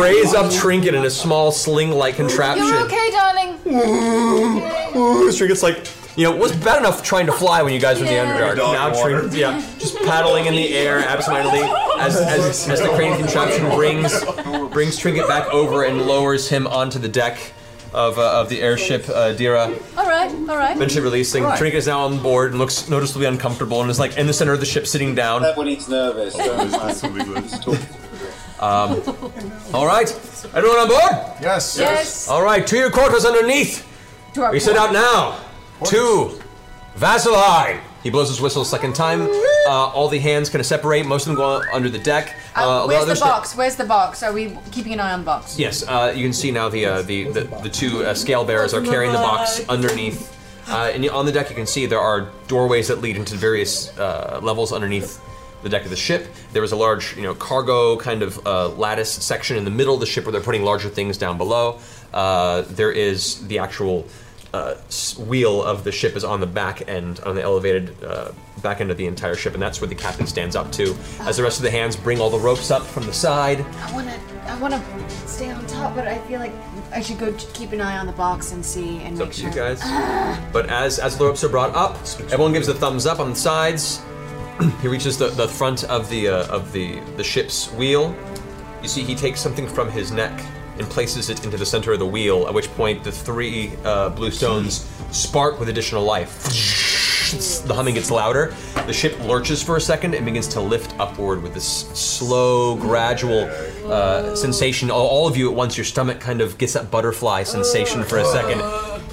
S7: raise up Trinket in a small sling-like contraption.
S9: You're okay,
S7: [LAUGHS]
S9: darling.
S7: Ooh, Trinket's like, you know, it was bad enough trying to fly when you guys were in the Underdark.
S15: Dog
S7: now
S15: water.
S7: Trinket, yeah, just paddling in the air absentmindedly as, as, as the crane contraption brings brings Trinket back over and lowers him onto the deck of, uh, of the airship uh, Dira.
S9: All right, all right.
S7: Eventually releasing,
S9: All right.
S7: Trinket is now on board and looks noticeably uncomfortable and is like in the center of the ship sitting down.
S11: That when he's nervous. don't mind.
S7: Um, all right, everyone on board?
S11: Yes. Yes.
S7: All right, to your quarters underneath.
S9: To our
S7: We set out
S9: quarters.
S7: now. Two, Vaseline. He blows his whistle a second time. Uh, all the hands kind of separate. Most of them go under the deck. Uh,
S9: Mm-hmm. Uh,
S7: a lot
S9: where's
S7: of
S9: the
S7: them sta-
S9: box? Where's the box? Are we keeping an eye on the box?
S7: Yes, uh, you can see now the uh, the, the the two uh, scale bearers are carrying the box underneath. Uh, and on the deck, you can see there are doorways that lead into various uh, levels underneath the deck of the ship. There is a large, you know, cargo kind of uh, lattice section in the middle of the ship where they're putting larger things down below. Uh, there is the actual uh, s- wheel of the ship is on the back end, on the elevated uh, back end of the entire ship, and that's where the captain stands up to. As the rest of the hands bring all the ropes up from the side.
S9: I wanna, I wanna stay on top, but I feel like I should go t- keep an eye on the box and see and
S7: It's
S9: make
S7: up to
S9: sure.
S7: you guys. But as as the ropes are brought up, everyone gives a thumbs up on the sides. he reaches the, the front of the uh, of the the ship's wheel. You see, he takes something from his neck and places it into the center of the wheel. At which point, the three uh, blue stones spark with additional life. The humming gets louder. The ship lurches for a second and begins to lift upward with this slow, gradual uh, sensation. All, all of you at once, your stomach kind of gets that butterfly sensation for a second.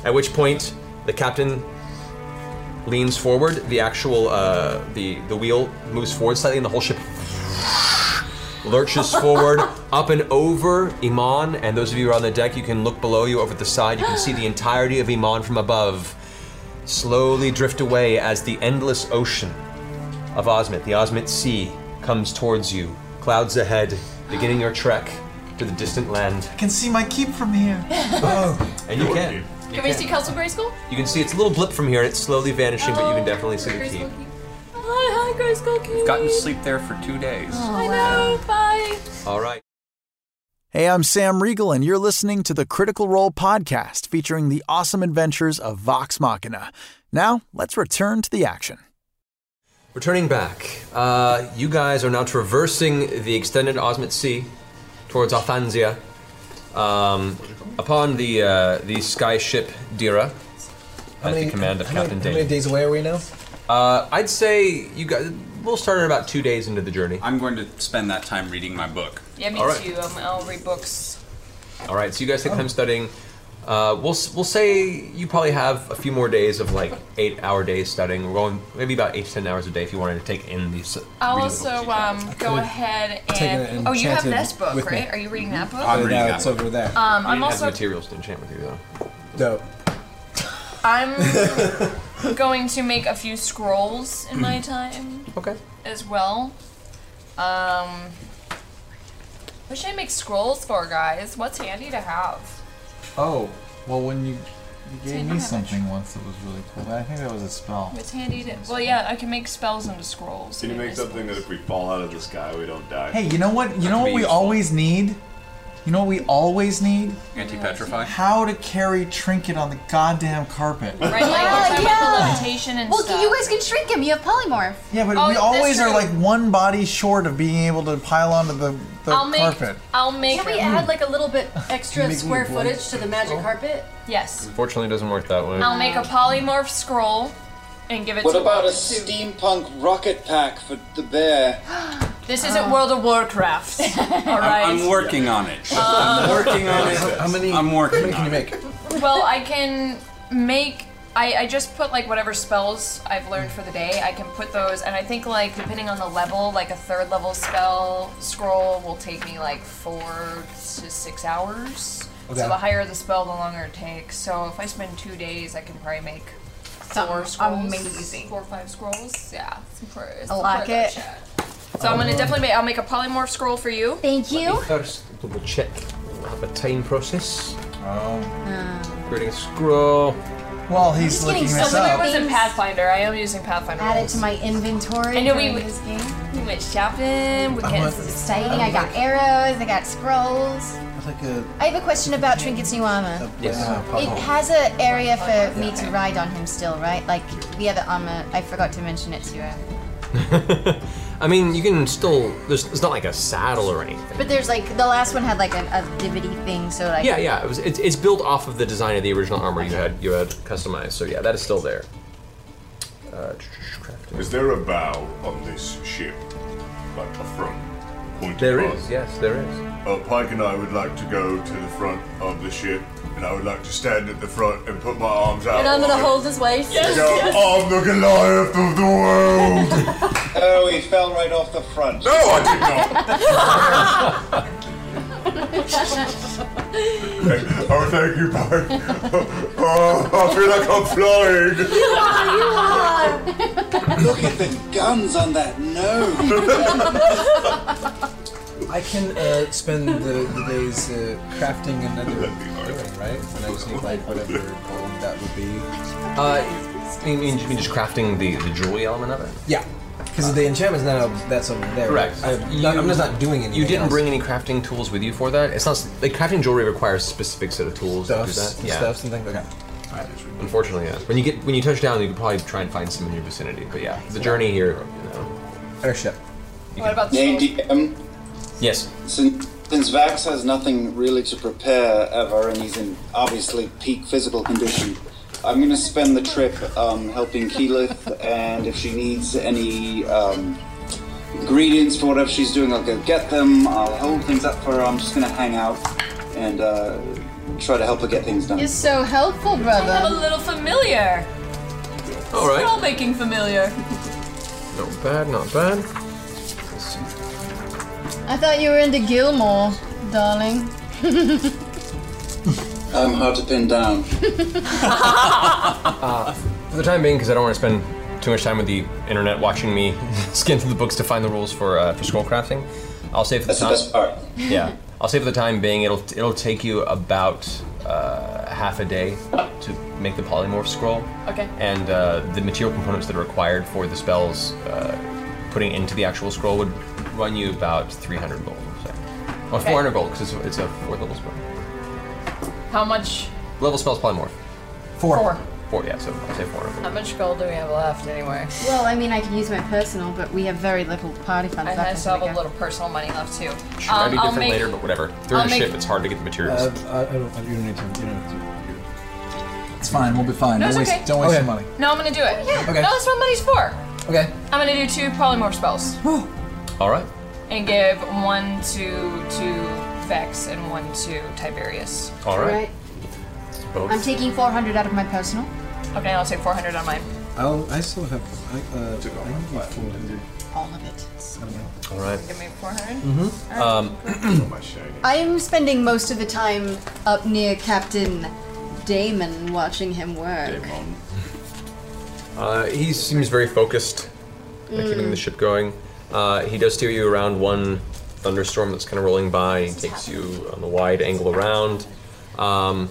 S7: At which point, the captain leans forward. The actual uh, the the wheel moves forward slightly, and the whole ship lurches forward, up and over Iman. And those of you who are on the deck, you can look below you over the side. You can see the entirety of Iman from above slowly drift away as the endless ocean of Osmet, the Osmet Sea, comes towards you. Clouds ahead, beginning your trek to the distant land.
S6: I can see my keep from here.
S7: And you can.
S8: Can we see Council Grey School?
S7: You can see it's a little blip from here, and it's slowly vanishing, but you
S8: Oh,
S7: can definitely see the
S8: Grey
S7: key.
S8: School Keep. Hi, hi, Grey School Keep.
S10: Gotten sleep there for two days.
S8: Oh,
S7: Oh,
S8: I know. Bye.
S7: All right.
S21: Hey, I'm Sam Riegel, and you're listening to the Critical Role podcast featuring the awesome adventures of Vox Machina. Now, let's return to the action.
S7: Returning back, uh, you guys are now traversing the extended Osmet Sea towards Althanzia. Um, upon the uh, the sky ship Dira, at the command of
S13: how many-
S7: Captain
S13: How many
S7: Dane.
S13: days away are we now?
S7: Uh, I'd say you guys. We'll start at about two days into the journey.
S10: I'm going to spend that time reading my book.
S8: Yeah, me
S10: All right.
S8: too. Um, I'll read books.
S7: All right, so you guys take
S13: Oh.
S7: time studying. Uh, we'll s- we'll say you probably have a few more days of like eight hour days studying. We're going maybe about eight to ten hours a day if you wanted to take in these.
S8: I'll
S7: reading books.
S8: also um, go
S7: could
S8: ahead
S7: take
S8: and.
S7: an
S8: Oh, you have
S7: enchanted
S8: this book,
S7: with me.
S8: right? Are you reading that book?
S7: I'm reading
S13: now
S7: that
S13: it's
S7: book.
S13: over there.
S8: Um,
S7: You
S8: I'm
S7: didn't have the
S8: also
S7: materials to enchant with you though.
S13: No.
S8: I'm
S7: [LAUGHS]
S8: going to make a few scrolls in
S7: Mm.
S8: my time.
S7: Okay.
S8: As well. Um. What should I make scrolls for, guys? What's handy to have?
S26: Oh, well, when you, you
S8: See,
S26: gave
S8: I don't
S26: me
S8: have
S26: something once that was really cool, but I think that was a
S7: Oh.
S26: spell.
S8: What's handy to? Well, yeah, I can make spells into scrolls.
S26: Can you
S8: Maybe
S26: make
S8: I-
S26: some-
S12: Something that if we fall out of the sky, we don't die.
S26: Hey, you know what? You know what we
S12: useful.
S26: always need? You know what we always need?
S10: Anti-petrify.
S26: How to carry trinket on the goddamn carpet.
S8: Right, like
S9: Yeah,
S8: yeah,
S9: yeah.
S8: yeah. levitation and
S9: Well,
S8: stuff.
S9: you guys can shrink him. You have polymorph.
S26: [LAUGHS] Yeah, but
S8: Oh,
S26: we
S8: that's
S26: always are
S8: true.
S26: like one body short of being able to pile onto the, the
S20: I'll make-
S26: carpet.
S8: I'll make.
S20: Can we add like a little bit
S26: Make
S20: extra
S26: me
S20: square
S26: blind.
S20: footage to the magic carpet?
S8: Yes.
S7: Unfortunately, it doesn't work that way.
S8: I'll make a polymorph scroll and give it
S11: What
S8: to
S11: about a
S8: Lotus, too.
S11: steampunk rocket pack for the bear?
S8: This
S11: Oh.
S8: isn't World of Warcraft. [LAUGHS] All right.
S10: I'm, I'm
S11: [LAUGHS]
S10: working on it.
S8: Um,
S10: I'm working on it.
S13: How many?
S10: I'm working
S13: How many can you make?
S8: Well, I can make. I, I just put like whatever spells I've learned for the day. I can put those, and I think like depending on the level, like a third level spell scroll will take me like four to six hours.
S20: Okay.
S8: So the higher the spell, the longer it takes. So if I spend two days, I can probably make four
S9: Something
S8: scrolls,
S9: amazing.
S8: four or five scrolls. Yeah, it's pretty- it's
S9: I like
S8: pretty
S9: it.
S8: shit. So I'm gonna definitely make. I'll make a polymorph scroll for you.
S9: Thank you.
S16: First, double check. I have a time process.
S7: Oh.
S9: Um,
S16: Creating a scroll.
S14: While
S16: he's
S9: getting looking
S8: So there was in Pathfinder. I am using Pathfinder.
S9: Add it
S8: rules.
S9: to my inventory.
S8: I know we
S9: during
S8: went
S9: this game.
S8: we went shopping. We
S9: Oh,
S8: can't.
S9: this is exciting. I got arrows. I got scrolls.
S14: Like a
S9: I have a question about Trinket's new
S7: Uh,
S9: armor.
S16: Yes.
S9: It has an area for me to ride on him still, right? Like the other armor, I forgot to mention it to her.
S7: I mean, you can still. There's, it's not like a saddle or anything.
S9: But there's like the last one had like an activity thing, so like
S7: Yeah, yeah. It was, it's, it's built off of the design of the original armor you had you had customized. So yeah, that is still there. Uh,
S12: Is there a bow on this ship? Like a front? Point
S16: There
S12: across?
S16: is, yes, there is.
S12: Uh, Pike and I would like to go to the front of the ship, and I would like to stand at the front and put my arms out.
S20: And I'm gonna
S12: wide
S20: hold his waist.
S12: and go,
S26: Oh.
S12: I'm the Goliath of the world!
S11: Oh, he fell right off the front.
S12: No,
S7: Oh,
S12: I did not! oh, thank you, Pike. [LAUGHS] oh, I feel like I'm
S20: [LAUGHS]
S12: flying!
S20: You are, you are.
S11: [LAUGHS] Look at the guns on that
S20: nose.
S13: I can uh, spend the, the days uh, crafting another weapon, right? And I just need like whatever gold that would be.
S27: Uh, you mean, you mean just crafting the, the jewelry element of it?
S13: Yeah, because the enchantment's now that's over there.
S27: Correct.
S13: I, am just not doing anything.
S7: You
S27: didn't
S13: else.
S7: bring any crafting tools with you for that. It's not like crafting jewelry requires a specific set of tools
S13: Stuffs,
S7: to do that. Yeah.
S13: stuffs and things. Okay.
S7: Unfortunately, yeah. When you get when you touch down, you could probably try and find some in your vicinity. But yeah, the journey here. You know.
S13: Airship.
S8: [LAUGHS] What about the
S11: Name DM.
S7: Yes.
S11: Since, since Vax has nothing really to prepare ever, and he's in obviously peak physical condition, I'm going to spend the trip um, helping Keyleth, and if she needs any um, ingredients for whatever she's doing, I'll go get them. I'll hold things up for her. I'm just going to hang out and uh, try to help her get things done.
S9: You're so helpful, brother.
S8: I have a little familiar.
S7: All right.
S8: Scroll making familiar.
S7: Not bad. Not bad.
S9: [LAUGHS] I thought you were into Gilmore, darling. [LAUGHS]
S11: I'm hard to pin down.
S7: Uh, for the time being, because I don't want to spend too much time with the internet watching me [LAUGHS] skim through the books to find the rules for uh, for scroll crafting, I'll say for the
S11: That's the
S7: time.
S11: best part.
S7: [LAUGHS] Yeah, I'll say for the time being, it'll it'll take you about uh, half a day to make the polymorph scroll.
S8: Okay.
S7: And uh, the material components that are required for the spells uh, putting into the actual scroll would run you about 300 gold. So. Or
S8: Okay.
S7: 400 gold, because it's, it's a fourth level spell.
S8: How much?
S7: Level spells polymorph.
S8: Four. Four.
S7: Four, yeah, so I'll say 400 gold.
S8: How much gold do we have left anyway?
S9: Well, I mean, I can use my personal, but we have very little party funds
S8: And
S9: left.
S8: I
S9: until
S8: still
S9: we
S8: have a
S9: go.
S8: little personal money left too. Um,
S7: Sure, might be
S8: I'll
S7: different
S8: make-
S7: later, but whatever. They're
S8: I'll
S7: in a
S8: make-
S7: ship, it's hard to get the materials.
S13: Uh, I, I don't. You don't need to. You don't need to.
S14: It's fine. We'll be fine.
S8: No,
S14: don't
S8: it's
S14: waste,
S8: okay.
S14: don't waste your money.
S8: No, I'm gonna do it. yeah.
S14: Okay.
S8: No, that's what money's for.
S14: Okay.
S8: I'm gonna do two
S14: [GASPS]
S8: polymorph spells
S7: All right.
S8: and give one to to Vex and one to Tiberius.
S7: All right.
S13: Both.
S9: I'm taking 400 out of my personal.
S8: Okay, I'll take 400 on mine.
S13: I'll, I still have. I, uh, I can get four hundred.
S9: All of it.
S7: All right. Um,
S8: Give me 400.
S13: Mhm.
S8: All right.
S9: I'm spending most of the time up near Captain Damon watching him work.
S7: Uh, he seems very focused at keeping
S9: Mm.
S7: the ship going. Uh, he does steer you around one thunderstorm that's kind of rolling by. He takes you on the wide angle around. Um,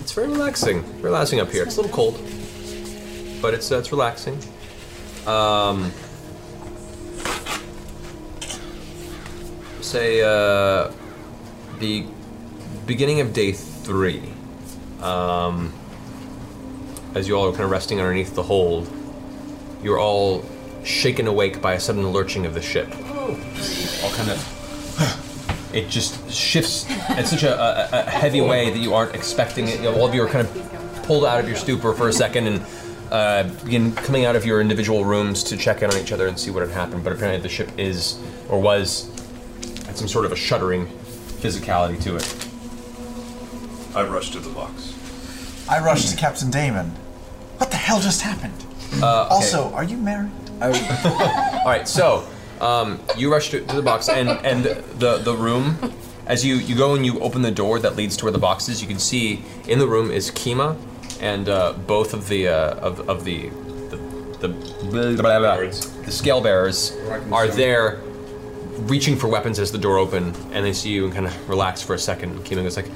S7: it's very relaxing, relaxing up here. It's a little cold, but it's uh, it's relaxing. Um, say uh, the beginning of day three. Um, as you all are kind of resting underneath the hold, you're all shaken awake by a sudden lurching of the ship. All kind of. [SIGHS] It just shifts in such a, a, a heavy way that you aren't expecting it. You know, all of you are kind of pulled out of your stupor for a second and uh, begin coming out of your individual rooms to check in on each other and see what had happened. But apparently, the ship is, or was, had some sort of a shuddering physicality to it.
S12: I rushed to the box.
S6: I rush to Captain Damon. What the hell just happened?
S7: Uh, okay.
S6: Also, are you married?
S7: [LAUGHS] All right, so um, you rush to, to the box and and the the room. As you you go and you open the door that leads to where the box is, you can see in the room is Kima and uh, both of the uh, of of the the the, blah, blah, blah, the scale bearers are there. Reaching for weapons as the door open, and they see you and kind of relax for a second. Kima goes like,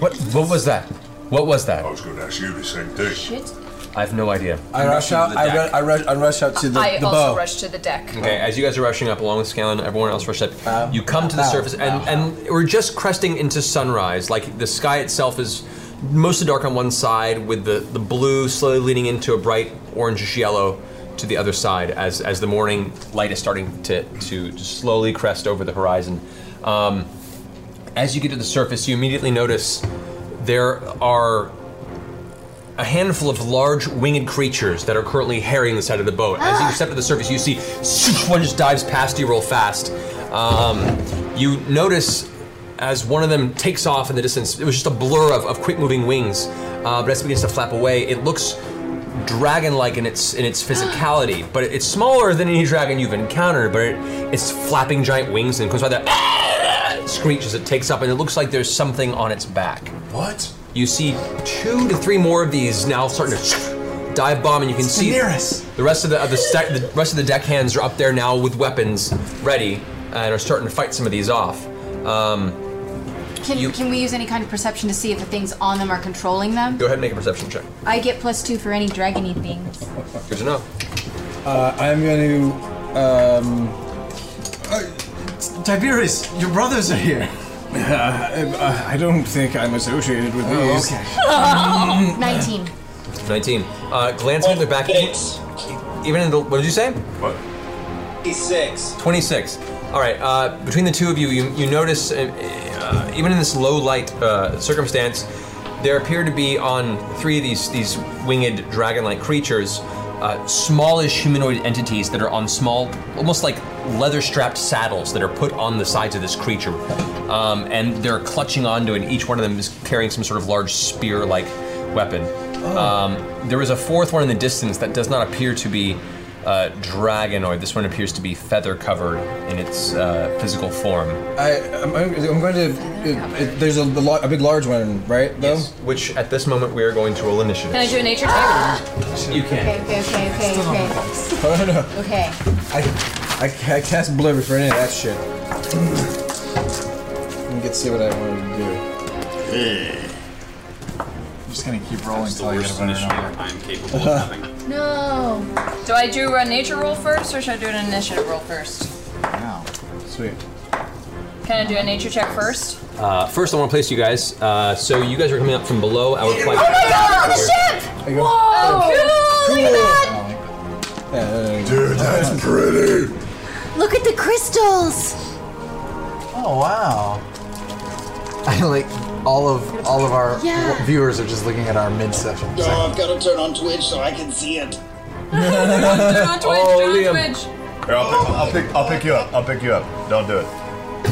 S7: "What? What was that? What was that?" I was going to ask you the same thing.
S8: Shit.
S7: I have no idea.
S13: I rush out. I, ru- I rush. I rush out to the,
S8: I
S13: the
S8: also
S13: bow.
S8: rush to the deck.
S7: Okay, as you guys are rushing up along with Scanlan, everyone else rushes up. you come to the surface, and, and we're just cresting into sunrise. Like the sky itself is mostly dark on one side, with the, the blue slowly leaning into a bright orangish yellow to the other side as, as the morning light is starting to, to just slowly crest over the horizon. Um, as you get to the surface, you immediately notice there are a handful of large winged creatures that are currently harrying the side of the boat. As you step to the surface, you see [LAUGHS] one just dives past you real fast. Um, you notice as one of them takes off in the distance, it was just a blur of, of quick moving wings, uh, but as it begins to flap away, it looks dragon like in its, in its physicality, but it's smaller than any dragon you've encountered, but it, it's flapping giant wings and comes by that [LAUGHS] screech as it takes up, and it looks like there's something on its back.
S6: What?
S7: You see two to three more of these now starting to [SNIFFS] dive bomb, and you can see
S6: Daenerys.
S7: the rest of the, of the, stack- the rest of the deck hands are up there now with weapons ready and are starting to fight some of these off. Um,
S9: Can,
S7: You-
S9: can we use any kind of perception to see if the things on them are controlling them?
S7: go ahead and make a perception check.
S9: I get plus two for any dragony things.
S7: Good to know.
S13: Uh, I'm going to. Um, uh,
S6: Tiberius, your brothers are here.
S13: uh, I, I don't think I'm associated with
S6: Oh,
S13: these.
S6: okay.
S8: [LAUGHS]
S9: 19.
S7: 19. Uh, glancing at their back, even in the, what did you say? What?
S11: 26.
S7: 26. All right. Uh, between the two of you, you, you notice, uh, uh, even in this low light uh, circumstance, there appear to be on three of these these winged dragon-like creatures, uh, smallish humanoid entities that are on small, almost like leather-strapped saddles that are put on the sides of this creature, um, and they're clutching onto it. Each one of them is carrying some sort of large spear-like weapon.
S13: Oh.
S7: Um, there is a fourth one in the distance that does not appear to be uh, dragonoid. This one appears to be feather covered in its uh, physical form.
S13: I, I'm, I'm going to. uh, uh, there's a, lo- a big, large one, right? Though.
S7: Which at this moment we are going to roll initiative.
S8: Can I do a nature check?
S7: You
S9: Okay, okay, okay, okay, okay.
S13: Oh, no, no.
S9: Okay.
S13: I, [LAUGHS] I, ca- I cast blur for any of that shit. Let me get see what I wanted to do.
S6: I'm just gonna keep rolling until I get a
S13: worst
S6: better number.
S28: I'm
S6: [LAUGHS]
S28: capable
S13: of [LAUGHS] having.
S8: No. Do I do a nature roll first, or should I do an initiative roll first?
S6: Wow.
S13: Sweet.
S8: Can I do a nature check first?
S7: Uh, first, I want to place you guys. Uh, so you guys are coming up from below. I would
S14: Oh
S7: like.
S8: ship!
S7: Oh.
S13: There you go.
S8: Whoa! Cool!
S13: Dude, [LAUGHS]
S8: Look at
S13: that's pretty.
S29: Look at the crystals.
S6: Oh wow. I like all of all of our
S29: Yeah.
S6: w- viewers are just looking at our midsection. It's
S11: Oh,
S6: like,
S11: I've got to turn on Twitch so I can see it.
S8: oh,
S11: Liam.
S12: Here, I'll, pick, I'll, pick, I'll pick you up. I'll pick you up. Don't do it.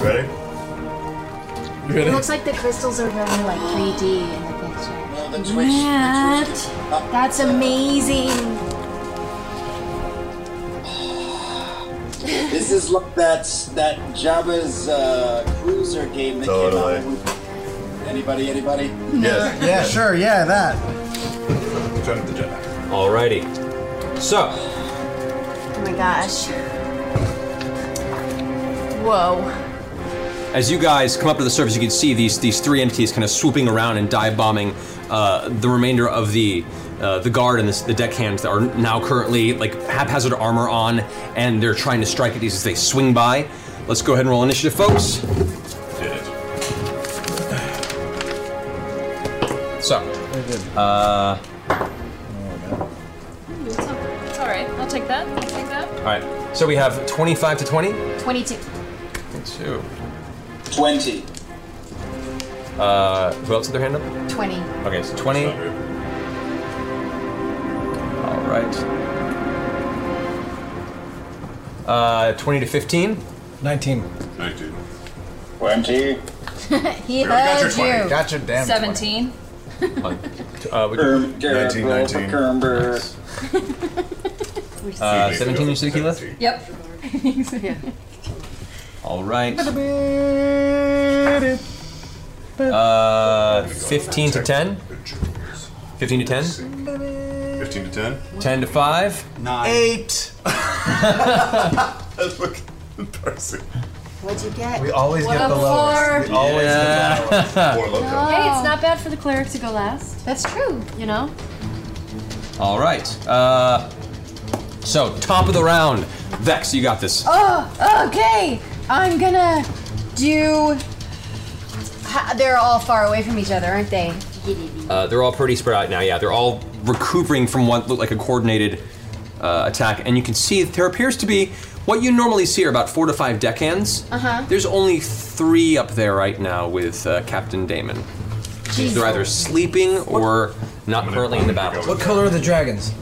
S12: Ready?
S9: It looks like the crystals are really like 3D in the picture.
S11: What?
S9: That's amazing.
S11: this is like that that Jabba's uh, cruiser game that came out. with- Anybody? Anybody?
S7: Yes.
S6: yeah, sure, yeah, that.
S12: Return of the Jedi.
S7: Alrighty. So
S9: Oh my gosh. Whoa.
S7: as you guys come up to the surface, you can see these these three entities kind of swooping around and dive bombing uh, the remainder of the uh, the guard and this, the deckhands that are now currently like haphazard armor on, and they're trying to strike at these as they swing by. Let's go ahead and roll initiative, folks. So, uh,
S8: It's all right. I'll take that. I'll take that.
S7: all right. So we have 25 to 20.
S9: 22.
S7: 22.
S11: 20.
S7: Uh, who else had their hand up?
S9: 20.
S7: Okay, so 20. All right. Uh, 20 to 15.
S13: 19.
S12: 19.
S11: 20.
S9: he
S11: got your
S9: heard you.
S11: Got your damn
S8: 17.
S7: Uh, would you-
S11: Kerm,
S7: Nineteen, nineteen.
S11: Kermber.
S7: Uh, 17 you said, Keyleth?
S30: Yep. yeah.
S7: All right. Uh, 15 to 10. 15 to 10. 15 to 10. 10 to 5. 9.
S14: Eight.
S31: That's fucking embarrassing.
S9: What'd you get?
S14: We always
S9: What
S14: get
S9: a
S14: the
S9: four.
S14: lowest. We always
S7: [LAUGHS]
S14: get the lowest.
S20: Hey, it's not bad for the cleric to go last. That's true. You know?
S7: All right. Uh, so, top of the round. Vex, you got this.
S9: Oh, okay. I'm gonna do. Ha- They're all far away from each other, aren't they?
S7: Uh, they're all pretty spread out now. Yeah, they're all recuperating from what looked like a coordinated uh, attack, and you can see there appears to be what you normally see are about four to five deckhands.
S9: Uh-huh.
S7: There's only three up there right now with uh, Captain Damon.
S9: Jeez.
S7: They're either sleeping or not currently in the battle.
S13: What color are the dragons?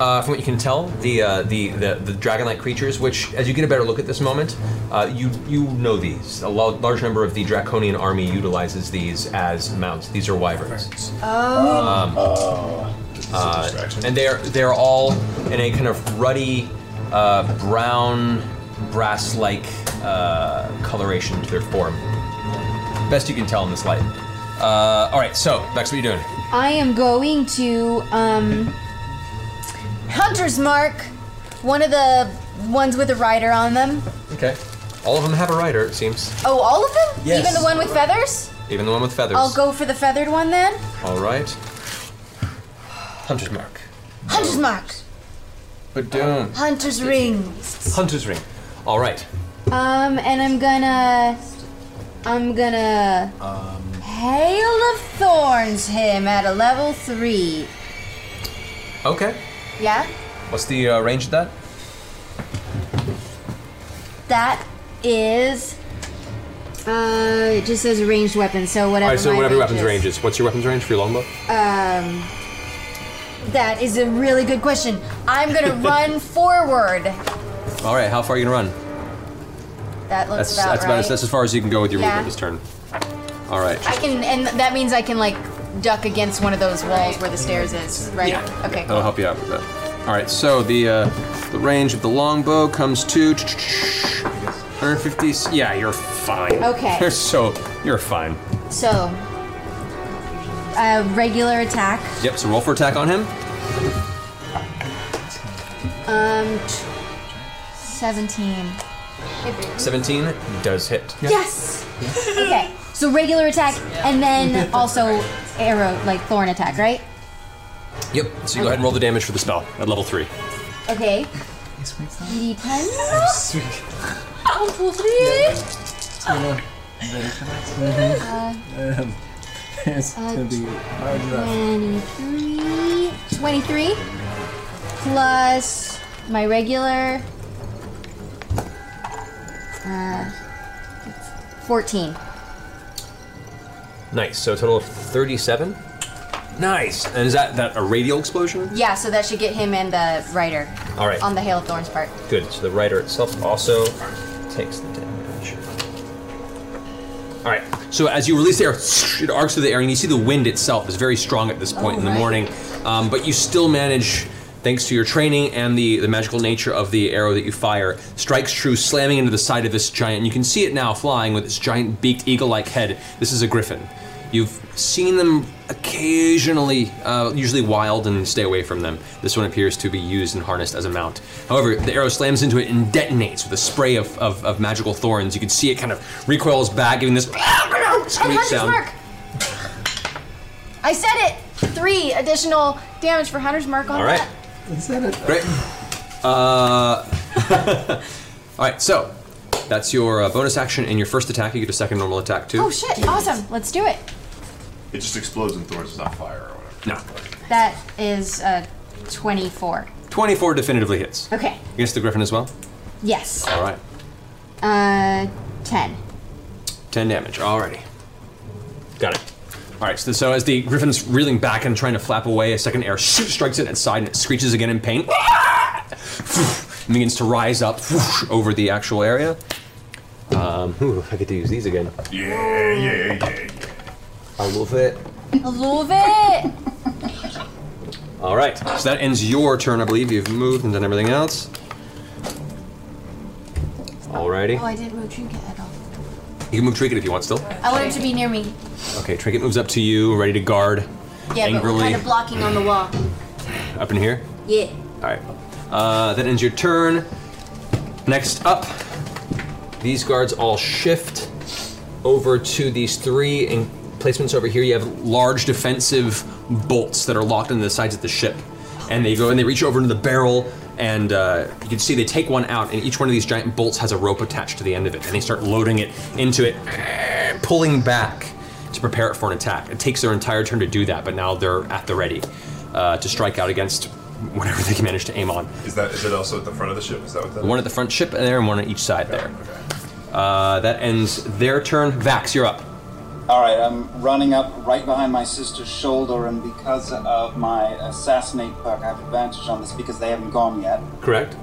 S7: Uh, from what you can tell, the, uh, the the the dragon-like creatures, which as you get a better look at this moment, uh, you you know these. A lo- large number of the draconian army utilizes these as mounts. These are wyverns.
S9: Oh.
S7: Um, uh, and they're they're all in a kind of ruddy, uh, brown, brass-like uh, coloration to their form. Best you can tell in this light. Uh, all right, so Vex, what are you doing?
S9: I am going to um, Hunter's Mark, one of the ones with a rider on them.
S7: Okay, all of them have a rider, it seems.
S9: Oh, all of them?
S7: Yes.
S9: Even the one with feathers?
S7: Even the one with feathers.
S9: I'll go for the feathered one then.
S7: All right. Hunter's mark.
S9: Hunter's Mark,
S7: But don't.
S9: Hunter's Ring.
S7: Hunter's ring. All right.
S9: Um, and I'm gonna. I'm gonna.
S7: Um,
S9: Hail of Thorns him at a level three.
S7: Okay.
S9: Yeah?
S7: What's the uh, range of that?
S9: That is. Uh, it just says ranged weapon, so whatever.
S7: All right. So
S9: my
S7: whatever
S9: range
S7: weapons
S9: is.
S7: range is. What's your weapons range for your longbow?
S9: Um, that is a really good question. I'm
S7: [LAUGHS]
S9: gonna run forward.
S7: All right. How far are you gonna run?
S9: That looks
S7: that's
S9: about
S7: that's
S9: right.
S7: about as, that's as far as you can go with your
S9: Yeah.
S7: movement this turn. All right.
S9: I can, and that means I can like duck against one of those walls where the stairs is, right? Okay.
S7: That'll help you out with that. All right. So the uh, the range of the longbow comes to 150. Yeah, you're fine.
S9: Okay.
S7: You're [LAUGHS] so you're fine.
S9: So, a regular attack.
S7: Yep. So roll for attack on him.
S9: Um, t- seventeen.
S7: 17 does hit.
S9: Yes. Okay. So regular attack, and then also arrow, like thorn attack, right?
S7: Yep. So you go ahead and roll the damage for the spell at
S9: [GASPS]
S7: level three.
S9: Okay. D10. Uh,
S13: [LAUGHS] it's
S9: Uh,
S13: gonna be hard enough.
S9: 23, 23 plus my regular uh, 14.
S7: Nice. So a total of 37. Nice. And is that that a radial explosion?
S9: Yeah, so that should get him and the rider
S7: All right.
S9: on the Hail of Thorns part.
S7: Good. So the rider itself also takes the damage. All right. So as you release the air, it arcs through the air, and you see the wind itself is very strong at this point
S10: Oh,
S7: in the
S10: right.
S7: morning. Um, but you still manage, thanks to your training and the, the magical nature of the arrow that you fire, strikes true, slamming into the side of this giant. You can see it now flying with its giant beaked eagle-like head. This is a griffin. You've seen them occasionally, uh, usually wild, and stay away from them. This one appears to be used and harnessed as a mount. However, the arrow slams into it and detonates with a spray of, of, of magical thorns. You can see it kind of recoils back, giving this
S9: Oh, And
S7: screech
S9: Hunter's
S7: sound.
S9: Mark! I said it! Three additional damage for Hunter's Mark on
S7: All right.
S9: that.
S7: Great. [LAUGHS] Uh, [LAUGHS] all right, so that's your uh, bonus action and your first attack. You get a second normal attack too.
S9: Oh shit, awesome. Let's do it.
S7: It just explodes in thorns. It's not fire or whatever. No.
S9: That is uh, 24.
S7: 24 definitively hits.
S9: Okay,
S7: Against the griffin as well?
S9: yes.
S7: All right.
S9: Uh, 10.
S7: 10 damage. Alrighty. Got it. Alright, so, so as the griffin's reeling back and trying to flap away, a second air shoot strikes it inside and it screeches again in pain. and begins to rise up over the actual area. Um, ooh, I get to use these again.
S31: Yeah, yeah, yeah.
S7: I love it.
S20: I love it.
S7: All right. So that ends your turn, I believe. You've moved and done everything else. Alrighty.
S9: Oh, I didn't move Trinket at all.
S7: You can move Trinket if you want still.
S9: I wanted to be near me.
S7: Okay, Trinket moves up to you, ready to guard.
S9: Yeah, but we're
S7: angrily
S9: kind of blocking on the wall.
S7: up in here.
S9: Yeah.
S7: All right. Uh, that ends your turn. Next up, these guards all shift over to these three emplacements over here. You have large defensive bolts that are locked into the sides of the ship, and they go and they reach over into the barrel. And uh, you can see they take one out, and each one of these giant bolts has a rope attached to the end of it, and they start loading it into it, [CLEARS THROAT] pulling back to prepare it for an attack. It takes their entire turn to do that, but now they're at the ready uh, to strike out against whatever [LAUGHS] they can manage to aim on.
S12: Is that is it also at the front of the ship? Is that what that
S7: One at the front ship there, and one on each side there. Uh, that ends their turn. Vax, you're up.
S11: All right, I'm running up right behind my sister's shoulder, and because of my assassinate perk, I have advantage on this because they haven't gone yet.
S7: Correct.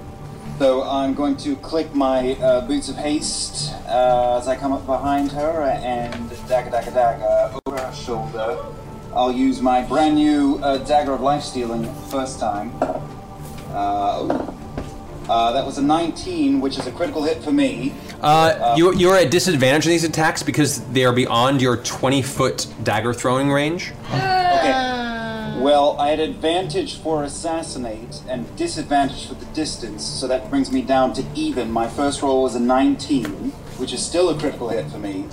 S11: So I'm going to click my uh, boots of haste uh, as I come up behind her and dagger, dagger, dagger over her shoulder. I'll use my brand new uh, dagger of life stealing first time. Uh, uh, that was a 19, which is a critical hit for me.
S7: Uh, you, you're at disadvantage in these attacks because they are beyond your 20 foot dagger throwing [LAUGHS] range.
S11: Okay. Well, I had advantage for assassinate and disadvantage for the distance, so that brings me down to even. My first roll was a 19, which is still a critical hit for me.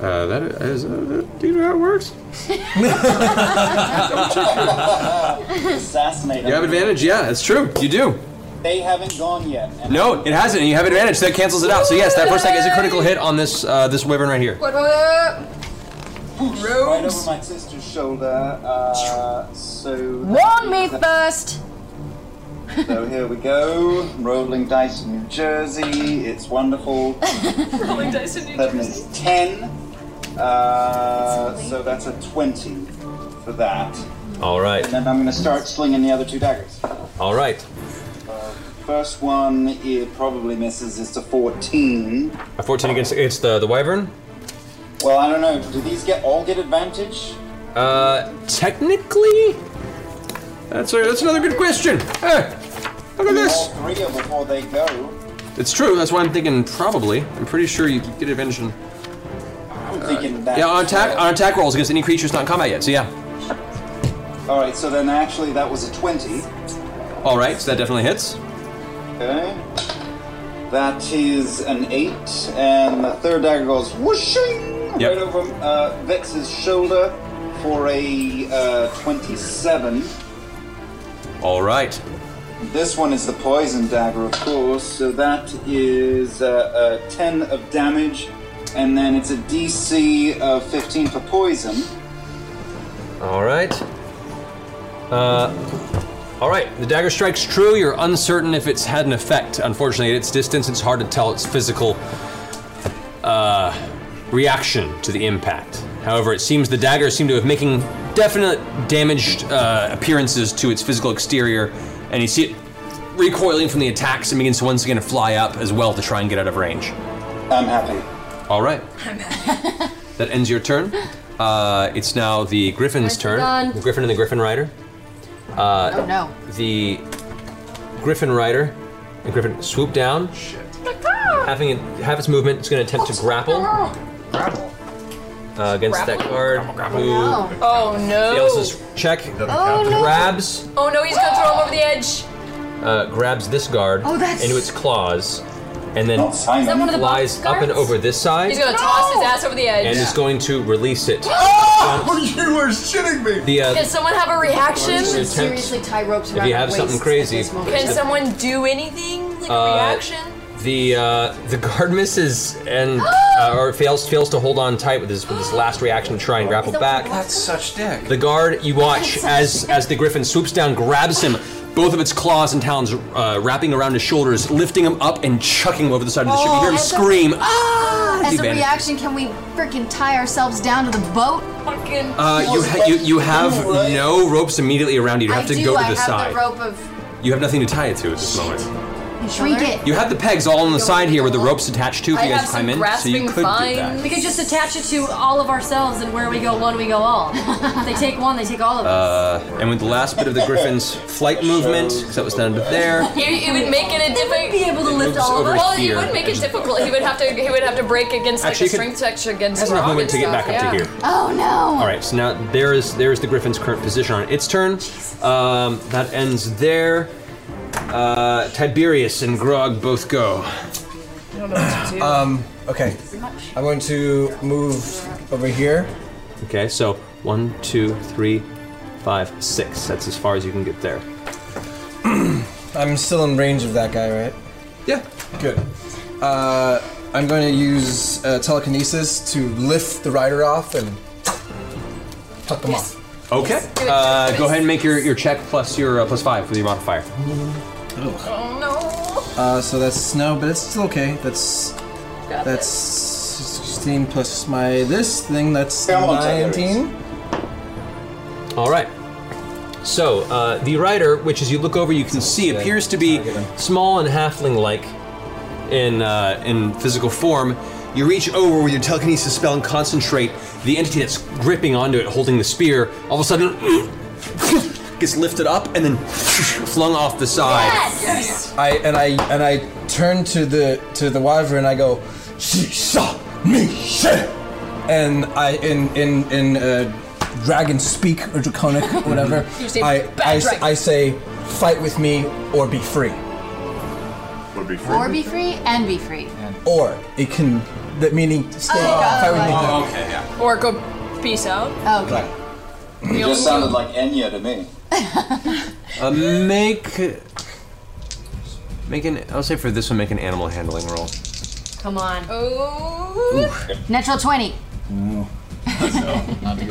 S7: Uh, that is. Uh, do you know how it works?
S11: assassinate.
S7: You have advantage? Yeah, that's true. You do.
S11: They haven't gone yet. and
S7: No, it hasn't. You have advantage. That cancels it out. So yes, that first attack is a critical hit on this uh, this wyvern right here.
S11: What up? Right over my sister's shoulder. Uh, so.
S8: Warn me first.
S11: So here we go. Rolling dice in New Jersey. It's wonderful.
S8: [LAUGHS] Rolling dice in New
S11: That means 10. Uh, so that's a 20 for that.
S7: All right.
S11: And then I'm going to start slinging the other two daggers.
S7: All right.
S11: First one, it probably misses. It's a 14.
S7: A 14 against it's the the wyvern.
S11: Well, I don't know. Do these get all get advantage?
S7: Uh, technically, that's a, that's another good question. Eh, look at this.
S11: All three before they go.
S7: It's true. That's why I'm thinking probably. I'm pretty sure you get advantage. In, Uh,
S11: I'm thinking that.
S7: yeah, on attack on attack rolls against any creatures not in combat yet. So yeah.
S11: All right, so then actually that was a 20.
S7: All right. So that definitely hits.
S11: Okay. That is an eight, and the third dagger goes whooshing
S7: Yep.
S11: right over uh, Vex's shoulder for a uh, 27.
S7: All right.
S11: This one is the poison dagger, of course, so that is uh, a 10 of damage, and then it's a DC of 15 for poison.
S7: All right. Uh, all right. The dagger strikes true. You're uncertain if it's had an effect. Unfortunately, at its distance, it's hard to tell its physical uh, reaction to the impact. However, it seems the dagger seemed to have making definite damaged uh, appearances to its physical exterior, and you see it recoiling from the attacks and begins to once again fly up as well to try and get out of range.
S11: I'm happy.
S7: All right. [LAUGHS] that ends your turn. Uh, it's now the Griffin's
S20: Griffin
S7: turn.
S20: on.
S7: The Griffin and the Griffin Rider. Uh,
S20: Oh, no.
S7: The Griffin Rider and Griffin swoop down. Shit. Having it, have its movement, it's going to attempt
S8: Oh,
S7: to grapple uh, against that guard. who
S8: Oh no.
S7: fails his check.
S8: Oh, no.
S7: Grabs,
S8: Oh no, he's gonna throw him over the edge.
S7: uh, grabs this guard
S8: Oh, that's-
S7: into its claws, and then
S8: Is that one of the box
S7: flies up and
S8: guards?
S7: over this side.
S8: He's gonna toss his ass over the edge.
S7: and is going to
S8: [GASPS]
S7: release it.
S8: Oh,
S12: [LAUGHS] you are shitting me.
S7: The uh,
S8: Can someone have a reaction?
S7: You should
S9: Seriously, tie ropes
S7: if
S9: around
S7: you
S9: our
S7: have something
S9: waists
S7: crazy,
S9: at this moment.
S8: Can someone do anything? Like a
S7: Uh,
S8: reaction?
S7: the uh, the guard misses and uh, or fails fails to hold on tight with his with his last reaction to try and grapple back.
S6: That's such dick.
S7: The guard you watch as as the griffin swoops down, grabs him, both of its claws and talons uh, wrapping around his shoulders, lifting him up and chucking him over the side of the ship. You hear
S9: Oh,
S7: him
S9: As a-
S7: scream. "Ah!"
S9: As
S7: You
S9: a
S7: vanish.
S9: reaction, can we freaking tie ourselves down to the boat?
S8: Fucking.
S7: Uh, you, ha- you you
S9: [LAUGHS]
S7: have no ropes immediately around you. You have
S9: I
S7: to
S9: do,
S7: go to
S9: I
S7: the
S9: have
S7: side.
S9: the rope of.
S7: You have nothing to tie it to at this moment.
S9: Should we get?
S7: You have the pegs all on the side here with the ropes attached to if
S20: I
S7: you guys
S20: have some
S7: climb in, so
S20: grasping
S7: you could do
S20: vines.
S7: that.
S20: We could just attach it to all of ourselves, and where we go one, we go all. if they take one, they take all of us.
S7: Uh, and with the last bit of the griffin's flight movement, because that was done up there,
S8: It, it would make it a difficult. Be able to
S7: lift moves all of over us.
S8: Well,
S7: here.
S8: it would make it difficult. He would have to. He would have to break against
S7: Actually,
S8: like a
S7: you
S8: strength check against.
S7: has enough
S8: rock
S7: movement
S8: and
S7: to get
S8: stuff,
S7: back up to
S8: yeah.
S7: here.
S15: Oh no!
S7: All right, so now there is there is the Griffin's current position on its turn. Um, that ends there. Uh, Tiberius and Grog both go.
S8: I don't know what to do.
S13: Um, okay. I'm going to move over here.
S7: Okay, so one, two, three, five, six. That's as far as you can get there.
S13: I'm still in range of that guy, right?
S7: Yeah.
S13: Good. Uh, I'm going to use uh, telekinesis to lift the rider off and tuck them off.
S7: Okay. Uh, go ahead and make your, your check plus your uh, plus five with your modifier.
S8: Oh,
S13: Uh, so that's no, but it's still okay. That's
S8: Got
S13: that's 16 plus my this thing. That's
S7: Come on, Tiberius.
S13: 19.
S7: All right. So uh, the rider, which as you look over, you can see appears to be small and halfling-like in uh, in physical form. You reach over with your telekinesis spell and concentrate. The entity that's gripping onto it, holding the spear, all of a sudden [CLEARS THROAT] gets lifted up and then [CLEARS THROAT] flung off the side.
S13: I and I and I turn to the to the wyvern and I go, she saw me, shit. And I in in in uh, dragon speak or
S8: [LAUGHS]
S13: draconic or whatever.
S8: You say,
S13: I
S8: "Bad
S13: I, s-
S8: dragon."
S13: I say, fight with me or be free.
S12: Or be free.
S9: Or be free and be free.
S13: Or it can that meaning stay. fight with me.
S10: Oh, okay, yeah.
S8: Or go peace out.
S9: Okay.
S10: You
S11: just sounded like Enya to me.
S7: Uh, make make an. I'll say for this one, make an animal handling roll.
S20: Come on.
S18: Oh.
S9: Natural twenty.
S11: [LAUGHS]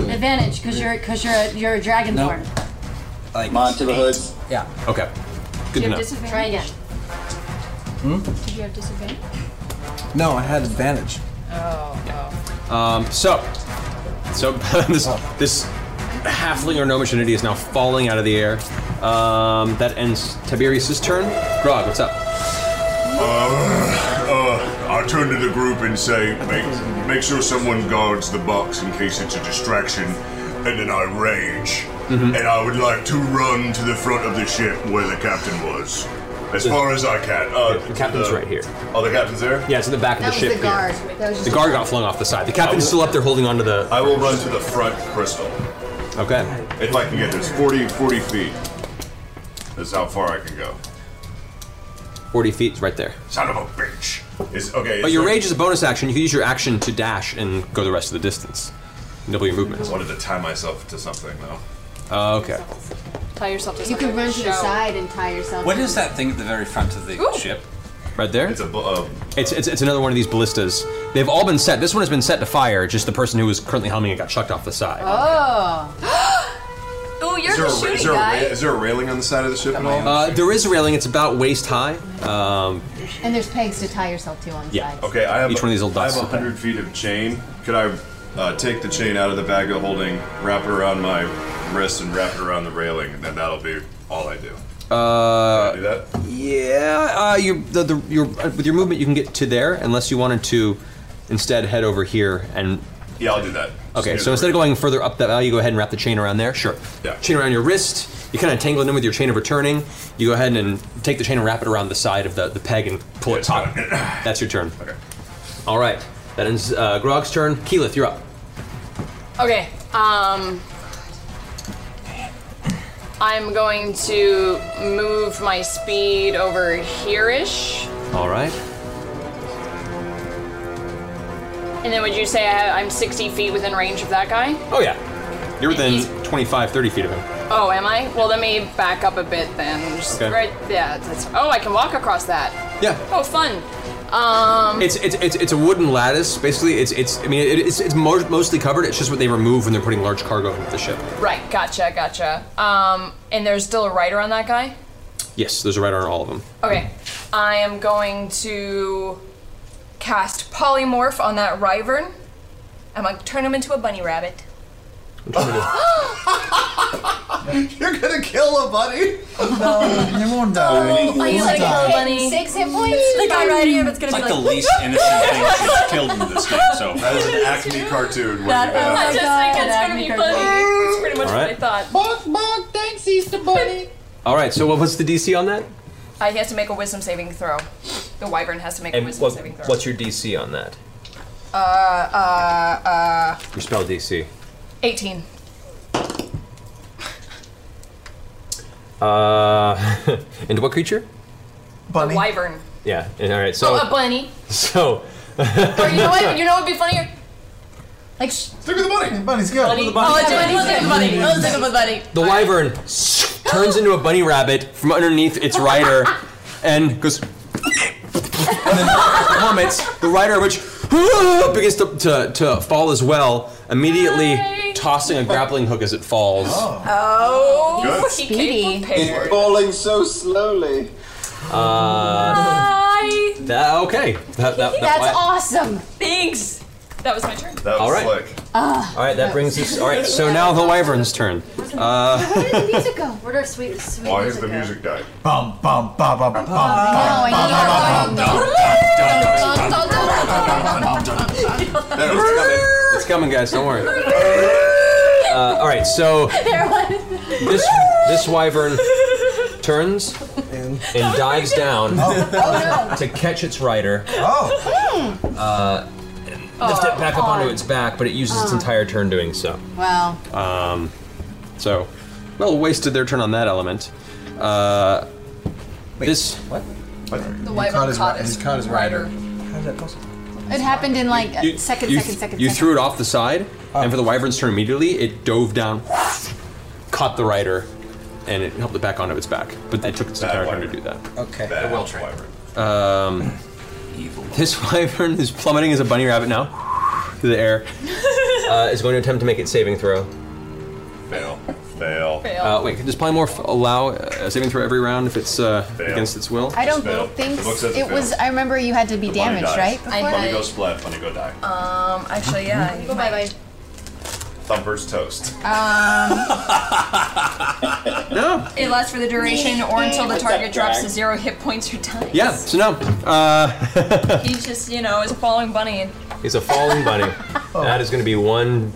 S20: Advantage, because you're because you're a, you're a dragonborn.
S13: Like
S11: Mine to the hoods.
S13: Yeah.
S7: Okay.
S20: Do
S7: Good
S20: you have
S7: enough.
S20: disadvantage? Try again.
S13: Hmm?
S18: Did you have disadvantage?
S13: No, I had advantage.
S18: Oh.
S7: Um, so, so [LAUGHS] this this halfling or gnomish entity is now falling out of the air. Um, that ends Tiberius' turn. Grog, what's up?
S12: Uh, uh, I turn to the group and say, make, make sure someone guards the box in case it's a distraction, and then I rage.
S7: Mm-hmm.
S12: And I would like to run to the front of the ship where the captain was. As far as I can. Uh,
S7: The captain's
S12: uh,
S7: right here.
S12: Oh, the captain's there?
S7: Yeah, it's in the back of the ship. here.
S9: That
S7: The guard got flung off the side. The captain's still up there holding onto the.
S12: I will run to the front crystal.
S7: Okay.
S12: If I can get this, 40, 40 feet. That's how far I can go.
S7: Forty feet is right there.
S12: Son of a bitch. Is okay.
S7: But
S12: is
S7: your
S12: there-
S7: rage is a bonus action. You can use your action to dash and go the rest of the distance. Double your movement.
S12: I wanted to tie myself to something though.
S7: Uh, okay.
S18: Tie yourself to
S9: You
S18: something.
S9: could run to the
S18: Show.
S9: side and tie yourself.
S10: What is that thing at the very front of the
S18: Ooh.
S10: ship?
S7: Right there. It's a.
S12: um,
S7: it's, it's it's another one of these ballistas. They've all been set. This one has been set to fire. Just the person who was currently helming it got chucked off the side.
S9: [GASPS]
S8: Oh. Ooh, you're
S12: Is there,
S8: the
S12: a, ra-
S8: shooting
S12: is, there a,
S8: guy.
S12: ra- is there a railing on the side of the ship at all?
S7: Uh, there is a railing. It's about waist high. Um,
S9: And there's pegs to tie yourself to on the
S7: Yeah.
S9: side.
S12: Okay, I have
S7: Each one of these little
S12: I
S7: dots.
S12: have hundred feet of chain. Could I uh, take the chain out of the bag of holding, wrap it around my wrist, and wrap it around the railing, and then that'll be all I do.
S7: Uh,
S12: do that?
S7: Yeah. Uh, you the, the your uh, with your movement you can get to there unless you wanted to instead head over here and.
S12: Yeah, I'll do that.
S7: Okay,
S12: Just
S7: so
S12: do
S7: instead of going further up that valley, you go ahead and wrap the chain around there. Sure.
S12: Yeah.
S7: Chain around your wrist. You kind of tangle it in with your chain of returning. You go ahead and take the chain and wrap it around the side of the, the peg and pull it taut. That's your turn. Okay. All right. That ends uh, Grog's turn. Keyleth, you're up.
S8: Okay. Um. I'm going to move my speed over here-ish,
S7: All right.
S8: and then would you say I have, I'm 60 feet within range of that guy?
S7: Oh, yeah. You're within 25, 30 feet of him.
S8: Oh, am I? Well, let me back up a bit then. Just
S7: Okay.
S8: Right. Yeah. That's, oh, I can walk across that.
S7: Yeah.
S8: Oh, fun. Um.
S7: It's, it's it's it's a wooden lattice. Basically, it's it's I mean it, it's it's mo- mostly covered. It's just what they remove when they're putting large cargo into the ship.
S8: Right. Gotcha. Gotcha. Um. And there's still a rider on that guy.
S7: Yes, those are right on all of them.
S8: Okay, I am going to cast polymorph on that Ryvern. I'm gonna turn him into a bunny rabbit.
S14: You're gonna kill a buddy? No, you won't die.
S20: Oh, are you like a bunny? Six hit points? The guy right here, it's gonna
S10: It's like
S20: be
S10: the
S20: like.
S10: least innocent thing she's killed in this game so
S12: That is an Acme cartoon. What
S20: That-
S12: you got?
S20: oh my
S8: I [LAUGHS] just think it's
S20: God,
S8: gonna be
S20: Acme
S8: funny. It's pretty much
S7: All right.
S8: what I thought.
S32: Bonk, bonk, thanks, Easter Bunny.
S7: All right. So what was the DC on that?
S8: Uh, he has to make a wisdom saving throw. The wyvern has to make a
S7: And
S8: wisdom
S7: what,
S8: saving throw.
S7: what's your DC on that?
S8: Uh, uh, uh,
S7: Your spell DC.
S8: 18.
S7: Uh, [LAUGHS] and what creature?
S8: Bunny. wyvern.
S7: Yeah. and All right. So
S8: oh, a bunny.
S7: so.
S8: [LAUGHS] Or you know
S7: [LAUGHS]
S8: what? You know what would be funnier? Like, stick
S14: with the bunny. Bunny's good.
S8: Bunny.
S7: bunny.
S8: Oh, it's a bunny. Stick with bunny. Oh, stick with bunny.
S7: The wyvern turns into a bunny rabbit from underneath its rider and goes and then vomits. The rider, which begins to, to, to fall as well, immediately tossing a grappling hook as it falls.
S12: Oh.
S8: Oh,
S12: Good.
S8: he came prepared.
S11: Falling so slowly.
S7: Uh,
S8: Bye.
S7: that, okay. That, that, that,
S9: That's
S7: wi-
S9: awesome.
S8: Thanks. That was my turn.
S12: That was
S7: All right.
S12: slick.
S9: Ah.
S7: All right, that brings us. All right, so now the wyvern's turn.
S20: Where
S7: Uh,
S20: did the music go? Where did our sweet, sweet
S12: Why has
S20: music
S12: the
S20: go?
S12: music died?
S14: Bum, bum, ba, ba, ba, bum.
S6: Uh,
S7: Oh, it's coming, guys. Don't
S12: [LAUGHS]
S7: worry. Uh, all right, so
S20: There it
S7: this this wyvern turns and dives down to catch its rider.
S9: Oh.
S7: Uh, and lift
S14: Oh,
S7: it back up onto its back, but it uses its
S9: Oh.
S7: entire turn doing so.
S9: Wow.
S7: Um, so, well, wasted their turn on that element. Uh, this what?
S9: The wyvern caught his- caught his
S33: caught his rider.
S14: How is that possible?
S9: It happened in like a second,
S7: you,
S9: second, second,
S7: you
S9: second.
S7: threw it off the side, and for the wyvern's turn immediately, it dove down, caught the rider, and it helped it back onto its back. But it took its entire turn to do that.
S33: Okay.
S7: Bad
S33: well
S7: Um, This [LAUGHS] wyvern is plummeting as a bunny rabbit now through
S9: [LAUGHS]
S7: the air. uh, is going to attempt to make its saving throw.
S12: Fail. Fail.
S7: Uh, wait, does Polymorph allow a saving throw every round if it's uh, against its will?
S9: I don't think it was. I remember you had to be damaged, right?
S12: Bunny go splat, bunny go die.
S8: Um, actually, yeah. Go bye bye.
S12: Thumper's toast.
S8: Um,
S7: [LAUGHS] No.
S8: it lasts for the duration or until the target drops to zero hit points or dies.
S7: Yeah, so no. Uh,
S8: [LAUGHS] He just, you know, is following Bunny. And
S7: he's a
S9: [LAUGHS]
S7: falling bunny. That is going to be one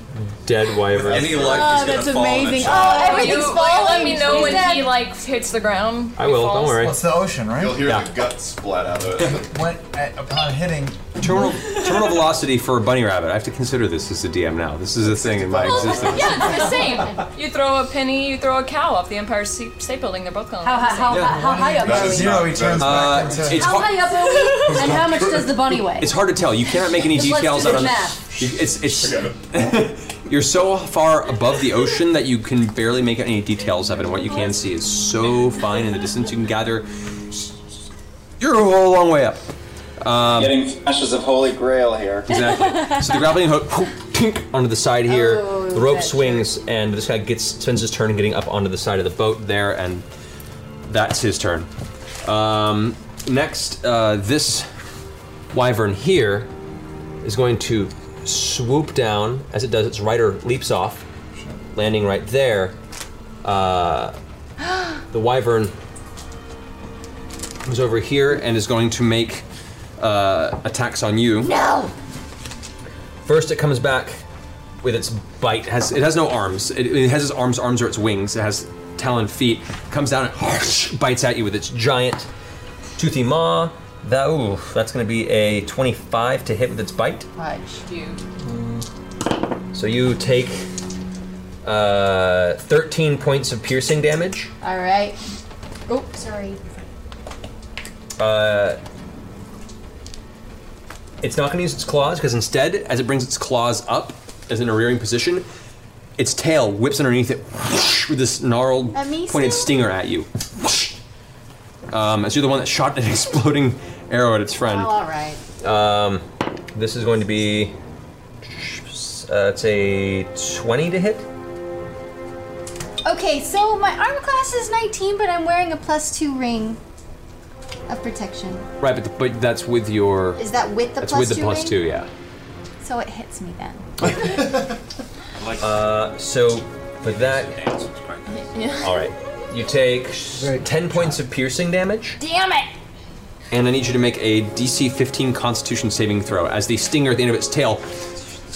S7: dead wyvern.
S10: any luck,
S8: Oh, that's
S10: amazing.
S8: Oh,
S9: everything's
S8: you, will you Let me
S9: falling.
S8: know when
S9: He's
S8: he like hits the ground.
S7: I will, don't worry.
S14: It's the ocean, right?
S12: You'll hear the guts splat
S7: [LAUGHS]
S12: out of it.
S14: When, at, upon hitting.
S7: Terminal, terminal velocity for a bunny rabbit. I have to consider this as a DM now. This is a thing in my
S8: Well,
S7: existence.
S8: yeah, it's the same. [LAUGHS] You throw a penny, you throw a cow off the Empire State State Building. They're both going.
S20: How- how- how- how high
S8: [LAUGHS]
S20: up are we? Zero,
S14: he turns
S7: Uh, it's,
S20: How
S7: hard,
S20: high up are we? And how much does the bunny weigh?
S7: it's hard to tell. You cannot make any
S20: Just let's
S7: details
S20: do the
S7: out on
S20: math.
S7: you- It's, it's, [LAUGHS] you're so far above the ocean that you can barely make out any details of it. And what you can see is so fine in the distance you can gather. You're a whole long way up. Um,
S11: Getting flashes of Holy Grail here.
S7: Exactly. So the grappling hook whoop, tink, onto the side here.
S11: Oh,
S7: the rope
S11: that
S7: swings, and this guy gets spends his turn getting up onto the side of the boat there, and that's his turn. Um, next, uh, this wyvern here is going to swoop down. As it does, its rider leaps off, landing right there. Uh, the wyvern comes over here and is going to make uh, attacks on you.
S20: No!
S7: First, it comes back with its bite. Has it has no arms? It, it has its arms. Arms are its wings. It has talon feet. Comes down and bites at you with its giant toothy maw. That ooh, that's going to be a 25 to hit with its bite.
S9: Fudge, dude.
S14: Mm.
S7: So you take uh, 13 points of piercing damage.
S9: All right. Oh, sorry.
S7: Uh, it's not going to use its claws because instead, as it brings its claws up, as in a rearing position, its tail whips underneath it with this gnarled,
S9: At me,
S7: pointed
S9: Sam?
S7: stinger at you. Um, as you're the one that shot an [LAUGHS] exploding arrow at its friend.
S9: Oh, all right.
S7: Um, this is going to be. Uh, it's a 20 to hit.
S9: Okay, so my armor class is 19, but I'm wearing a plus two ring of protection.
S7: Right, but, the, but that's with your.
S9: Is that with the
S7: That's
S9: plus
S7: with the
S9: two
S7: plus
S9: ring?
S7: two, yeah.
S9: So it hits me then.
S7: Uh, so But that. All right. You take s- ten points of piercing damage,
S8: Damn it!
S7: and I need you to make a DC 15 Constitution saving throw as the stinger at the end of its tail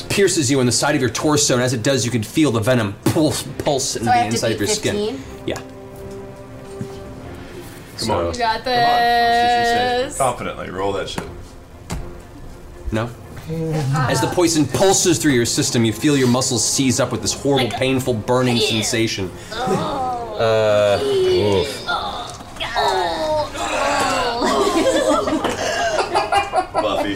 S7: pierces you in the side of your torso, and as it does, you can feel the venom pulse pulse into
S9: so I
S7: the
S9: have
S7: inside
S9: to
S7: of your
S9: beat 15.
S7: skin. Yeah. Come
S8: You got this.
S14: Confidently, roll that shit.
S7: No. As the poison pulses through your system, you feel your muscles seize up with this horrible, painful, burning sensation.
S9: Oh,
S7: Uh, oof.
S14: Buffy.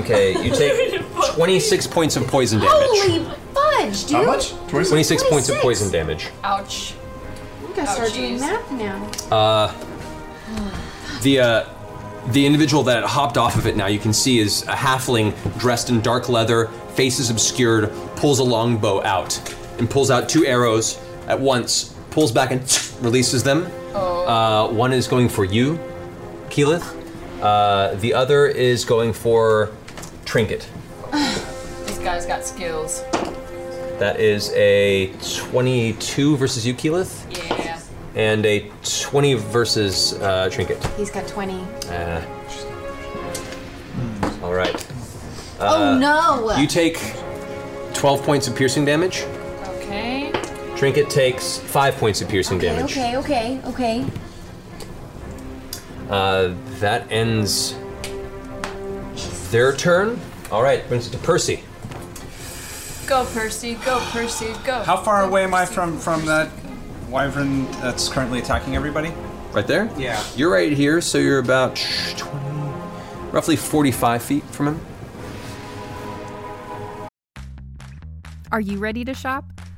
S7: Okay, you take 26 points of poison damage.
S9: Holy fudge, dude!
S7: 26 points of poison damage.
S8: Ouch.
S9: I'm gonna start doing math now.
S7: Uh, the uh, the individual that hopped off of it now you can see is a halfling dressed in dark leather, face is obscured, pulls a longbow out and pulls out two arrows at once, pulls back and releases them. Uh, one is going for you, Keelith. Uh, the other is going for Trinket.
S8: This guy's got skills.
S7: That is a 22 versus you, Keelith,
S8: Yeah.
S7: and a 20 versus uh, Trinket.
S9: He's got 20.
S7: Uh, all right. Uh,
S9: Oh, no!
S7: You take 12 points of piercing damage.
S9: Okay.
S7: Trinket takes 5 points of piercing damage.
S9: Okay, okay, okay.
S7: Uh, that ends their turn. All right, brings it to Percy.
S8: Go, Percy. Go, Percy. Go.
S10: How far away am I from from that wyvern that's currently attacking everybody?
S7: Right there?
S10: Yeah.
S7: You're right here, so you're about 20, roughly 45 feet from him.
S26: Are you ready to shop?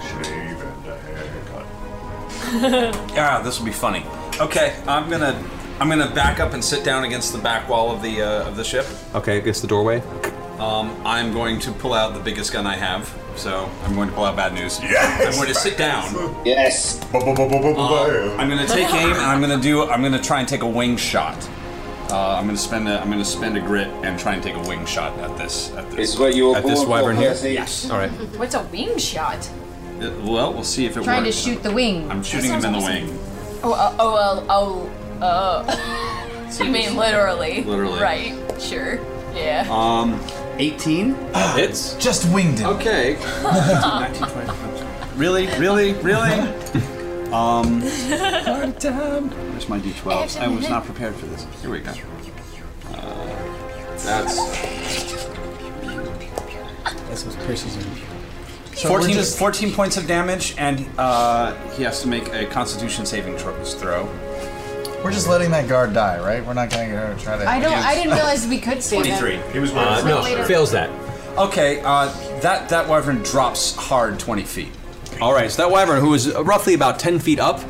S14: Shave and a haircut.
S10: Yeah, Ah, this will be funny. Okay, I'm gonna I'm gonna back up and sit down against the back wall of the uh, of the ship.
S7: Okay, against the doorway.
S10: Um, I'm going to pull out the biggest gun I have. So I'm going to pull out bad news.
S14: Yes!
S10: I'm going to sit down.
S12: Yes.
S10: Um, I'm going to take aim and I'm going to do. I'm going to try and take a wing shot. Uh, I'm going to spend a. I'm going to spend a grit and try and take a wing shot at this. At this.
S12: Is what you were
S10: at this
S12: born
S10: wyvern
S12: for,
S10: here.
S12: Percy.
S10: Yes. All right.
S8: What's a wing shot?
S10: Well, we'll see if it
S9: Trying to
S10: works.
S9: shoot the wing.
S10: I'm shooting him in the wing.
S8: Oh, uh, oh, oh, oh,
S10: [LAUGHS]
S8: oh. you mean literally?
S10: Literally.
S8: Right. Sure. Yeah.
S10: Um, 18 hits.
S6: Ah, Just winged it.
S10: Okay.
S6: [LAUGHS]
S10: Really, really, really. um,
S6: Hard time.
S10: where's my d12? I was not prepared for this. Here we go. Uh, that's
S34: This was Percy's.
S10: 14, 14 points of damage, and uh, he has to make a Constitution saving tr- throw.
S6: We're just letting that guard die, right? We're not going to try to.
S9: I don't. I didn't realize we could save him.
S10: Uh,
S9: Later.
S7: that.
S10: Okay, uh, that that wyvern drops hard 20 feet.
S7: All right, so that wyvern, who is roughly about 10 feet up,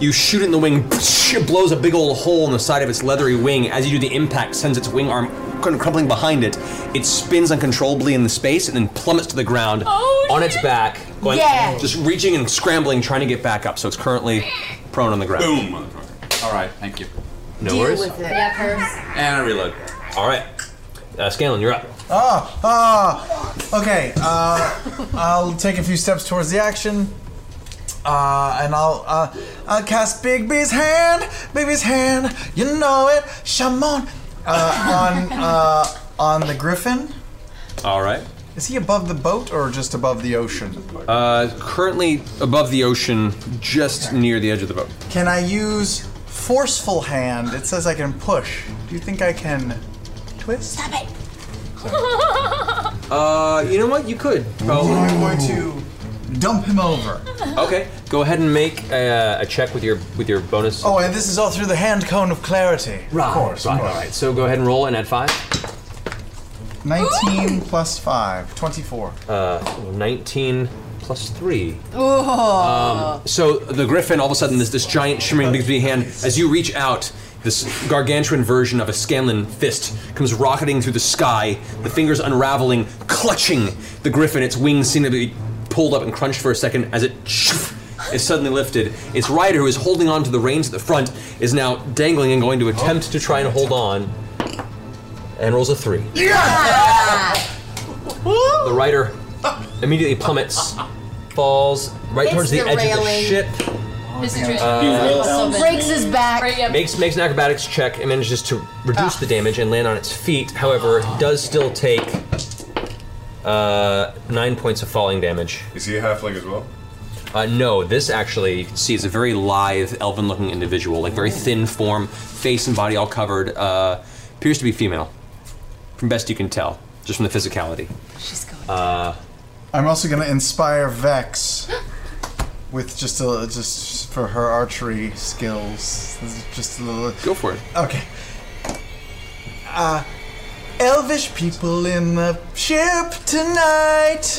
S7: you shoot it in the wing, it blows a big old hole in the side of its leathery wing. As you do the impact, sends its wing arm kind of crumbling behind it. It spins uncontrollably in the space and then plummets to the ground on its back, going,
S10: Yeah.
S7: just reaching and scrambling, trying to get back up. So it's currently prone on the ground.
S10: Boom, [LAUGHS] motherfucker. All right, thank you.
S7: No worries.
S35: Yeah, curves.
S7: And I reload. All right, uh, Scanlan, you're up.
S6: Ah, ah. Okay, uh, I'll take a few steps towards the action. Uh, and I'll, uh, I'll cast Bigby's hand, Bigby's hand, you know it, Shamon, uh, on, uh, on the griffin.
S7: All right.
S6: Is he above the boat or just above the ocean?
S7: Uh, currently above the ocean, just near the edge of the boat.
S6: Can I use forceful hand? It says I can push. Do you think I can twist? Stop it!
S7: Uh, you know what? You could. Probably.
S6: I'm going to dump him over.
S7: Okay, go ahead and make a, a check with your with your bonus.
S6: Oh, and this is all through the hand cone of clarity.
S7: Right, right, all right. So go ahead and roll and add five.
S6: 19 plus 5, 24.
S7: Uh, 19 plus three.
S6: Oh.
S7: Um, so the griffin, all of a sudden, this this giant shimmering Bigsby hand. As you reach out, this gargantuan version of a Scanlan fist comes rocketing through the sky. The fingers unraveling, clutching the griffin. Its wings seem to be pulled up and crunched for a second as it is suddenly lifted. Its rider, who is holding on to the reins at the front, is now dangling and going to attempt to try and hold on. And rolls a three. The rider immediately plummets, falls right
S9: It's
S7: towards the, edge of the
S9: derailing.
S7: ship.
S9: His
S7: Uh,
S9: breaks his back.
S7: Makes makes an acrobatics check and manages to reduce the damage and land on its feet. However, does still take uh, nine points of falling damage. Is he a halfling as well? Uh, no, this actually you can see is a very lithe, elven-looking individual, like very thin form, face and body all covered. Uh, appears to be female, from best you can tell, just from the physicality. She's going. [LAUGHS] Uh,
S6: I'm also going to inspire
S7: [GASPS]
S6: Vex with just a just for her archery skills. This is Just a little.
S7: Go for it.
S6: Okay. Uh, elvish people in the ship
S7: [LAUGHS]
S6: tonight.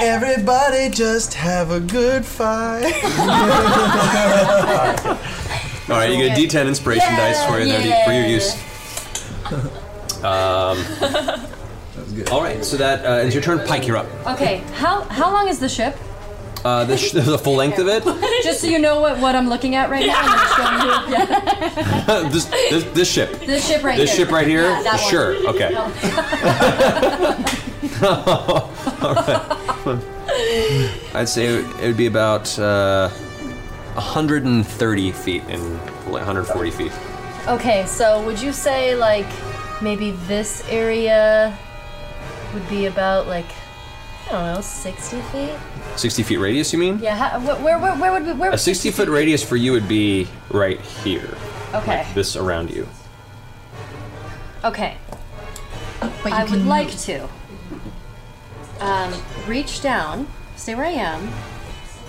S6: Everybody just have a good fight.
S7: All right, you get a D10 inspiration dice for, you there, for your [LAUGHS] use. Um, All right, so that uh, ends your turn. Pike, you're up.
S20: [LAUGHS] Okay, how how long is the ship?
S7: Uh, the, sh- [LAUGHS] the full length of it.
S20: [LAUGHS] Just so you know what, what I'm looking at right now. [LAUGHS] I'm just showing you.
S7: this, this this ship.
S20: Yeah. This ship right
S7: This
S20: here.
S7: ship right here.
S20: Yeah, that one.
S7: sure. Okay.
S20: No.
S7: All right. I'd say it would- it would be about uh, 130 feet and like 140 feet.
S35: Okay, so would you say like maybe this area would be about like I don't know, sixty feet?
S7: 60 feet radius, you mean?
S35: Yeah. How, wh- where, where where would we, where?
S7: A 60 foot radius for you would be right here.
S20: Okay.
S7: This around you.
S20: Okay. I would like to um, reach down, stay where I am,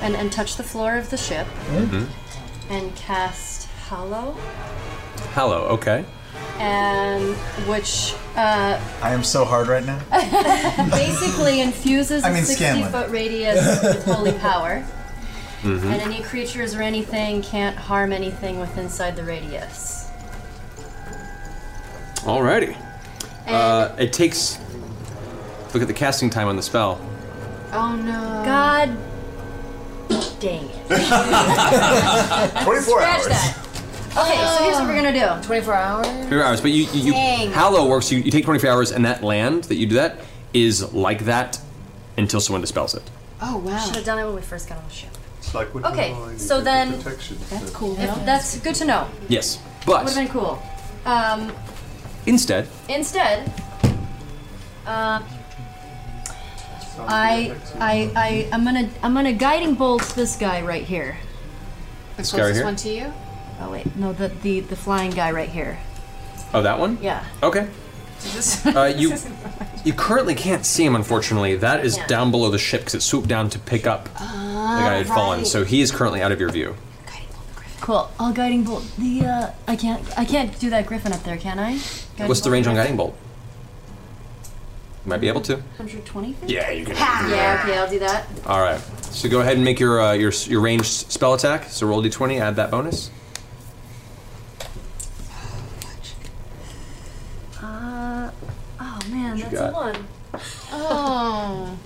S20: and, and touch the floor of the ship
S7: Mm-hmm.
S20: and cast Hollow,
S7: [LAUGHS] Hello. Okay.
S20: and which uh, [LAUGHS]
S6: I am so hard right now.
S20: basically infuses
S6: I mean
S20: a 60
S6: Scanlan.
S20: foot radius with holy power,
S7: Mm-hmm.
S6: Mhm.
S20: and any creatures or anything can't harm anything within inside the radius.
S7: Alrighty. Uh, it takes. Look at the casting time on the spell.
S20: Oh no. God dang it.
S12: [LAUGHS] 24
S20: Scratch
S12: hours.
S20: that. Okay, so here's what we're gonna do 24 hours?
S7: 24 hours. But you, you, you
S20: Dang.
S7: Hallow works. You, you take 24 hours, and that land that you do that is like that until someone dispels it.
S20: Oh wow. Should have done it when we first got on the ship.
S12: It's like with
S20: Okay,
S12: the line,
S20: so
S12: you get
S9: Um,
S20: then-
S12: protection.
S20: That's cool. that's good to know.
S7: Yes.
S20: Would have
S7: But
S20: been cool. Um,
S7: instead,
S20: instead, uh, I, I, I, I'm gonna, I'm gonna guiding bolt this guy right here.
S9: The
S7: This guy right closest here? one
S20: to you? Oh wait, no, the, the, the flying guy right here.
S7: oh, that one.
S20: Yeah.
S7: Okay.
S20: [LAUGHS]
S7: Uh, you, you currently can't see him, unfortunately. That is
S20: Yeah. Ah,
S7: down below the ship because it swooped down to pick up the guy who had fallen. So he is currently out of your view.
S20: Cool. I'll guiding bolt the. Uh, I can't. I can't do that griffin up there, can I? Guiding
S7: What's the
S20: bolt?
S7: range on guiding bolt? You might be able to.
S20: 120.
S7: Yeah, you can.
S20: Yeah. Okay, I'll do that.
S7: All right. So go ahead and make your uh, your your ranged spell attack. So roll d20, add that
S20: [GASPS]
S7: bonus.
S20: Uh,
S7: you
S14: That's a
S7: got?
S14: one.
S20: [LAUGHS]
S9: Oh.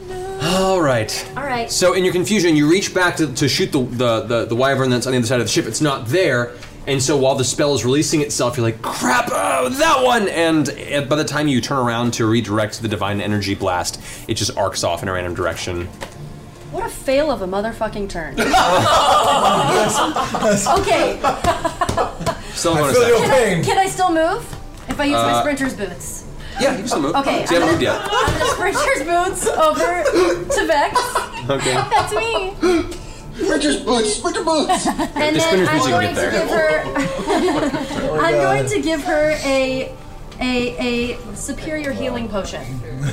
S7: All right.
S14: All right.
S7: So in your confusion, you reach back to, to shoot the, the, the, the wyvern that's on the other side of the ship. It's not there. And so while the spell is releasing itself, you're like, crap, oh, that one! And uh, by the time you turn around to redirect the divine energy blast, it just arcs off in a random direction.
S20: What a fail of a motherfucking [LAUGHS] turn.
S14: okay.
S7: Still
S14: I
S7: bonus
S14: feel your
S7: action.
S14: pain. Can I still move?
S20: If I use my
S7: Uh,
S20: sprinter's boots.
S7: Yeah, you can still move.
S20: Okay,
S7: So you
S20: I'm
S7: haven't moved yet.
S20: I'm gonna sprinter's boots over to Vex.
S7: Okay.
S20: That's me. Sprinter's boots, sprinter boots. [LAUGHS] And
S7: The
S20: then
S7: sprinter's
S20: I'm
S7: boots you can
S20: going
S7: get
S20: to
S7: there.
S20: give
S7: [LAUGHS]
S20: her. [LAUGHS] I'm
S7: God.
S20: going to give her a a a superior healing potion.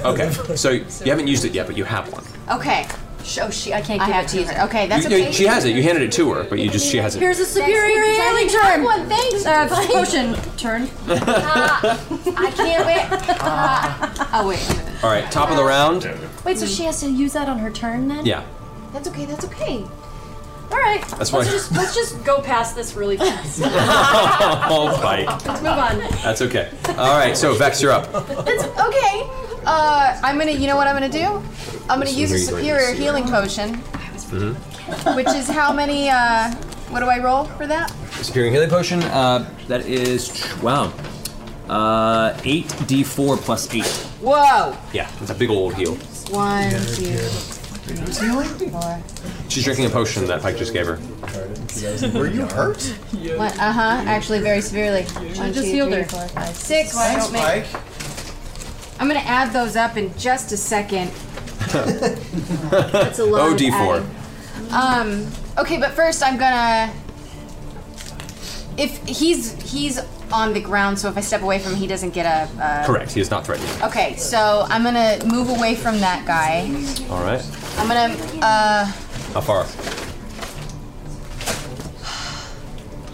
S7: Okay. So you haven't used it yet, but you have one.
S20: Okay. Sh- Oh, she. I can't give it to her. Okay,
S7: You- you- She has it. You handed it to her, but you just she has it.
S20: Here's a superior
S14: That's-
S20: healing
S14: I
S20: turn.
S14: have one, thanks.
S20: Uh,
S14: Bye.
S20: potion turn.
S14: I can't wait.
S20: Oh wait.
S7: [LAUGHS] All right. Top of the round.
S20: Wait, so she has to use that on her turn then?
S7: Yeah. [LAUGHS]
S20: That's okay. That's okay. All right.
S7: That's
S20: let's
S7: why-
S20: Just, let's just go past this really fast. [LAUGHS]
S7: I'll fight.
S20: let's move on.
S7: Oh, That's okay. All right. So Vex, you're up.
S9: That's okay. Uh, I'm gonna. You know what I'm gonna do? I'm gonna
S7: This
S9: use a
S7: is where you're
S9: superior
S7: going to see
S9: healing potion,
S7: Mm-hmm.
S9: which is how many? Uh, what do I roll for that?
S36: Superior healing potion. Uh, that is wow. Uh, eight d4 plus eight.
S9: Whoa!
S7: Yeah, it's a big old heal.
S9: One, two,
S7: three,
S9: four.
S7: She's drinking a potion that Pike just gave her.
S9: Were you
S7: hurt?
S9: What? Uh huh. Actually, very severely. One,
S20: just
S9: two,
S20: healed
S9: three,
S20: her.
S9: four, five, six.
S20: Why
S9: Thanks,
S20: don't make-
S9: Mike. I'm gonna add those up in just a second.
S7: That's
S9: a lot
S7: Oh,
S9: of
S7: D4.
S9: Um. Okay, but first I'm gonna. If he's he's on the ground, so if I step away from him, he doesn't get a. Uh,
S7: Correct. He is not threatened.
S9: Okay, so I'm gonna move away from that guy.
S7: All right.
S9: I'm gonna. Uh,
S7: How far?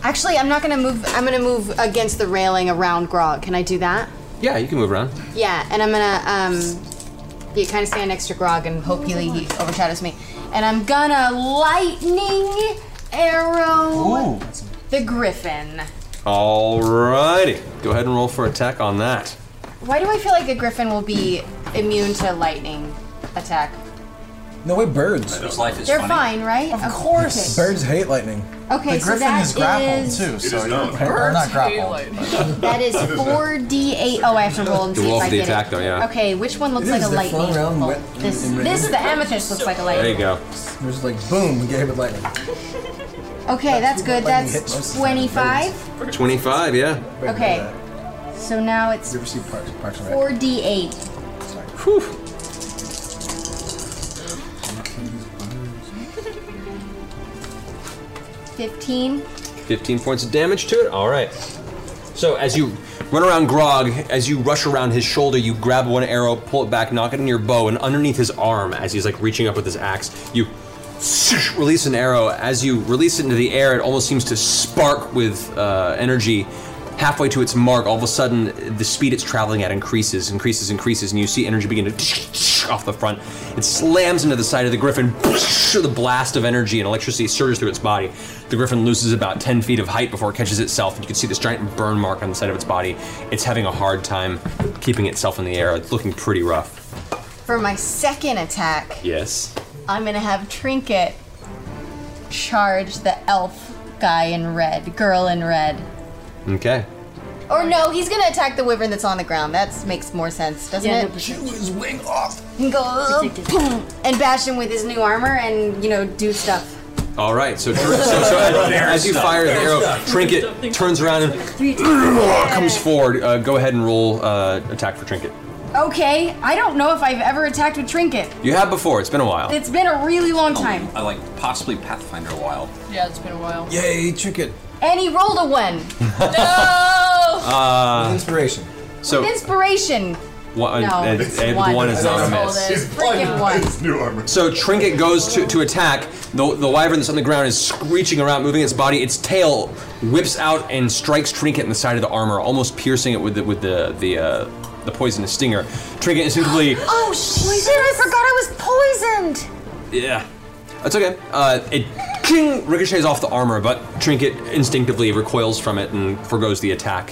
S9: actually, I'm not gonna move. I'm gonna move against the railing around Grog. Can I do that?
S7: Yeah, you can move around.
S9: Yeah, and I'm gonna um, yeah, kind of stand next to Grog and hope he, he overshadows me. And I'm gonna lightning arrow the griffin.
S7: All righty. Go ahead and roll for attack on that.
S9: Why do I feel like a griffin will be immune to lightning attack?
S13: No way, birds.
S9: They're fine, right? Of course.
S13: Birds hate lightning.
S9: Okay,
S13: The
S9: so
S13: griffin
S9: that
S13: is grappled,
S9: is-
S13: too,
S6: so
S13: Or not grappled.
S9: That is 4d8. Oh, I have to roll and
S7: You
S9: see if
S7: roll
S9: I
S7: for the
S9: get
S7: attack,
S9: it.
S7: though, yeah.
S9: Okay, which one looks
S13: It
S9: like
S13: is,
S9: a
S13: they're
S9: lightning?
S13: flying around wet
S9: This,
S13: and
S9: this,
S13: rain.
S9: the amethyst looks like a
S13: There
S9: lightning.
S7: you go.
S13: It was like boom, gave it lightning.
S9: Okay, that's good.
S13: lightning hit most
S9: That's
S13: of the time.
S9: 25.
S7: 25, yeah.
S9: Okay, so now it's
S13: You ever see Parks, Parks and Rec?
S9: 4d8. Fifteen.
S7: 15 points of damage to it. All right. So as you run around Grog, as you rush around his shoulder, you grab one arrow, pull it back, knock it in your bow, and underneath his arm, as he's like reaching up with his axe, you release an arrow. As you release it into the air, it almost seems to spark with uh, energy. Halfway to its mark, all of a sudden, the speed it's traveling at increases, increases, increases, and you see energy begin to [LAUGHS] off the front. It slams into the side of the griffin. [LAUGHS] The blast of energy and electricity surges through its body. The griffin loses about 10 feet of height before it catches itself, and you can see this giant burn mark on the side of its body. It's having a hard time keeping itself in the air. It's looking pretty rough.
S9: For my second attack,
S7: Yes.
S9: I'm gonna have Trinket charge the elf guy in red, girl in red.
S7: Okay.
S9: Or no, he's gonna attack the wyvern that's on the ground. That makes more sense, doesn't
S20: Yeah,
S9: it?
S20: 100%.
S9: his wing off and go uh, boom, and bash him with his new armor and you know do stuff.
S7: All right, so, so, so as, as you fire the arrow, Trinket turns around and [LAUGHS] comes forward. Uh, go ahead and roll uh, attack for Trinket.
S9: Okay, I don't know if I've ever attacked with Trinket.
S7: You have before, it's been a while.
S9: It's been a really long
S7: Oh.
S9: time.
S37: I like possibly Pathfinder Wild.
S9: Yeah, it's been a while.
S13: Yay, Trinket.
S9: And he rolled a one.
S20: No.
S9: Oh.
S7: Uh,
S13: inspiration.
S7: So,
S9: With inspiration.
S7: one,
S9: No,
S7: and-
S9: it's
S7: and
S9: one.
S7: one is not a
S9: That's all
S7: miss.
S9: it is. Freaking one.
S7: So Trinket goes to, to attack. The, the wyvern that's on the ground is screeching around, moving its body. Its tail whips out and strikes Trinket in the side of the armor, almost piercing it with the, with the the uh, the poisonous stinger. Trinket instinctively,
S9: Oh shit! I forgot I was poisoned.
S7: yeah, that's okay. Uh, it king ricochets off the armor, but Trinket instinctively recoils from it and forgoes the attack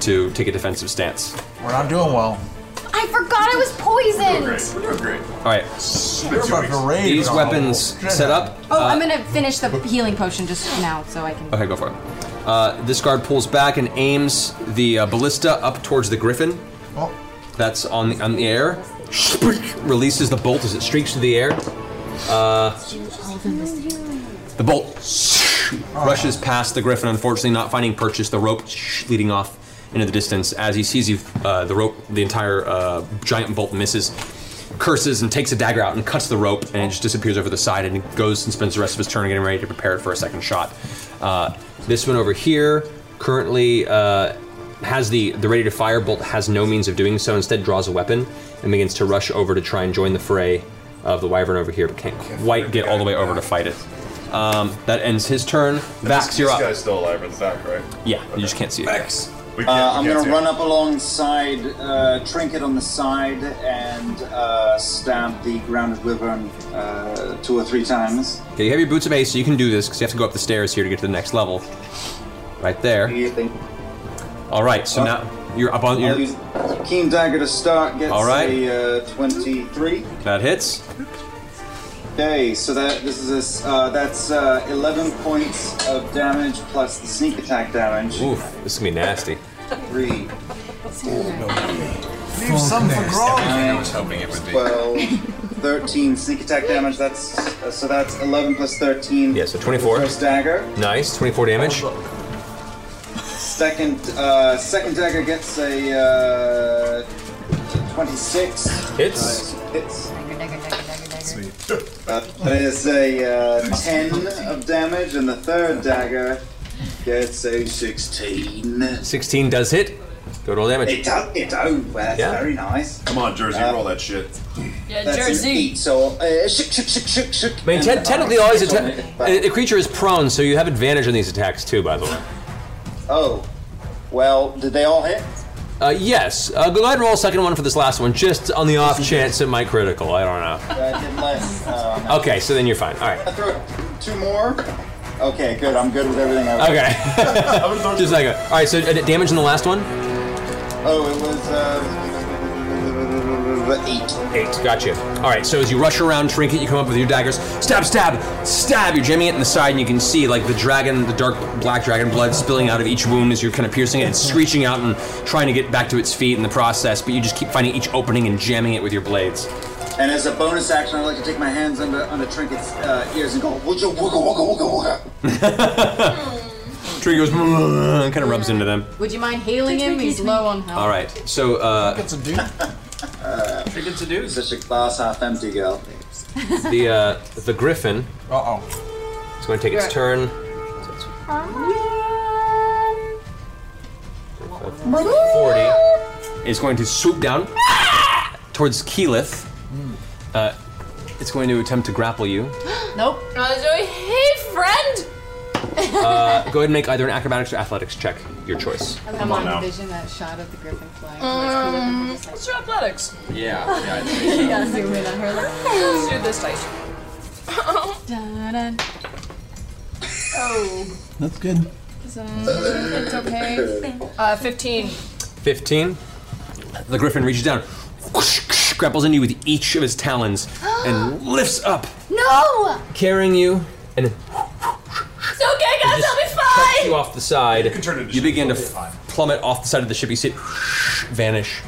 S7: to take a defensive stance.
S6: We're not doing well.
S9: I forgot I I was poisoned.
S3: We're doing great.
S7: All right. These weapons set up.
S9: Oh,
S7: uh,
S9: I'm gonna finish the healing potion just now, so I can.
S7: Okay, go for it. Uh, this guard pulls back and aims the uh, ballista up towards the griffin.
S13: Oh.
S7: That's on the, on the air. Releases the bolt as it streaks through the air. Uh, the bolt rushes past the griffin, unfortunately not finding purchase. The rope leading off into the distance. As he sees you, uh, the rope, the entire uh, giant bolt misses, curses and takes a dagger out and cuts the rope, and it just disappears over the side. And he goes and spends the rest of his turn getting ready to prepare it for a second shot. Uh, this one over here currently uh, has the the ready to fire bolt has no means of doing so. Instead, draws a weapon and begins to rush over to try and join the fray of the wyvern over here, but can't quite get all the way over to fight it. Um, that ends his turn. Vax, you're
S3: this
S7: up.
S3: guy's still alive in the back, right?
S7: Yeah, you just can't see it.
S3: Vax.
S11: Uh, I'm going to run up alongside uh, Trinket on the side and uh, stab the grounded wyvern uh, two or three times.
S7: Okay, you have your boots of ace, so you can do this because you have to go up the stairs here to get to the next level. Right there. All right, so now you're up on
S11: I'll
S7: your.
S11: use keen dagger to start. Gets
S7: All right.
S11: a uh, 23.
S7: That hits.
S11: Okay, so that this is a s uh, that's uh, 11 points of damage plus the sneak attack damage.
S7: Oof, this is gonna be nasty.
S11: Three.
S7: Leave some for Grog.
S38: Everything I was hoping it would be.
S11: 12, 13 sneak attack damage. That's uh, so that's 11 plus 13. Yeah,
S7: so 24.
S11: First dagger.
S7: Nice, 24 damage.
S11: Second uh, second dagger gets a uh, 26.
S7: Hits.
S11: Hits.
S13: Sweet.
S11: Uh, that is a uh, 10 of damage, and the third dagger gets a 16.
S7: 16 does hit. Good roll damage.
S11: It does. It does. Well, that's
S7: Yeah.
S11: very nice.
S3: Come on, Jersey,
S11: Uh,
S3: roll that shit.
S8: Yeah,
S11: That's an
S8: Jersey.
S11: eight, so uh, shook, shook, shook, shook, shook.
S7: I mean, te-
S11: And-
S7: technically, always a, te- a, a creature is prone, so you have advantage on these attacks too. By the way.
S11: Oh, well, did they all hit?
S7: Uh, yes. Uh, go ahead and roll a second one for this last one, just on the off chance it might critical. I don't
S11: I did less. Um,
S7: know. Okay, so then you're fine. All right.
S11: I throw two more. Okay, good. I'm good with everything. I
S7: Okay. just like a, all right. So uh, damage in the last one.
S11: Oh, it was uh,
S7: eight. Eight. Gotcha. All right. So as you rush around Trinket, you come up with your daggers. Stab, stab, stab. You're jamming it in the side, and you can see like the dragon, the dark black dragon blood spilling out of each wound as you're kind of piercing it. It's screeching out and trying to get back to its feet in the process, but you just keep finding each opening and jamming it with your blades.
S11: And as a bonus action, I'd like to take my hands under under Trinket's uh, ears and go wooga wooga wooga wooga wooga.
S7: Trinket goes "Mm," and kind of rubs into them.
S9: Would you mind healing him? He's low on health.
S7: All right. So uh,
S11: a do. Uh, Trinket's a do. Such a glass half empty girl.
S7: the uh, the griffin.
S11: Uh oh.
S7: It's going to take its
S11: Right.
S7: turn. Forty is going to swoop down towards Keyleth. Uh, it's going to attempt to grapple [LAUGHS] you.
S8: Nope. I was doing, hey, friend!
S7: Uh, go ahead and make either an acrobatics or athletics check, your choice.
S9: I love to envision that shot of the griffin flying. Mm.
S8: Um, let's do athletics.
S7: Yeah, [LAUGHS] yeah, I
S9: [LAUGHS] yeah, zoom in on her. Like,
S8: Let's
S9: [LAUGHS]
S8: do this dice.
S9: Dun-dun.
S8: Oh.
S14: That's good.
S9: um,
S8: It's okay. Uh, 15.
S7: 15. The griffin reaches down, grapples into you with each of his talons, [GASPS] and lifts up,
S9: No!
S7: carrying you, and
S8: It's okay, guys, I'll be fine!
S7: you off the side. You, begin to f- plummet off the side of the ship. You see it vanish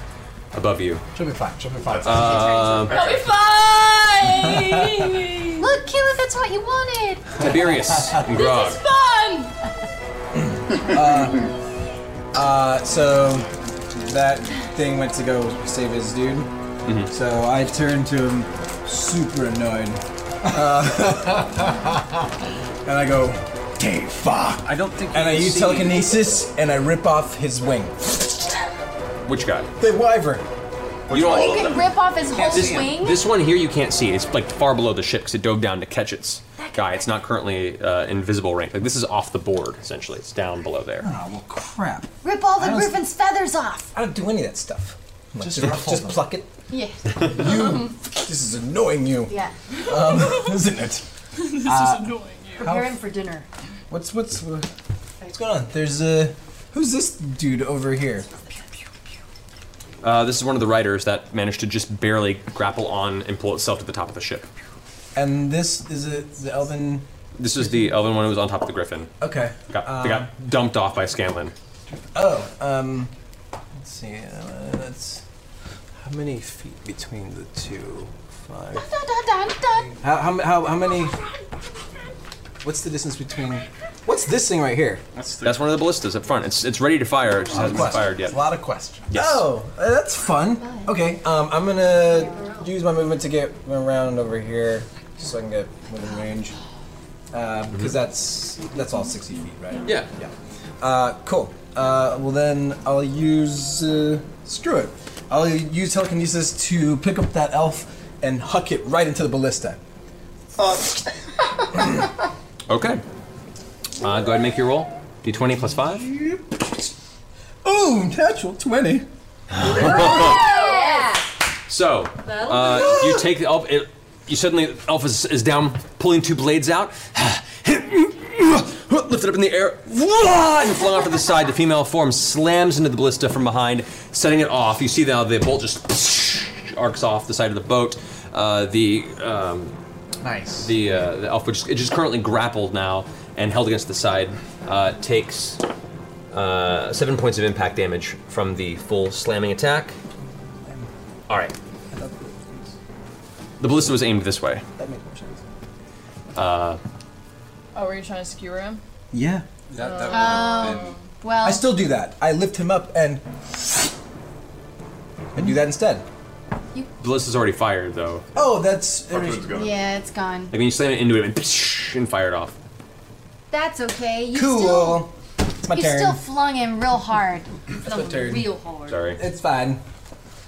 S7: above you.
S13: She'll be fine. She'll be fine.
S7: Um,
S8: I'll be
S9: [LAUGHS]
S8: fine!
S9: Look, Kayla, that's what you wanted.
S7: Tiberius and Grog.
S8: Fun!
S13: uh, uh, so that thing went to go save his dude. So I turned to him, super annoyed, uh, [LAUGHS] and I go, "Dave, fuck!"
S7: I don't think.
S13: And I use telekinesis and I rip off his wing.
S7: Which guy?
S13: The wyvern.
S7: You don't-
S9: You can rip off his whole
S7: this,
S9: wing.
S7: this one here you can't see. It's like far below the ship because it dove down to catch its guy. It's not currently uh, invisible rank. Like this is off the board essentially. It's down below there.
S13: Crap.
S9: Rip all
S13: I
S9: the
S13: was-
S9: griffin's feathers off.
S13: I don't do any of that stuff. I'm like,
S14: Just
S13: Just,
S14: ruffle
S13: just
S14: them.
S13: pluck it.
S9: Yeah.
S13: You. this is annoying you.
S9: Yeah.
S13: Um, [LAUGHS] isn't it?
S9: [LAUGHS] this
S13: Uh,
S9: annoying. Prepare him for dinner.
S13: What's what's what's going on? There's a who's this dude over here?
S7: Uh, this is one of the riders that managed to just barely grapple on and pull itself to the top of the ship.
S13: And this is it, the elven.
S7: This is the elven one who was on top of the griffin.
S13: Okay. Um,
S7: Got, they got dumped off by Scanlan.
S13: Oh, um, let's see. Uh, that's how many feet between the two? Five. How, how, how, how many? What's the distance between? What's this thing right here?
S7: That's, one of the ballistas up front. It's it's ready to fire. It just hasn't been fired yet.
S13: A lot of questions.
S7: Yes.
S13: Oh, uh, that's fun. Okay, um, I'm gonna use my movement to get around over here, just so I can get within range. Uh, Because
S7: Mhm.
S13: that's that's all 60 feet, right?
S7: Yeah.
S13: Yeah. Uh, cool. Uh, well then, I'll use uh, screw it. I'll use telekinesis to pick up that elf and huck it right into the ballista.
S7: Okay. Uh, go ahead and make your roll. D20 plus five.
S13: Ooh, natural 20.
S7: So uh, you take the elf. It, you suddenly elf is, is down, pulling two blades out. [SIGHS] Lift it up in the air and flung off to the side. The female form slams into the ballista from behind, setting it off. You see now the bolt just arcs off the side of the boat. Uh, the um,
S26: nice.
S7: The uh, the elf, which is- which is currently grappled now and held against the side, uh, takes uh, seven points of impact damage from the full slamming attack. All right. The ballista was aimed this way.
S13: That makes more sense.
S7: Uh,
S8: Oh, were you trying to skewer him?
S13: Yeah.
S8: That,
S9: Oh, well.
S13: I still do that. I lift him up and I do that instead.
S7: Ballista's already fired though.
S13: Oh, that's
S9: Yeah, it's gone.
S7: Like when you slam it into it and, and fire it off.
S9: That's okay. You Still,
S13: Cool. It's my
S9: you
S13: turn.
S9: still flung him real [LAUGHS] hard.
S13: my turn.
S9: Real hard.
S7: Sorry.
S13: It's fine.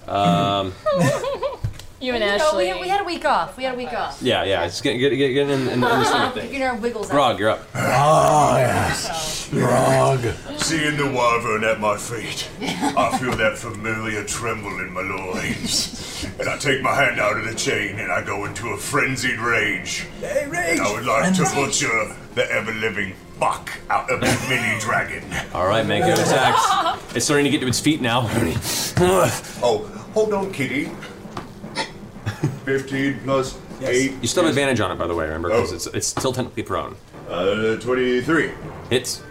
S7: Um,
S9: You
S8: and
S9: No,
S8: Ashley.
S9: we, we had a week off. We had a week off.
S7: yeah, yeah. It's getting get, get, get in, in, in the
S9: [LAUGHS]
S7: swing of
S20: [LAUGHS]
S7: things.
S9: You know, wiggles out.
S7: Grog, you're up.
S12: Ah, yes. Grog. Seeing the wyvern at my feet, I feel that familiar tremble in my loins. And I take my hand out of the chain and I go into a frenzied rage.
S13: Hey, rage!
S12: And I would like to butcher the ever living fuck out of the mini dragon.
S7: All right, make your attacks. It's starting to get to its feet now.
S12: oh, hold on, kitty. 15 plus 8.
S7: You still have advantage on it, by the way. Remember, because it's it's still technically prone.
S12: Uh, 23.
S7: Hits.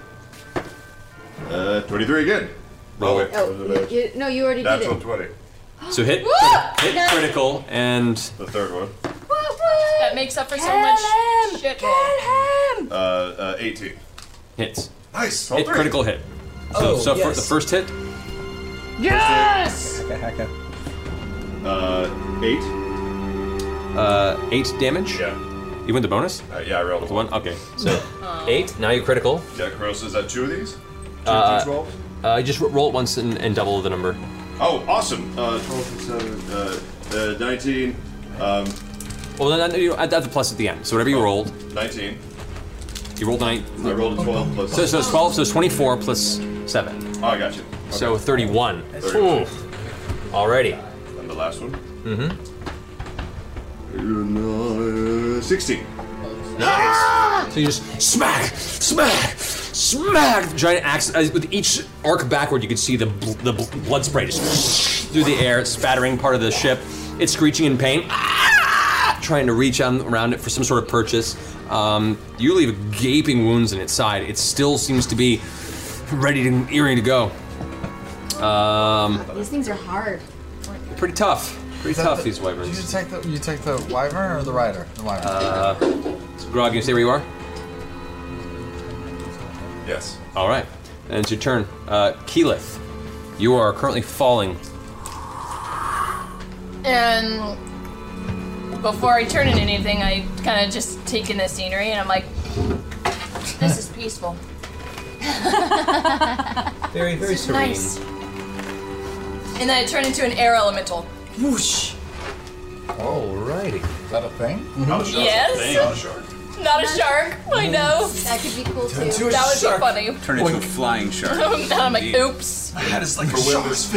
S12: Uh, 23 again.
S7: Roll it.
S9: Oh, you, you, no, you already
S12: Natural
S9: did it.
S12: 20.
S7: So hit,
S9: Woo!
S7: hit
S9: No.
S7: critical, and the
S12: third one.
S8: That makes up for so much shit.
S12: Uh, uh, 18.
S7: Hits.
S12: Nice.
S7: Hit critical hit. So,
S12: Oh,
S7: so for
S12: yes.
S7: the first hit,
S8: Yes!
S12: Uh, 8.
S7: uh, eight damage.
S12: Yeah.
S7: You win the bonus.
S12: Uh, yeah, I rolled
S7: the one. Okay, so eight. Now you're critical.
S12: Yeah, Gross, is that uh, two of these? Two
S7: Uh,
S12: D12?
S7: uh, just ro- roll it once and, and double the number.
S12: Oh, awesome. Uh, 12, 7, uh, uh, 19. Um,
S7: Well, then, then you add add the plus at the end. So whatever
S12: Oh.
S7: you rolled.
S12: 19.
S7: You rolled nine.
S12: I rolled a 12 plus-
S7: So, so it's 12, so it's 24 plus 7.
S12: Oh, I got you.
S7: So 31.
S12: Thirty-one.
S7: Alrighty.
S12: And the last one?
S7: Mm hmm. Mm-hmm.
S12: Uh, 16.
S7: So you just smack, smack, smack. The giant axe. As with each arc backward, you could see the bl- the bl- blood spray just through the air, spattering part of the ship. It's screeching in pain, Ah! trying to reach on, around it for some sort of purchase. Um, you leave gaping wounds in its side. It still seems to be ready to earing to go. Um,
S9: These things are hard.
S7: pretty tough. Pretty
S26: Is that
S7: tough
S26: the-
S7: these wyverns.
S26: Did you take the you take the wyvern or the rider? The wyvern.
S7: Uh, Grog, you say where you are?
S12: Yes.
S7: All right. And it's your turn. Uh, Keyleth, you are currently falling.
S8: And before I turn into anything, I kind of just take in the scenery and I'm like, this is peaceful.
S7: Very, very
S8: serene. nice. And then I turn into an air elemental. Whoosh.
S13: Alrighty.
S6: Is that a thing?
S12: Not
S8: shark. Yes. Thing, not a shark. Not a shark, I know. Mm. That could be cool
S10: Turn into a
S8: That would
S10: shark.
S8: be funny.
S10: Turn into a flying shark.
S8: and [LAUGHS] I'm like, oops.
S10: That is like
S7: a
S10: shark's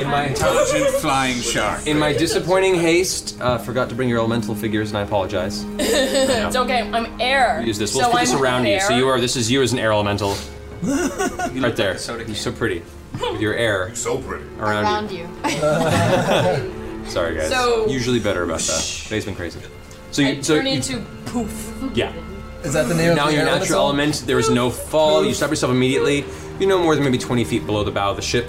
S7: In my
S10: intelligent flying shark.
S7: In [LAUGHS] my disappointing haste, uh, forgot to bring your elemental figures, and I apologize.
S8: it's okay. I'm air.
S7: Use this.
S8: so
S7: We'll put this
S8: I'm
S7: around you. So
S8: air.
S7: you are. This is you as an air elemental. right there. You're
S8: [LAUGHS]
S7: so pretty. With your air.
S39: so pretty.
S7: Around,
S14: Around you.
S7: you. Sorry, guys.
S8: So-
S7: Usually better about that. Today's been crazy. So
S8: I
S7: you. [LAUGHS] So
S8: turn
S7: you,
S8: into poof.
S7: yeah.
S13: Is that the name of
S7: now
S13: the
S7: your
S13: air
S7: natural element. There is no fall. You stop yourself immediately. You're no more than maybe 20 feet below the bow of the ship.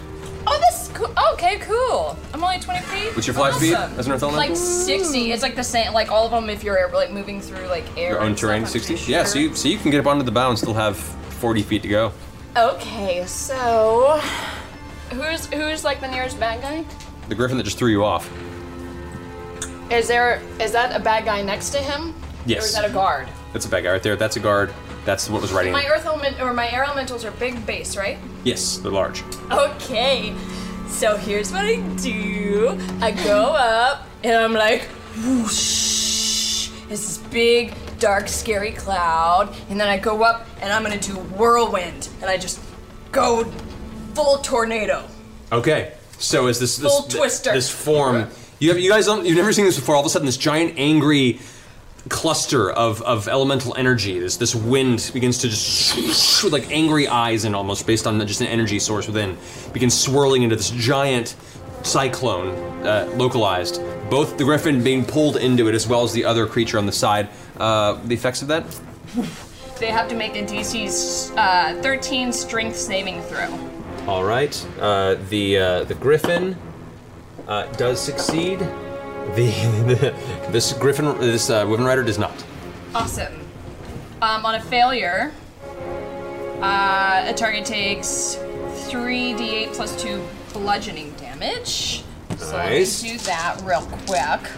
S8: Oh, this. is Cool. Okay, cool. I'm only 20 feet.
S7: What's your fly
S8: Awesome.
S7: speed as an Earth element?
S8: Like 60. It's like the same. Like all of them. If you're like moving through like air.
S7: Your own
S8: and stuff,
S7: terrain,
S8: I'm
S7: 60.
S8: pretty
S7: Yeah,
S8: sure.
S7: so you, so you can get up onto the bow and still have 40 feet to go.
S8: Okay, so who's who's like the nearest bad guy?
S7: The griffin that just threw you off.
S8: Is there is that a bad guy next to him? Or
S7: Yes.
S8: is that a guard?
S7: That's a bad guy right there. That's a guard. That's what was riding.
S8: My earth element or my air elementals are big base, right?
S7: Yes, they're large.
S8: Okay. So here's what I do. I go up and I'm like, whoosh. It's this big, dark, scary cloud. And then I go up and I'm gonna do whirlwind. And I just go full tornado.
S7: Okay. So is this this
S8: Full twister.
S7: this form? You have you guys don't, you've never seen this before. All of a sudden, this giant angry cluster of, of elemental energy. This this wind begins to just [LAUGHS] with like angry eyes and almost based on just an energy source within begins swirling into this giant cyclone uh, localized. Both the griffin being pulled into it as well as the other creature on the side. Uh, the effects of that.
S8: They have to make a DC's uh, 13 strength saving throw.
S7: All right. Uh, the uh, the griffin uh, does succeed. The, [LAUGHS] the this griffin this uh, women rider does not.
S8: Awesome. Um, on a failure, uh, a target takes 3d8 plus 2 bludgeoning damage. So let me
S7: Nice.
S8: do that real quick.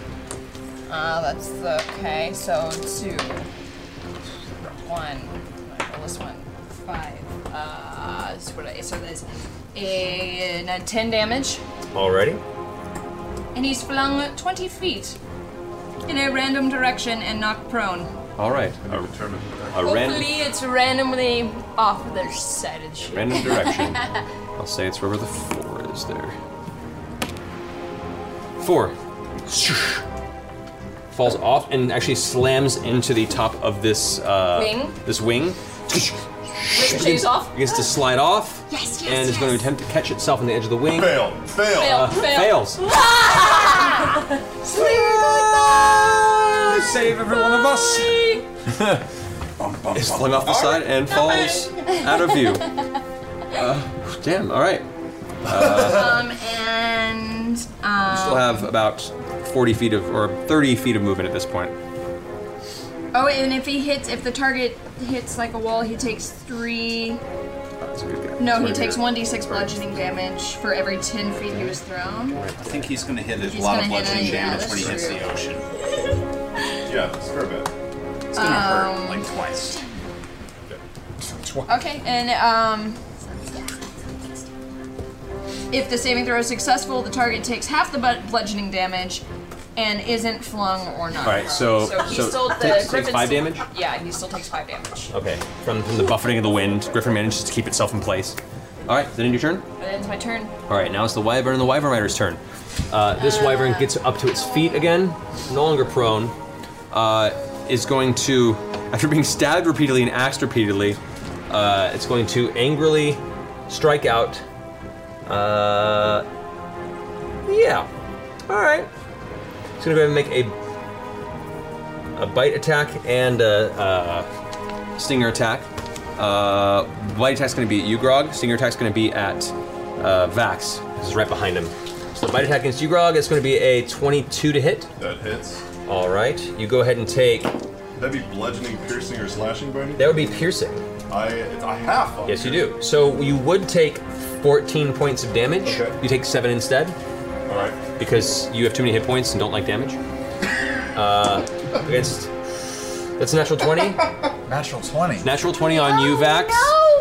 S8: Uh, that's the, okay, so 2, 1, this one, 5. Uh, so, what I, so that's a, no, 10 damage,
S7: Alrighty.
S8: and he's flung 20 feet in a random direction and knocked prone.
S7: All right. A, a
S8: Hopefully
S7: random.
S8: it's randomly off the other side of the ship.
S7: Random
S8: [LAUGHS]
S7: direction. I'll say it's wherever the four is there. Four. Falls off and actually slams into the top of this uh,
S8: Wing?
S7: This wing.
S8: Ricochets off.
S7: Begins to slide off.
S8: Yes, yes,
S7: And is going to attempt to catch itself on the edge of the wing. Fail. Fail.
S8: Fail,
S10: Uh,
S8: fail.
S7: [LAUGHS] Fails.
S10: Save every one of us.
S7: It's flung off the side and falls out of view. Uh, damn. All right. Uh,
S8: um, and um,
S7: you still have about 40 feet of or 30 feet of movement at this point.
S8: oh, and if he hits, if the target hits like a wall, he takes three. No, he takes one d6 bludgeoning damage for every ten feet he was thrown.
S10: I think he's going to hit a
S8: He's
S10: lot of
S8: gonna hit
S10: bludgeoning
S8: it, yeah,
S10: damage when he
S8: that's
S10: hits
S8: true.
S10: the
S11: [LAUGHS]
S10: ocean. Yeah, it's for a bit. It's going to
S8: Um,
S10: hurt like twice.
S8: Okay, and um, if the saving throw is successful, the target takes half the bu- bludgeoning damage and isn't flung or not.
S7: All right, so-
S8: so he
S7: so
S8: still the
S7: takes- takes
S8: Griffin
S7: five
S8: still-
S7: damage?
S8: Yeah, he still takes five damage.
S7: Okay. From, from the buffeting of the wind, Griffin manages to keep itself in place. All right. Then in your turn.
S8: And then it's my turn.
S7: All right. Now it's the wyvern and the wyvern rider's turn. Uh, this wyvern gets up to its feet again, no longer prone. Uh, is going to, [LAUGHS] after being stabbed repeatedly and axed repeatedly, uh, it's going to angrily strike out. Uh, yeah. All right. It's going to go ahead and make a a bite attack and a, uh stinger attack. Uh, bite attack's going to be at you, Grog. Stinger attack's going to be at uh, Vax. This is right behind him. So the bite attack against you, Grog, it's going to be a 22 to hit.
S12: That hits.
S7: All right. You go ahead and take.
S12: That'd be bludgeoning, piercing, or slashing, Bernie?
S7: That would be piercing.
S12: I, I have. on
S7: Yes, you do. So you would take 14 points of damage. You take seven instead. All
S12: right.
S7: Because you have too many hit points and don't like
S12: [LAUGHS]
S7: damage. Uh, against. That's a natural 20.
S6: Natural 20.
S7: Natural 20 on you, Vax.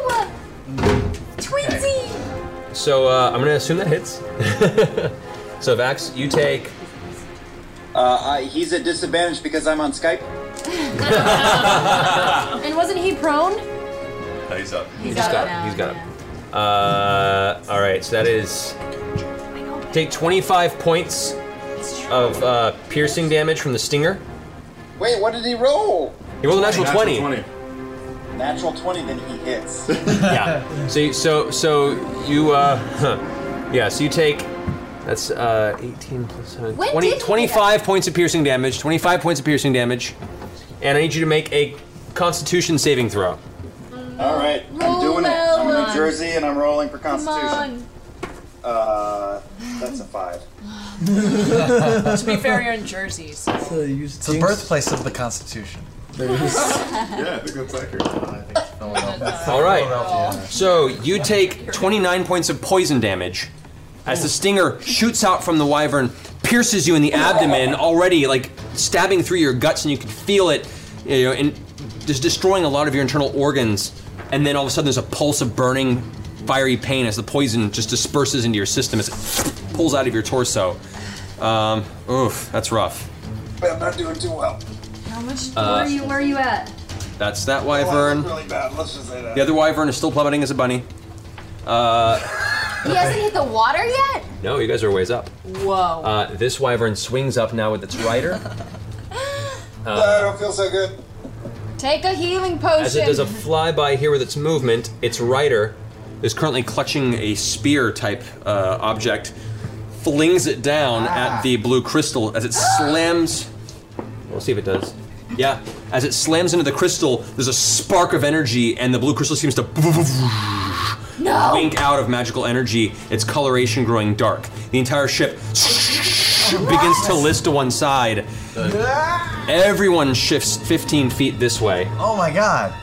S14: No! Twinsy!
S7: So uh, I'm gonna assume that hits. so Vax, you take.
S11: Uh, I, he's at disadvantage because I'm on Skype.
S20: and wasn't he prone?
S12: he's up.
S20: He's
S7: just
S20: up
S7: got
S20: now,
S7: It. He's got it. Uh, all right. So that is take 25 points of uh, piercing damage from the stinger.
S11: Wait, what did he roll?
S7: He rolled a natural 20.
S11: natural 20, then he hits. [LAUGHS]
S12: [LAUGHS]
S7: yeah. So you- so so you uh huh. yeah, so you take that's uh 18 plus 7
S21: When
S7: 20
S21: did he
S7: 25 points of piercing damage, 25 points of piercing damage. And I need you to make a constitution saving throw.
S11: All right, I'm doing it. I'm in New Jersey and I'm rolling for
S20: Come
S11: Constitution.
S20: on.
S11: Uh, that's a five.
S8: to be fair, you're in Jersey. So.
S6: It's the birthplace of the Constitution.
S14: [LAUGHS] Yeah, I think that's accurate.
S7: All right. So you take 29 points of poison damage as the stinger shoots out from the wyvern, pierces you in the abdomen, already like stabbing through your guts, and you can feel it, you know, and just destroying a lot of your internal organs. And then all of a sudden, there's a pulse of burning, fiery pain as the poison just disperses into your system as it pulls out of your torso. Um, oof, that's rough.
S11: I'm not doing too well.
S20: How much?
S7: Uh,
S20: where are you? Where are you at?
S7: That's that wyvern.
S11: Oh, Really bad. Let's just say that.
S7: The other wyvern is still plummeting as a bunny. Uh,
S9: He hasn't hit the water yet?
S7: no, you guys are ways up.
S9: Whoa.
S7: Uh, this wyvern swings up now with its rider.
S11: I
S7: Uh,
S11: don't feel so good.
S9: Take a healing potion.
S7: as it does a flyby here with its movement, its rider is currently clutching a spear type uh, object, flings it down at the blue crystal as it slams. We'll see if it does. Yeah, as it slams into the crystal, there's a spark of energy, and the blue crystal seems to Oh. wink out of magical energy, its coloration growing dark. The entire
S6: [LAUGHS]
S7: ship begins to list to one side. Everyone shifts 15 feet this way.
S6: Oh my god.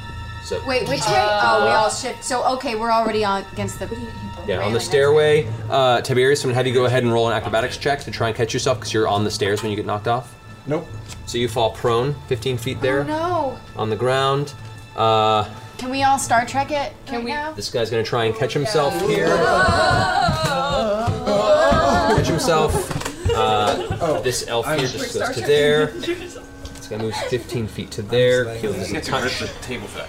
S7: So,
S9: Wait, which way? oh, we all shift. So, okay, we're already on against the.
S7: yeah, on the stairway, uh, Tiberius, I'm gonna have you go ahead and roll an acrobatics check to try and catch yourself because you're on the stairs when you get knocked off.
S40: Nope.
S7: So you fall prone, 15 feet there,
S9: Oh, No.
S7: on the ground. Uh,
S9: Can we all Star Trek it? Can we?
S7: this guy's gonna try and catch himself
S9: [LAUGHS]
S7: here. Catch himself. Uh, this elf here just goes to [LAUGHS] there. This guy moves 15 feet to there. Keel doesn't touch. the table for that.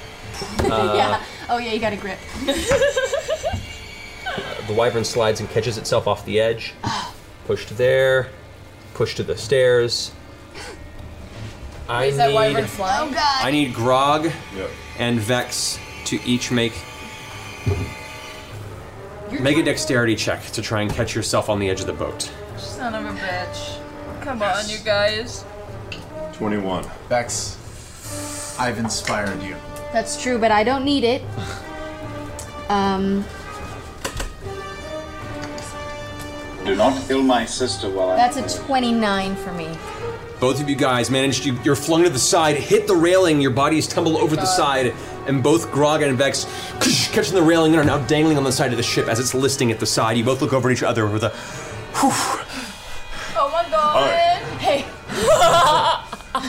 S9: yeah. Oh yeah, you got a grip. [LAUGHS]
S7: Uh, The wyvern slides and catches itself off the edge. Push to there. Push to the stairs. I
S8: Is that wyvern
S7: need.
S8: flying? Oh
S7: I need Grog and Vex to each make. Make a dexterity check to try and catch yourself on the edge of the boat.
S8: Son of a bitch. Come on, you guys.
S14: 21.
S6: Bex, I've inspired you.
S9: That's true, but I don't need it. Um,
S11: Do not kill my sister while I'm.
S9: that's a 29 for me.
S7: Both of you guys managed, you, you're flung to the side, hit the railing, your bodies tumble over the side, and both Grog and Vex catching the railing and are now dangling on the side of the ship as it's listing at the side. You both look over at each other with a.
S8: Oh my god.
S7: All right.
S8: Hey.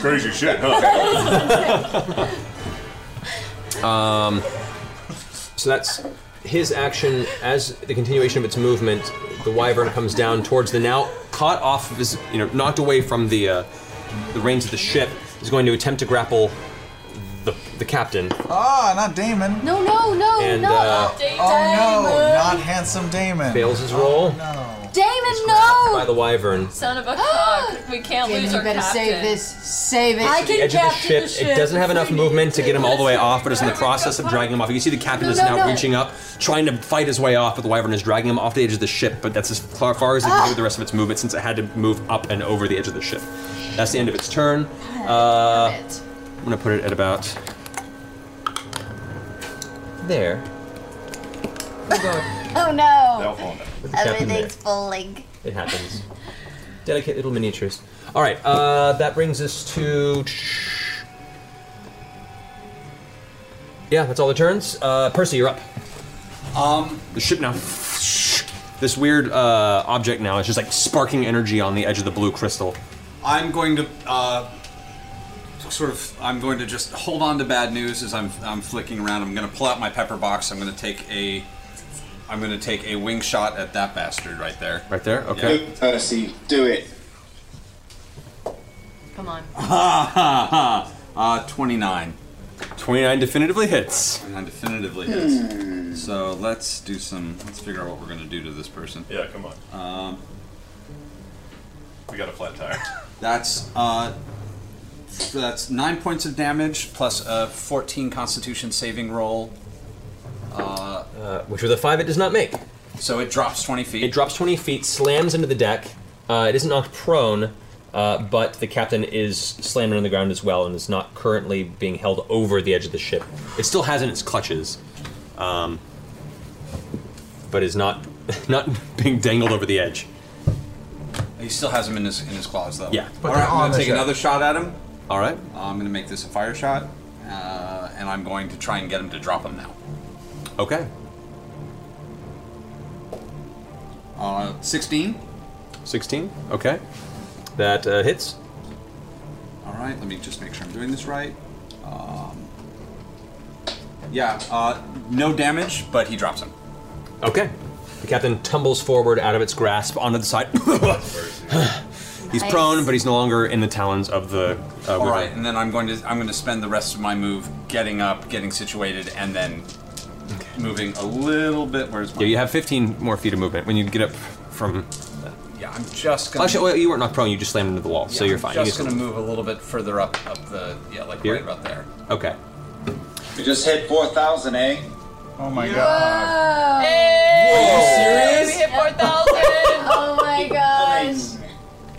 S14: [LAUGHS] [LAUGHS] Crazy shit,
S9: [LAUGHS]
S14: huh?
S7: [LAUGHS] Um, so that's his action as the continuation of its movement. The wyvern comes down towards the now caught off of his, you know, knocked away from the uh, the reins of the ship. Is going to attempt to grapple the, the captain.
S6: Ah, not Damon.
S9: No, no, no,
S7: And,
S9: no.
S7: uh,
S6: Oh
S9: Damon.
S6: no, not handsome Damon.
S7: Fails his roll
S9: Damon,
S7: by
S9: no.
S7: the wyvern.
S8: Son of a cock. We can't
S9: Damon,
S8: lose
S9: you
S8: our
S9: better
S8: captain.
S9: save this. Save it.
S8: I
S7: to the edge of the ship. It doesn't have enough movement to get him all the way off, but it's in the process of dragging him off. You can see the captain
S9: No,
S7: is
S9: no,
S7: now
S9: no.
S7: reaching up, trying to fight his way off, but the wyvern is dragging him off the edge of the ship. But that's as far, far as it can do with the rest of its movement, since it had to move up and over the edge of the ship. That's the end of its turn. Uh, I'm gonna put it at about there.
S9: Oh no.
S7: With the captain there.
S41: Everything's falling.
S7: It happens. Delicate little miniatures. All right, uh, that brings us to. Yeah, that's all the turns. Uh, Percy, you're up. Um, the ship now. This weird uh, object now is just like sparking energy on the edge of the blue crystal.
S10: I'm going to uh, sort of. I'm going to just hold on to bad news as I'm I'm flicking around. I'm going to pull out my pepper box. I'm going to take a. I'm going to take a wing shot at that bastard right there.
S7: Right there.
S10: Okay.
S11: Tennessee, do it.
S20: Come on.
S10: Ha ha ha. [LAUGHS] Uh, 29.
S7: 29 definitively hits.
S10: 29 definitively hits. So let's do some. Let's figure out what we're going to do to this person.
S14: Yeah, come on.
S10: Um,
S14: we got a flat tire.
S10: That's uh, So that's nine points of damage plus a 14 Constitution saving roll. Uh,
S7: which with a five, it does not make.
S10: So it drops 20 feet.
S7: It drops 20 feet, slams into the deck. Uh, it isn't knocked prone, uh, but the captain is slammed into the ground as well and is not currently being held over the edge of the ship. It still has in its clutches, um, but is not [LAUGHS] not being dangled over the edge.
S10: He still has him in his in his claws though.
S7: Yeah. But
S10: All right,
S7: they're on
S10: I'm
S7: the
S10: gonna take
S7: ship.
S10: another shot at him. Uh,
S7: All right.
S10: I'm gonna make this a fire shot, uh, and I'm going to try and get him to drop him now.
S7: Okay.
S10: Uh, 16.
S7: 16. Okay. That uh, hits.
S10: All right. Let me just make sure I'm doing this right. Um, yeah. Uh, no damage, but he drops him.
S7: Okay. The captain tumbles forward out of its grasp onto the side. [LAUGHS] he's
S10: Nice.
S7: prone, but he's no longer in the talons of the. Uh,
S10: All
S7: wizard.
S10: right, and then I'm going to I'm going to spend the rest of my move getting up, getting situated, and then moving a little bit. Where's my?
S7: Yeah, you have 15 more feet of movement when you get up from.
S10: Yeah, I'm just gonna.
S7: Actually, well, you weren't knocked prone. You just slammed into the wall, so
S10: Yeah,
S7: you're
S10: I'm
S7: fine. you
S10: Just
S7: can
S10: going to
S7: still-
S10: move a little bit further up up the yeah, like
S7: Here?
S10: right about there.
S7: Okay.
S11: We just hit 4,000, eh?
S10: Oh my
S42: Whoa!
S11: Whoa,
S8: We hit 4,000! oh
S14: my gosh!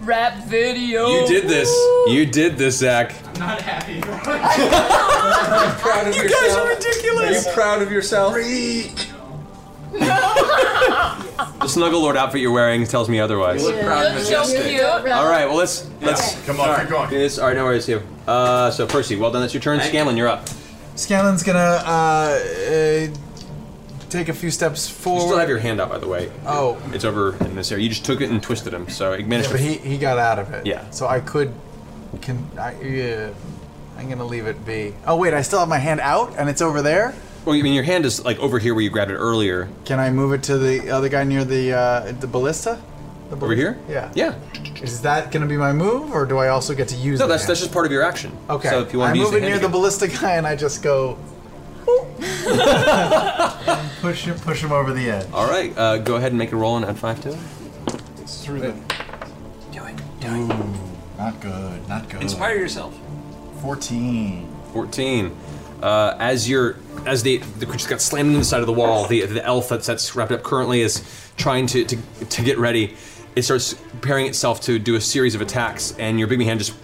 S8: Rap video!
S43: You
S8: [LAUGHS]
S43: did this. You did this, Zach.
S8: I'm not happy.
S10: I'm [LAUGHS] proud of
S43: You guys
S10: yourself.
S43: are
S10: ridiculous. Are [LAUGHS] you proud of yourself?
S7: The snuggle lord outfit you're wearing tells me otherwise.
S10: You look proud and You look so majestic. cute.
S7: All right, well let's let's
S10: Okay. Come on,
S7: all
S10: keep going.
S7: It's, all right, no worries. Here. Uh, so Percy, well done. That's your turn. Scanlan, you're up.
S6: Scanlan's gonna uh, uh, take a few steps
S7: You still
S6: forward.
S7: have your hand out, by the way.
S6: Oh.
S7: It's over in this area. You just took it and twisted him, so it
S6: Yeah,
S7: managed
S6: but
S7: to.
S6: he, he got out of it.
S7: Yeah.
S6: So I could can I yeah, I'm gonna leave it be. Oh wait, I still have my hand out and it's over there.
S7: Well, I mean, your hand is like over here where you grabbed it earlier.
S6: Can I move it to the other guy near the uh, the ballista? The
S7: Over here?
S6: Yeah.
S7: Yeah.
S6: Is that gonna be my move, or do I also get to use?
S7: No,
S6: the
S7: that's
S6: hand?
S7: that's just part of your action.
S6: Okay.
S7: So if you want
S6: I
S7: to use
S6: move
S7: the
S6: it
S7: hand
S6: near the
S7: again-
S6: ballista guy and I just go. push him, push him over the edge.
S7: All right, uh, go ahead and make a roll and add five to it.
S6: It's through the.
S10: Do it.
S6: Not good. Not good.
S10: Inspire yourself.
S6: 14.
S7: 14. Uh, as you're, as the the creature's got slammed into the side of the wall, the the elf that's, that's wrapped up currently is trying to, to to get ready. It starts preparing itself to do a series of attacks, and your big hand just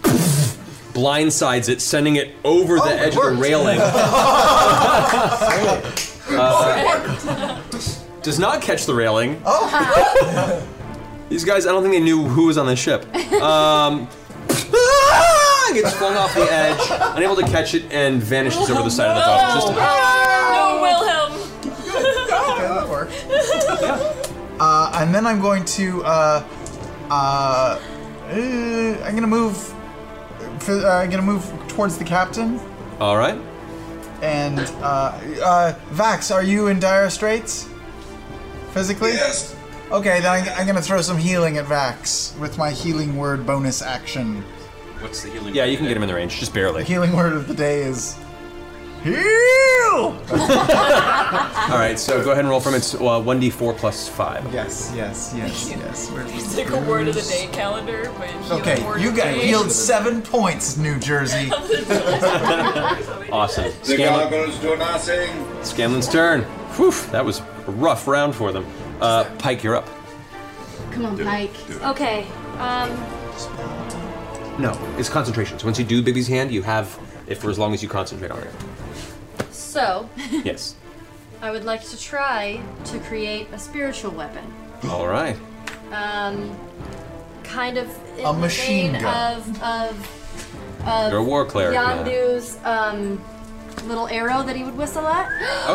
S7: blindsides it, sending it over
S6: Oh,
S7: the edge of the railing. Uh, does not catch the railing.
S6: Oh.
S7: [LAUGHS] These guys, I don't think they knew who was on the ship.
S16: Ah,
S7: Um, gets flung off [LAUGHS] the edge, unable to catch it, and vanishes over the side of the boat. Just
S6: Oh,
S8: No, Wilhelm!
S6: that worked. Uh, and then I'm going to. Uh, uh, uh, I'm gonna move. For, uh, I'm gonna move towards the captain.
S7: All right.
S6: And uh, uh, Vax, are you in dire straits? Physically? Yes. Okay, then I'm, I'm gonna throw some healing at Vax with my healing word bonus action.
S10: What's the healing?
S7: Yeah, you can get him in the range, just barely.
S6: The healing word of the day is heal.
S7: All right, so go ahead and roll from its uh, 1d4 plus 5.
S6: Yes, yes, yes, yes. We're
S8: It's like a word of the day calendar, but healing
S6: Okay,
S8: word
S6: you
S8: of
S6: got
S8: the day.
S6: healed seven points, New Jersey.
S7: Awesome.
S11: The
S7: Scanlan-
S11: gargoyles do nothing.
S7: Scanlan's turn. Whew, that was a rough round for them. Uh, Pike, you're up.
S14: Come on,
S7: Do it.
S14: Mike.
S20: Okay. Um,
S7: No, it's concentration. So once you do Bibby's hand, you have it for as long as you concentrate on it. [LAUGHS]
S20: so
S7: Yes.
S20: I would like to try to create a spiritual weapon.
S7: All right.
S20: Um, kind of in
S7: A
S20: the
S7: machine
S20: vein
S7: gun.
S20: of of of
S7: You're a war cleric now.
S20: Yondu's um, little arrow that he would whistle at,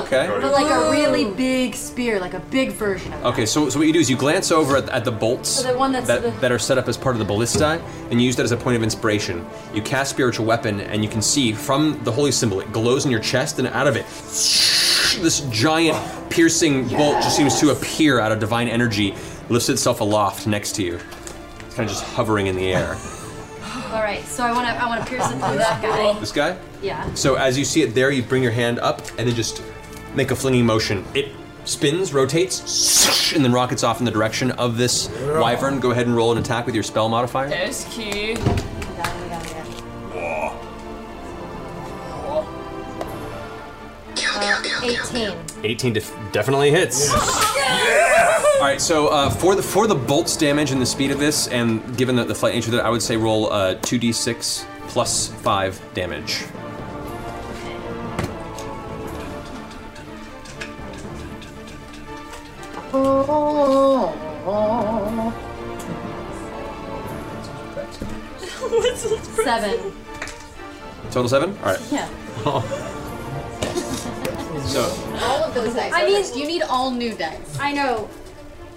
S7: Okay.
S20: but like a really big spear, like a big version of. it.
S7: Okay, so, so what you do is you glance over at, at the bolts
S20: So the one that's
S7: that,
S20: the-
S7: that are set up as part of the ballista, and you use that as a point of inspiration. You cast spiritual weapon, and you can see from the holy symbol, it glows in your chest, and out of it, [LAUGHS] this giant piercing bolt just seems to appear out of divine energy, lifts itself aloft next to you. It's kind of just hovering in the air.
S20: All right, so I want to I want to pierce it through that guy.
S7: This guy?
S20: Yeah.
S7: So as you see it there, you bring your hand up and then just make a flinging motion. It spins, rotates, and then rockets off in the direction of this wyvern. Go ahead and roll an attack with your spell modifier.
S8: There's key.
S3: Uh, 18.
S7: 18 def- definitely hits. All right, so uh, for the for the bolts damage and the speed of this, and given the, the flight nature, that I would say roll uh, 2d6 plus 5 damage.
S3: Seven.
S7: Total 7? All right.
S3: Yeah.
S7: [LAUGHS] so,
S9: All of those dice.
S20: I
S9: are
S20: mean-
S9: fixed. you need all new dice.
S20: I know.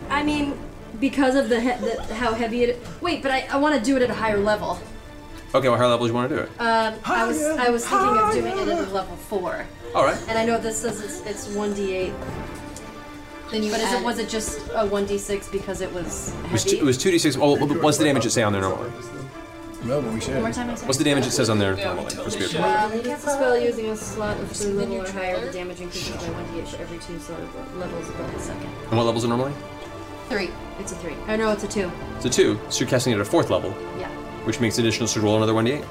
S20: I mean, because of the, he- the how heavy it. Wait, but I, I want to do it at a higher level.
S7: okay, what higher level do you want to do it?
S20: Um, I was I was thinking of doing it at a level four,
S7: All right.
S20: and I know this says it's it's one d eight.
S9: Then you
S20: but is
S9: add-
S20: it was it just a one d six because it was
S7: It was,
S20: heavy?
S7: two, it was 2d6. Oh, what- what's the damage it say on there normally?
S13: No, but we should.
S20: One more time, I'm sorry.
S7: What's the damage it says on there normally? for spear point?
S20: Um, you cast a spell using a slot of third level or higher. The damage increases by 1d8 for every two slot of levels above the second.
S7: And what levels are normally?
S20: Three. It's a three. Oh no, it's a two.
S7: It's a 2, so you're casting it at a 4th level,
S20: Yeah.
S7: which makes additional, so roll another 1d8.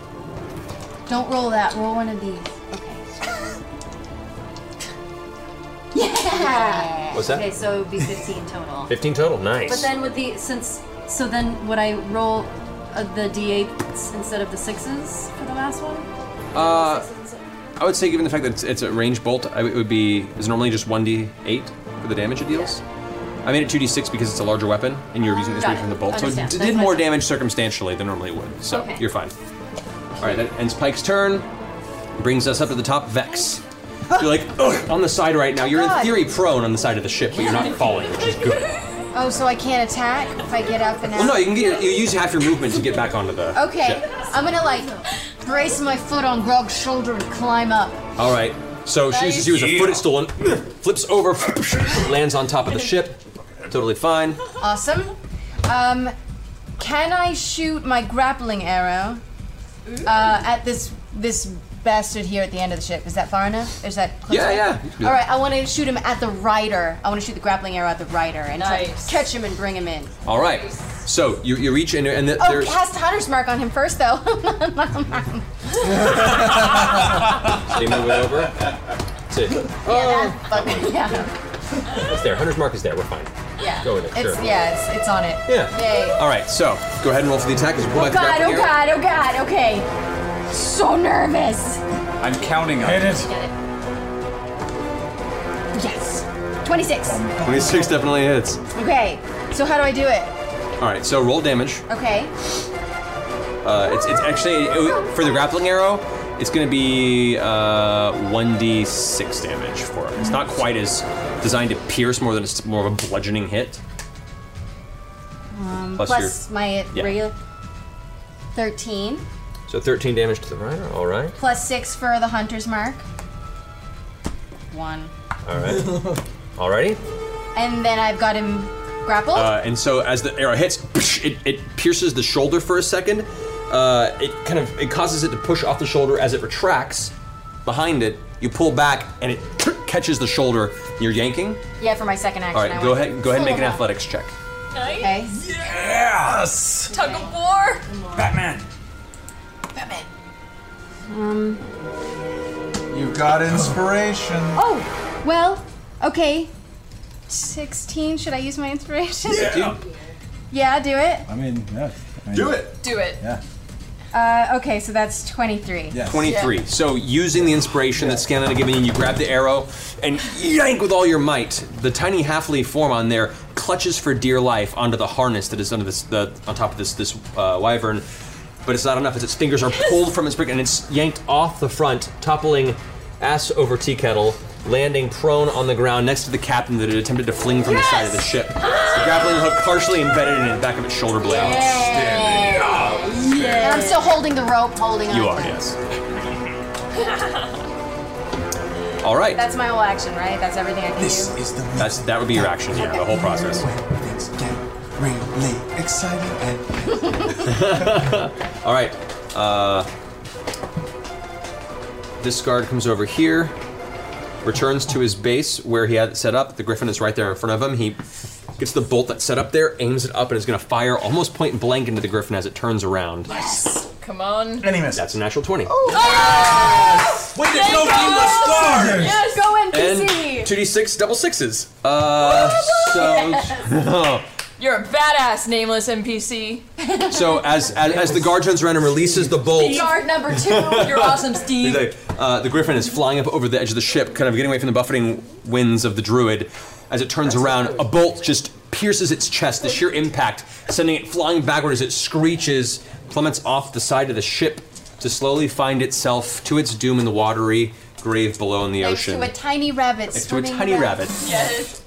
S9: Don't roll that. Roll one of these. Okay. yeah.
S7: What's that?
S20: Okay, so it would be 15 total.
S7: 15 total,
S20: But then with the since so then would I roll uh, the d8s instead of the sixes for the last one?
S7: Uh, I would say, given the fact that it's, it's a range bolt, I, it would be is normally just one d eight for the damage it deals. I made it two d six because it's a larger weapon, and you're using this
S20: Got
S7: weapon from the
S20: it.
S7: bolt,
S20: Understand.
S7: so it
S20: That's
S7: did
S20: what I
S7: more
S20: thought.
S7: damage circumstantially than normally it would. So
S20: Okay.
S7: you're fine. All right, that ends Pike's turn. Brings us up to the top,
S20: [LAUGHS]
S7: Vex. You're like "Ugh," on the side right now. You're in
S9: God.
S7: theory prone on the side of the ship, but you're not falling, which is good.
S9: Oh, so I can't attack if I get up and out.
S7: Well, no, you can get you use half your movement to get back onto the
S9: Okay,
S7: ship.
S9: I'm gonna like brace my foot on Grog's shoulder and climb up.
S7: All right. So she
S9: Nice.
S7: uses you as a footstool and flips over, lands on top of the ship. Totally fine.
S9: Awesome. Um, can I shoot my grappling arrow uh, at this this bastard here at the end of the ship? Is that far enough? Is that close
S7: Yeah,
S9: enough?
S7: yeah, you can do
S9: All
S7: that.
S9: right, I want to shoot him at the rider. I want to shoot the grappling arrow at the rider and try to catch him and bring him in.
S7: All right. So you, you reach in and th-
S9: Oh,
S7: there's
S9: cast Hunter's Mark on him first, though. [LAUGHS]
S7: so you move it over. That's it. Oh,
S9: Yeah, that fucking, yeah.
S7: It's there. Hunter's mark is there. We're fine.
S9: Yeah.
S7: Go with it.
S9: It's,
S7: sure.
S9: yeah, it's, it's on it.
S7: Yeah.
S9: Yay.
S7: All right. So go ahead and roll for the attack. as you pull
S9: Oh
S7: back the
S9: god,
S7: grappling
S9: oh
S7: arrow.
S9: god, oh god, okay. So nervous.
S10: [LAUGHS] I'm counting on it.
S9: Yes. 26.
S7: 26 definitely hits.
S9: Okay, so how do I do it?
S7: All right. So roll damage.
S9: Okay.
S7: Uh, it's, it's actually it- for the grappling arrow. It's going to be uh, 1d6 damage for it. It's not quite as designed to pierce more than it's more of a bludgeoning hit.
S9: Um,
S7: Plus
S9: plus,
S7: your-
S9: my
S7: yeah.
S9: regular. 13.
S7: So 13 damage to the rider. All right.
S9: Plus 6 for the hunter's mark. 1.
S7: All right. [LAUGHS] Alrighty.
S9: And then I've got him grappled.
S7: Uh, and so as the arrow hits, it, it pierces the shoulder for a second. Uh, it kind of it causes it to push off the shoulder as it retracts. Behind it, you pull back and it [CLEARS THROAT] catches the shoulder. You're yanking.
S9: yeah, for my second action.
S7: All
S9: I
S7: right, go
S9: want-
S7: ahead. Go ahead and make an athletics check.
S9: Okay.
S7: Yes.
S8: Tug of war.
S7: Batman.
S9: Um,
S6: You've got inspiration.
S9: oh, well, okay. 16. Should I use my inspiration? yeah do it.
S13: I mean, yeah. I mean,
S7: Do
S13: it.
S8: Do it.
S13: Yeah.
S9: Uh, okay, so that's 23.
S7: 23. So, using the inspiration that Scanlan had given you, you grab the arrow and yank with all your might. The tiny half leaf form on there clutches for dear life onto the harness that is under this, the, on top of this this uh, wyvern. But it's not enough as its fingers are pulled from its brick and it's yanked off the front, toppling ass over tea kettle, landing prone on the ground next to the captain that it attempted to fling from the side of the ship. The grappling hook partially embedded in the back of its shoulder blade.
S9: And I'm still holding the rope, holding on.
S7: You are, yes.
S9: [LAUGHS]
S7: All right.
S9: That's my whole action, right? That's everything I can do.
S7: is the That's, that would be your action, yeah, the whole [LAUGHS] process.
S6: Things get really exciting and
S7: All right. Uh, this guard comes over here, returns to his base where he had it set up. The griffin is right there in front of him. He gets the bolt that's set up there, aims it up, and is going to fire almost point blank into the griffin as it turns around.
S8: Yes. Come on.
S7: That's a natural 20.
S8: Way
S7: to go, Team Lestar!
S8: Yes.
S3: Go
S7: And
S8: NPC.
S7: 2d6 double sixes. Uh, [LAUGHS] so.
S8: You're a badass, nameless NPC. [LAUGHS]
S7: So as, as as the guard turns around and releases the bolt,
S8: Guard number
S7: [LAUGHS]
S8: two. You're awesome, Steve.
S7: He's like, uh, the griffin is flying up over the edge of the ship, kind of getting away from the buffeting winds of the druid. As it turns around, a bolt just pierces its chest, the sheer impact, sending it flying backward as it screeches, plummets off the side of the ship to slowly find itself to its doom in the watery grave below in the ocean.
S9: To a tiny rabbit.
S7: Next to a
S9: swimming
S7: tiny
S9: around.
S7: rabbit.
S8: Yes.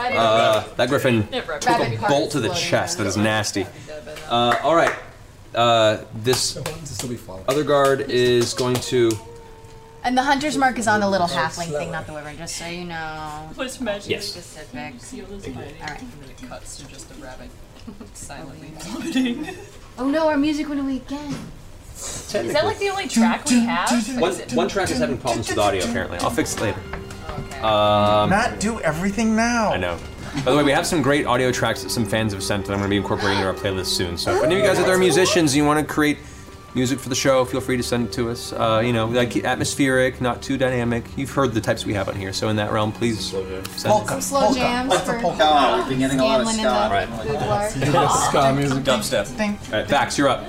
S7: Uh, that griffin
S9: It
S7: took
S9: rabbit
S7: a
S9: parts
S7: bolt to the
S9: floating
S7: chest. That is nasty. Uh, all right. Uh, this other guard is going to.
S9: And the hunter's mark is on the little halfling thing, not the wyvern, just so you know.
S8: What's magic?
S7: Yes.
S9: Specific. Alright.
S8: It cuts to just a rabbit [LAUGHS] silently [LAUGHS]
S9: Oh no, our music went away again.
S8: Is that like the only track we have?
S7: One, one track is having problems with audio, apparently. I'll fix it later. Um,
S6: Matt, do everything now.
S7: I know. By the way, we have some great audio tracks that some fans have sent that I'm going to be incorporating into our playlist soon. So if any of you guys out there are musicians and you want to create music for the show, feel free to send it to us. Uh, you know, like atmospheric, not too dynamic. You've heard the types we have on here. So in that realm, please send
S9: Some slow jams for
S11: Oh, we've been getting a lot of ska.
S9: Scanlan and the
S7: [LAUGHS]
S9: Right.
S7: Ska music.
S10: Dubstep.
S9: Thing.
S7: All right, Vax, you're up.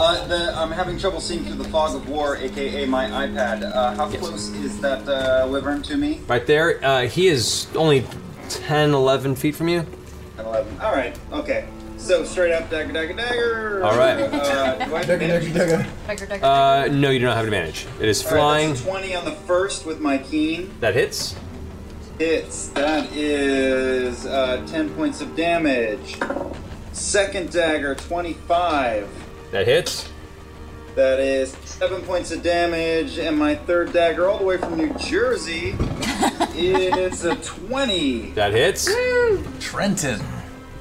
S11: Uh, the, I'm having trouble seeing through the fog of war, aka my iPad. Uh, how close is that uh, wyvern to me?
S7: Right there, uh, he is only 10, 11 feet from you.
S11: An 11. All right. Okay. So straight up, dagger, dagger, dagger.
S7: All right.
S11: Uh, do I have advantage?
S7: Uh, no, you do not have advantage. It is
S11: All right,
S7: flying.
S11: that's 20 on the first with my keen
S7: That hits.
S11: hits. That is uh, 10 points of damage. Second dagger, 25.
S7: That hits.
S11: That is 7 points of damage. And my third dagger, all the way from New Jersey, is a 20.
S7: That hits.
S11: Trenton.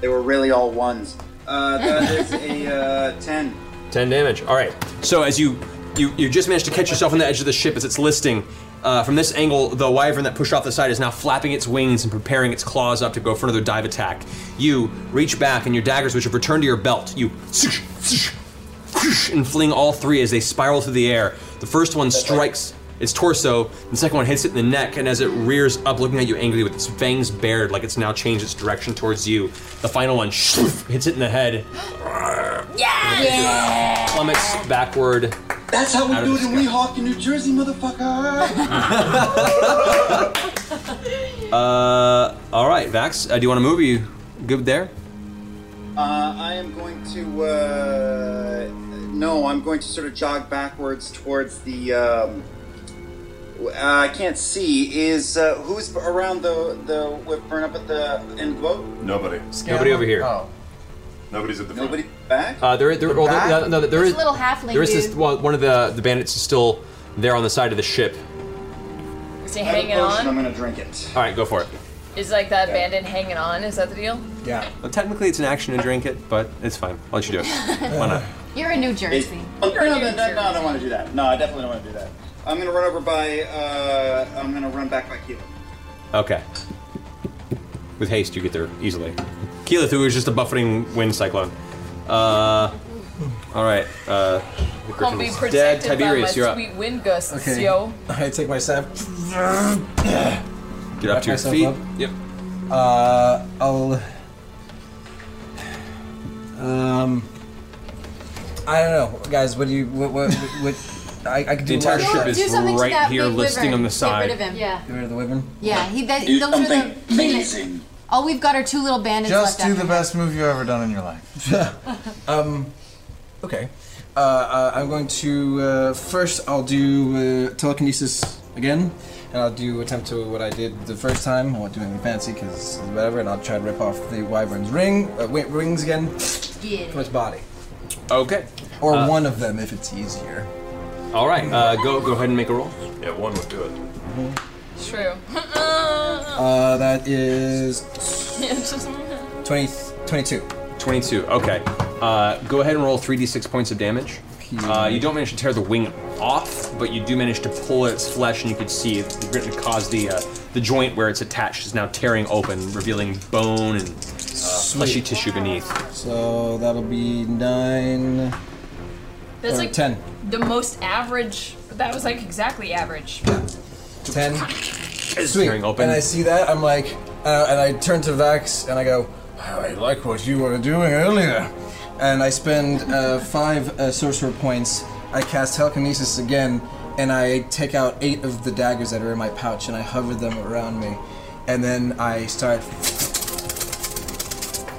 S11: They were really all ones. Uh, that is a uh, 10.
S7: 10 damage. All right. So as you you you just managed to catch yourself on the edge of the ship as it's listing. Uh, from this angle, the wyvern that pushed off the side is now flapping its wings and preparing its claws up to go for another dive attack. You reach back, and your daggers, which have returned to your belt, you swish, swish, whoosh, and fling all three as they spiral through the air. The first one strikes its torso, the second one hits it in the neck, and as it rears up, looking at you angrily with its fangs bared, like it's now changed its direction towards you. The final one shoof, hits it in the head,
S11: Yeah!
S7: plummets backward.
S11: That's how we
S7: Out of
S11: do
S7: the
S11: it in Weehawken, New Jersey, [LAUGHS] motherfucker!
S7: Uh, all right, Vax. Uh, do you want to move? Are you good there?
S11: Uh, I am going to. Uh, no, I'm going to sort of jog backwards towards the. Um, w- uh, I can't see. Is uh, who's around the the whip burn up at the end boat?
S7: Oh,
S21: Nobody.
S7: Nobody over here.
S21: Nobody's at the front.
S11: Nobody back.
S7: Uh, there, there, well, there-
S11: back?
S7: no, no, there
S11: This
S7: is
S11: little halfling
S7: There is this
S11: dude.
S7: one, one of the the bandits is still there on the side of the ship.
S8: Is he
S11: I have a
S8: hanging
S11: potion, I'm
S8: on?
S11: gonna drink it.
S7: All right, go for it.
S8: Is like that bandit hanging on? Is that the deal?
S7: Yeah. Well, technically, it's an action to drink it, but it's fine. I'll
S11: [LAUGHS]
S7: let you do it. Why not?
S9: You're in New Jersey.
S11: Oh, no, no, no, no, I don't want to do that. No, I definitely don't want to do that. I'm gonna run over by. Uh, I'm gonna run back by Keelan.
S7: Okay. With haste, you get there easily. Keyleth, who is just a buffeting wind cyclone. Uh, all right. Uh, the
S8: I'll
S7: griffin
S8: be
S7: is
S8: protected
S7: dead.
S8: by
S7: Tiberius,
S8: my
S7: you're up.
S8: sweet wind gusts,
S13: Okay.
S7: [LAUGHS]
S8: yo.
S13: [LAUGHS] I take my staff.
S7: Get up
S13: Wrap
S7: to your
S13: myself
S7: feet.
S13: up.
S7: Yep.
S13: Uh, I'll. Um. I don't know, guys. What do you? What? What? what I, I could
S7: The
S13: do. a lot
S7: entire
S13: of
S7: ship
S13: shit.
S7: is Do something to right that here big listing wyvern. on the Get side.
S9: rid of him.
S3: Yeah.
S13: Get rid of the wyvern.
S9: Yeah, he that,
S6: Do
S9: those are
S6: something
S9: the amazing. All we've got are two little bandits
S6: Just
S9: left
S6: do the
S9: after
S6: best move you've ever done in your
S13: [LAUGHS]
S6: life.
S13: Um, okay. Uh, uh, I'm going to uh, first. I'll do uh, telekinesis again, and I'll do attempt to what I did the first time. I won't do anything fancy because whatever, and I'll try to rip off the wyvern's ring. Uh, wait, rings again from its body,
S7: Okay.
S13: or
S7: Uh,
S13: one of them if it's easier.
S7: All right. Uh, go go ahead and make a roll.
S21: Yeah, one would do it.
S8: True. [LAUGHS]
S13: Uh, that is
S8: It's just-
S13: 20, 22.
S7: 22. Okay. Uh, go ahead and roll 3d6 points of damage. Uh, you don't manage to tear the wing off, but you do manage to pull at its flesh, and you can see it's going to cause the uh, the joint where it's attached is now tearing open, revealing bone and uh, fleshy tissue beneath.
S13: So that'll be nine.
S8: That's
S7: Uh,
S13: or
S8: like
S13: ten.
S8: the most average. That was like exactly average.
S13: Ten.
S7: Sweet. tearing open.
S13: And I see that, I'm like, uh, and I turn to Vax and I go, I like what you were doing earlier. And I spend uh, five uh, sorcerer points. I cast Telekinesis again, and I take out eight of the daggers that are in my pouch and I hover them around me. And then I start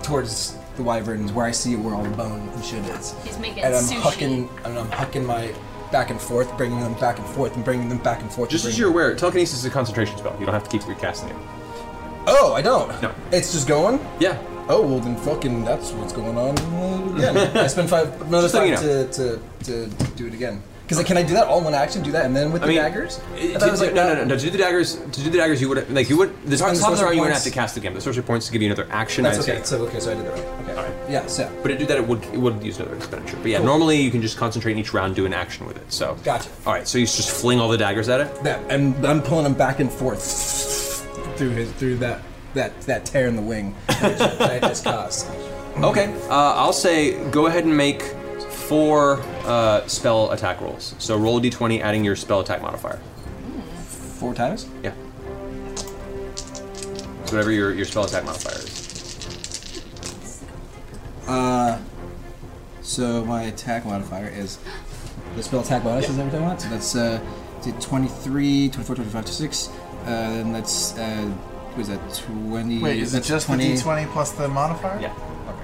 S13: towards the wyverns where I see where all the bone and shit is.
S8: He's making
S13: and I'm
S8: sushi.
S13: hucking, and I'm hucking my back and forth, bringing them back and forth, and bringing them back and forth.
S7: Just
S13: and
S7: as
S13: bringing
S7: you're aware, telekinesis is a concentration spell. You don't have to keep recasting it.
S13: Oh, I don't.
S7: No.
S13: It's just going.
S7: Yeah.
S13: Oh well, then fucking that's what's going on.
S7: [LAUGHS]
S13: Yeah. I spend five another
S7: Just so
S13: five
S7: you know.
S13: to, to to do it again. Because like, can I do that all in one action? Do that and then with
S7: I
S13: the
S7: mean,
S13: daggers? I
S7: To,
S13: thought it was like,
S7: no, no, no, no. To do the daggers, to do the daggers, you would like you would the top
S13: Spend
S7: of
S13: the
S7: the round you
S13: sorcery
S7: wouldn't have
S13: points.
S7: to cast again. The sorcery points to give you another action.
S13: That's
S7: I
S13: okay.
S7: see.
S13: So okay, so I did that. Right. Okay. Yeah. So.
S7: But to do that, it would it would use another expenditure. But yeah,
S13: Cool.
S7: normally you can just concentrate each round, do an action with it. So
S13: Gotcha.
S7: All right, so you just fling all the daggers at it.
S13: Yeah, and I'm pulling him back and forth through his through that that that tear in the wing [LAUGHS] that I just caused. Mm-hmm.
S7: Okay, uh, I'll say go ahead and make four uh, spell attack rolls. So roll a d20, adding your spell attack modifier.
S13: Four times.
S7: Yeah. So whatever your, your spell attack modifier is.
S13: Uh, so my attack modifier is the spell attack bonus is everything I want. So that's uh, is it 23, 24, 25, 26. Uh, then that's uh, what is that 20?
S6: Wait, is it
S13: that's
S6: just the
S13: 20?
S6: d20 plus the modifier?
S7: Yeah.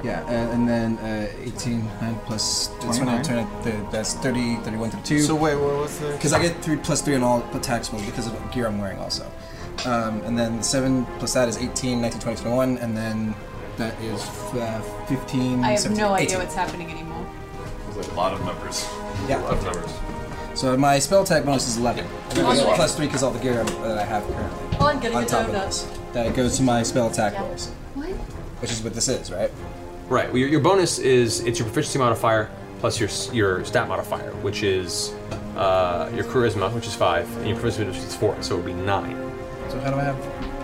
S13: Yeah, uh, and then uh, 18, 9 plus
S6: 29.
S13: 29, 29 that's 30, 31, 32.
S6: So wait, what was the-
S13: Because I get 3 plus 3 on all attacks rolls because of the gear I'm wearing also. Um, and then 7 plus that is 18, 19, 20, 21, and then that is uh, 15,
S18: I have
S13: 17,
S18: no idea
S13: 18.
S18: what's happening anymore.
S21: There's a lot of numbers.
S13: Yeah.
S21: A lot of numbers.
S13: So my spell attack bonus is 11. And then I
S21: Okay.
S13: get plus 3 because all the gear I'm- that I have currently.
S3: Oh, I'm getting
S13: on
S3: a
S13: top of
S3: donut.
S13: this. That goes to my spell attack rolls,
S3: What?
S13: which is what this is, right?
S7: Right. Well, your, your bonus is it's your proficiency modifier plus your s- your stat modifier, which is uh, your charisma, which is five, and your charisma, which is four, so it would be nine.
S13: So how do I have?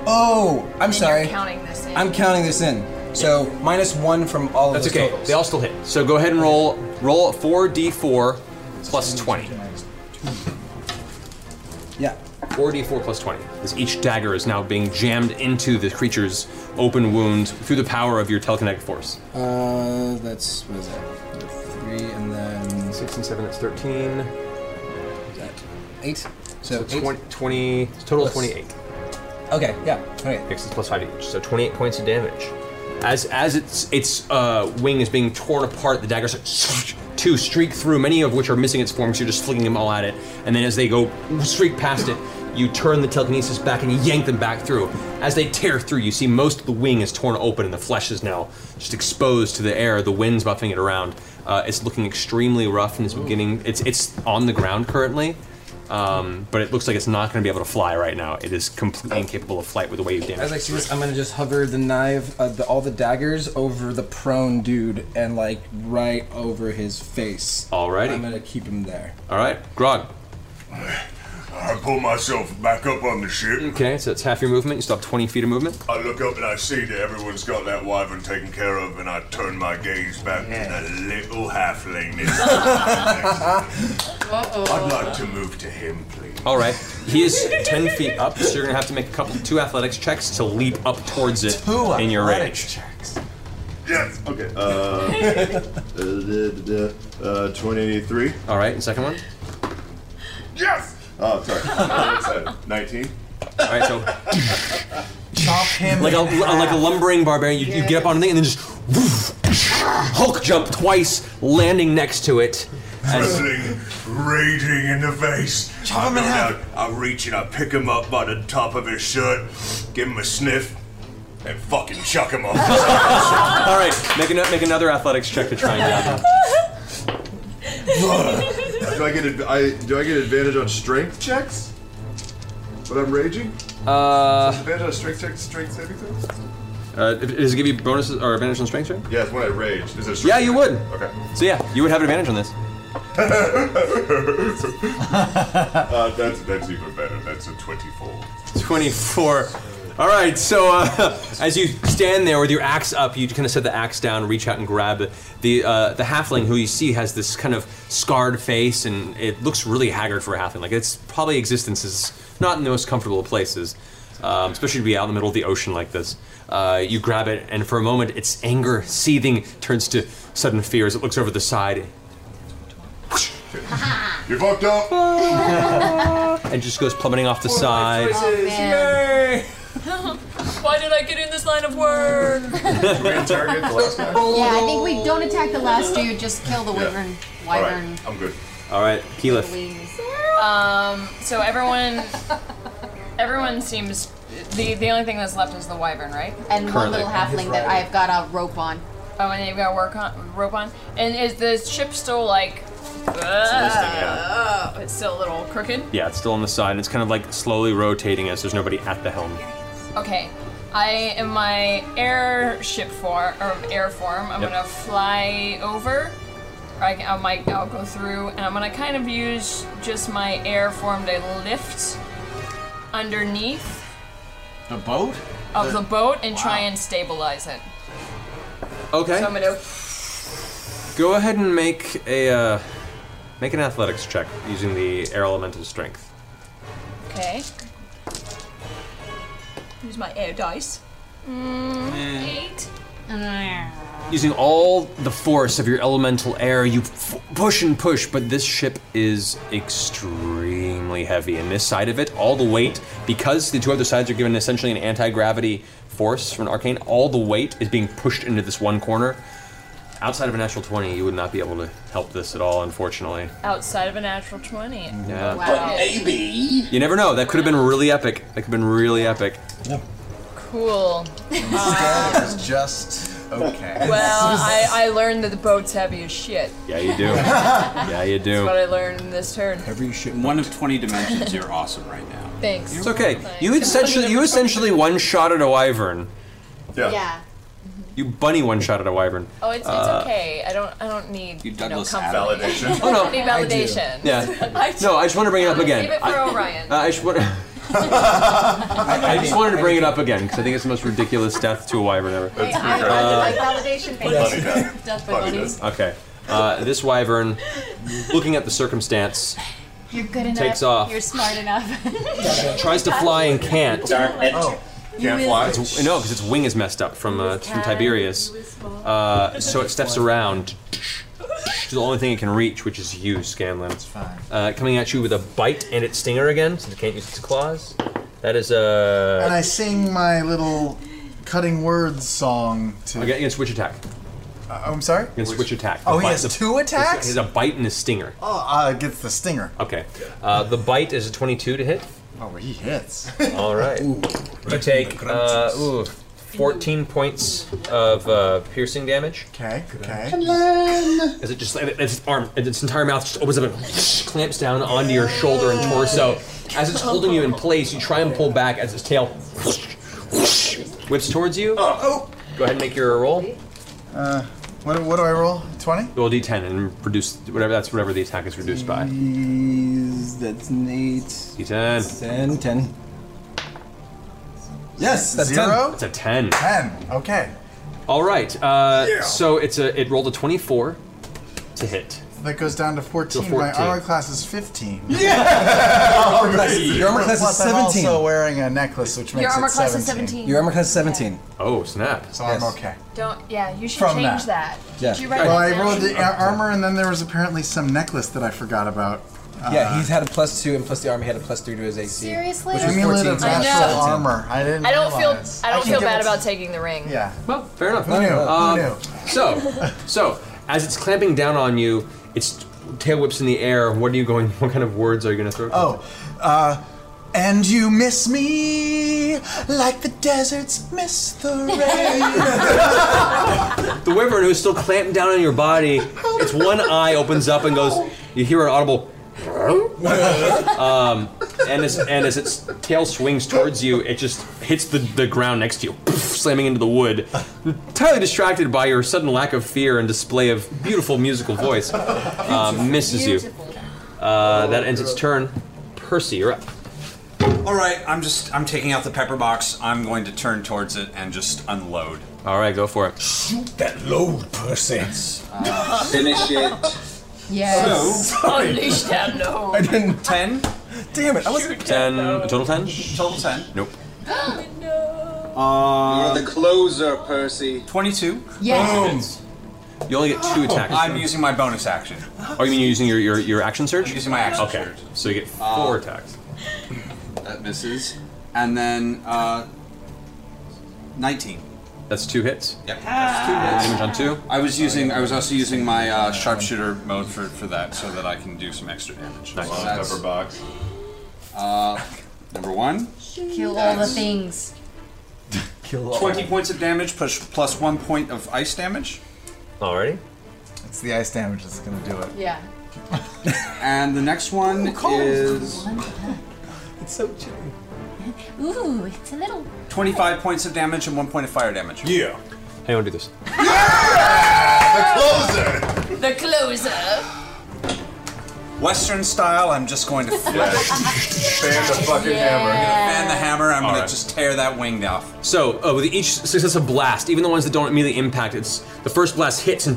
S13: Oh, I'm sorry.
S8: counting this in.
S13: I'm counting this in. So minus one from all
S7: That's
S13: of those
S7: okay.
S13: totals.
S7: They all still hit. So go ahead and roll roll four d4 plus twenty.
S13: Yeah.
S7: Four d4 plus twenty. As each dagger is now being jammed into the creature's open wound through the power of your telekinetic force.
S13: Uh, that's what is that? Three and then
S7: six and seven. That's thirteen.
S13: Eight. So,
S7: So
S13: eight.
S7: 20, 20 total of
S13: Plus-
S7: 28.
S13: Okay, yeah, 28.
S7: Six is plus five to each, so 28 points of damage. As as its its uh, wing is being torn apart, the daggers are two streak through, many of which are missing its form because you're just flinging them all at it. And then as they go streak past it, you turn the telekinesis back and you yank them back through. As they tear through, you see most of the wing is torn open and the flesh is now just exposed to the air. The wind's buffing it around. Uh, it's looking extremely rough and it's beginning. It's it's on the ground currently. Um, but it looks like it's not going to be able to fly right now. It is completely incapable of flight with the way you've damaged.
S13: As I
S7: it.
S13: see this, I'm gonna just hover the knife, uh, the, all the daggers over the prone dude, and like right over his face.
S7: Alrighty.
S13: I'm gonna keep him there.
S7: All right, Grog.
S12: I pull myself back up on the ship.
S7: Okay, so it's half your movement. You still have 20 feet of movement.
S12: I look up and I see that everyone's got that wyvern taken care of, and I turn my gaze back to the little halfling. I'd like to move to him, please.
S7: All right, he is 10 feet up, so you're gonna have to make a couple two athletics checks to leap up towards it
S12: Two
S7: in your
S12: athletics
S7: range.
S12: Yes. Okay.
S21: Uh, uh, uh, uh, 23.
S7: All right, and second one.
S12: Yes.
S21: Oh, sorry. What's that? 19.
S7: All right, so
S6: [LAUGHS] Chop him.
S7: like a
S6: in
S7: like a
S6: half.
S7: lumbering barbarian, you, you get up on a thing and then just woof, Hulk jump twice, landing next to it. As-
S12: Drizzling, raging in the face.
S6: Chop him
S12: I
S6: in
S12: go
S6: half.
S12: down, I reach and I pick him up by the top of his shirt, give him a sniff, and fucking chuck him
S7: [LAUGHS]
S12: off.
S7: All right, make, an, make another athletics check to try and grab him.
S21: [LAUGHS] do I get ad- I, do I get advantage on strength checks? When I'm raging?
S7: Uh,
S21: advantage on strength checks, strength saving throws?
S7: uh, does it give you bonuses or advantage on strength check?
S21: Yeah, it's when I rage. Is it a strength
S7: Yeah, you would.
S21: Okay.
S7: So yeah, you would have an advantage on this. [LAUGHS]
S12: uh, that's, that's even better. That's a 24.
S7: 24. All right, so uh, [LAUGHS] as you stand there with your axe up, you kind of set the axe down, reach out and grab it. the uh, the halfling who you see has this kind of scarred face, and it looks really haggard for a halfling. Like its probably existence is not in the most comfortable of places, um, especially to be out in the middle of the ocean like this. Uh, you grab it, and for a moment, its anger seething turns to sudden fear as it looks over the side
S12: You
S8: [LAUGHS]
S12: fucked up.
S7: and just goes plummeting off the side.
S8: man. [LAUGHS] Why did I get in this line of
S9: [LAUGHS]
S8: work?
S9: Yeah, I think we don't attack the last dude. Just kill the
S7: Yeah.
S9: wyvern. Wyvern.
S7: I'm good. All right, Keyleth.
S8: Um, so everyone, everyone seems the the only thing that's left is the wyvern, right?
S9: And one Currently. little halfling that I've got a rope on.
S8: Oh, and you've got work on rope on. And is the ship still like?
S7: yeah.
S8: uh, it's still a little crooked.
S7: Yeah, it's still on the side. and It's kind of like slowly rotating as there's nobody at the helm.
S8: Okay, I am my airship form or air form. I'm
S7: Yep.
S8: gonna fly over. Or I, can, I might I'll go through, and I'm gonna kind of use just my air form to lift underneath
S6: The boat?
S8: of Oh, the boat and try and stabilize it.
S7: Okay.
S8: So I'm gonna
S7: Go ahead and make a uh, make an athletics check using the air elemental strength.
S8: okay. Use my air dice. Mm, eight.
S7: Using all the force of your elemental air, you f- push and push, but this ship is extremely heavy. And this side of it, all the weight, because the two other sides are given essentially an anti gravity force from an arcane, all the weight is being pushed into this one corner. Outside of a natural 20, you would not be able to help this at all, unfortunately.
S8: Outside of a natural twenty.
S7: Yeah.
S8: Wow.
S7: You never know. That could have been really epic. That could have been really epic.
S8: Cool. Uh,
S6: That's just okay. [LAUGHS]
S8: [LAUGHS] Well, I, I learned that the boat's heavy as shit. [LAUGHS]
S7: Yeah,
S10: [LAUGHS]
S7: you do. yeah, you
S8: That's
S7: do.
S8: what I learned in this turn.
S10: Every ship. One of 20 dimensions, you're awesome right now.
S8: Thanks.
S7: It's okay. You essentially you essentially one shot at a wyvern. You bunny one shot at a wyvern.
S8: Oh, it's, it's
S7: Uh,
S8: okay. I don't I don't need you
S7: You
S8: know,
S7: Douglas
S8: comfort.
S7: Validation.
S8: I
S7: Oh, no.
S8: don't need
S7: I do.
S8: validation.
S7: Yeah.
S8: [LAUGHS] I
S7: No, I just want to bring it up again.
S8: Leave it for
S7: I,
S8: Orion.
S7: Uh, I just want. I just wanted to bring it up again because I think it's the most ridiculous death to a wyvern ever.
S9: I, I,
S7: Uh,
S9: I like
S13: [LAUGHS]
S9: validation based. Death by bunnies.
S7: okay. Uh, this wyvern, looking at the circumstance,
S9: You're good enough.
S7: Takes off.
S9: You're smart enough.
S7: tries
S9: [LAUGHS]
S7: to fly and can't.
S9: Oh. Can't You fly? will-
S7: It's- no, because its wing is messed up from uh, from Tiberius. Uh, so it steps around to the only thing it can reach, which is you, Scanlan. It's fine. Uh, coming at you with a bite and its stinger again, since it can't use its claws. That is uh, a.
S6: and I sing my little cutting words song to.
S7: Okay, against which attack?
S6: Uh, I'm sorry?
S7: Against which attack?
S6: Oh,
S7: The
S6: he
S7: bite-
S6: has
S7: the-
S6: two attacks?
S7: He has a bite and a stinger.
S6: Oh, uh, gets the stinger.
S7: Okay. Uh, the bite is a 22 to hit.
S6: Oh, he hits.
S7: [LAUGHS] All right. You take uh, ooh, 14 points of uh, piercing damage.
S6: Okay. Okay.
S15: Hello.
S7: As it just and its arm and its entire mouth just opens up and clamps down onto your shoulder and torso. As it's holding you in place, you try and pull back as its tail whips towards you. Oh. Go ahead and make your roll.
S6: Uh, what, what do I roll? 20?
S7: Roll d10 and reduce whatever that's whatever the attack is reduced by.
S13: That's neat.
S7: D10.
S13: 10, 10. Yes, that's 10.
S7: Zero? It's a 10.
S6: 10. Okay.
S7: All right. Uh,
S6: Yeah.
S7: So it's a it rolled a 24 to hit.
S6: That goes down to 14.
S7: To
S6: My
S7: 14.
S6: armor class is 15. [LAUGHS]
S13: Yeah! Your armor class- your armor class is
S6: Plus
S13: 17.
S6: I'm also wearing a necklace, which
S8: Your
S6: makes
S8: armor
S6: it
S8: class
S6: 17.
S8: is 17.
S13: Your armor class is 17.
S7: Oh, snap.
S6: So I'm okay.
S8: Don't. Yeah, you should
S6: From
S8: change that. Did you write
S6: well,
S8: that
S6: I
S8: down?
S6: rolled the ar- armor, and then there was apparently some necklace that I forgot about. Uh,
S13: yeah, he's had a plus 2, and plus the army had a plus 3 to his AC.
S8: Seriously?
S13: Which was
S6: Amulet
S13: 14.
S6: of
S13: so that's
S6: natural
S13: 17.
S6: armor. I didn't.
S8: I don't feel
S6: realize.
S8: I don't
S6: can
S8: feel
S6: give
S8: bad
S6: it-
S8: about taking the ring.
S6: Yeah.
S7: Well, fair enough.
S6: Who knew? Who
S7: Um,
S6: knew?
S7: So, so as it's clamping down on you, its tail whips in the air. What are you going? [LAUGHS] What kind of words are you going to throw?
S6: Oh, uh, and you miss me like the deserts miss the
S8: [LAUGHS]
S6: rain.
S7: The wyvern who's still clamped down on your body. Its one eye opens up and goes. You hear an audible. um, and as and as its tail swings towards you, it just hits the, the ground next to you, slamming into the wood. Entirely distracted by your sudden lack of fear and display of beautiful musical voice, uh, misses you. Uh, that ends its turn. Percy, you're up.
S10: All right, I'm just I'm taking out the pepper box. I'm going to turn towards it and just unload.
S7: All right, go for it.
S10: Shoot that load, person.
S11: Finish it.
S10: Yes. So-
S8: Unleash that load.
S10: I didn't ten.
S6: Damn it! I wasn't
S7: ten. Total ten.
S10: Total ten.
S7: Nope.
S10: Uh,
S11: You're the closer, Percy.
S10: Twenty-two.
S7: Yes. You only get two attacks.
S10: I'm using my bonus action.
S7: Oh, you mean you're using your, your, your action surge?
S10: using my action
S7: okay.
S10: surge.
S7: So you get four
S10: Uh,
S7: attacks.
S10: That misses, and then uh, nineteen.
S7: That's two hits.
S10: Yep.
S9: Ah.
S10: That's two hits.
S7: Damage on two.
S10: I was using. I was also using my uh, sharpshooter mode for, for that, so that I can do some extra damage.
S21: Nice.
S10: So
S21: Love
S10: that's-
S21: pepper box.
S10: Uh, number one.
S9: Kill all the
S10: That's
S9: things.
S7: Kill
S10: Twenty points of damage plus plus one point of ice damage,
S7: Alrighty.
S6: It's the ice damage that's gonna do it.
S9: Yeah.
S10: and the next one is
S7: [LAUGHS]
S9: It's so chilly. [LAUGHS] Ooh, it's a little.
S10: twenty-five points of damage and one point of fire damage.
S7: Yeah. Hey, I want to do this.
S8: The closer.
S10: Western style. I'm just going to fan the
S8: fucking Yeah. hammer.
S10: I'm gonna fan the hammer. I'm
S7: All
S10: gonna
S7: right.
S10: just tear that wing off.
S7: So, uh, with each successive blast, even the ones that don't immediately impact, it's the first blast hits and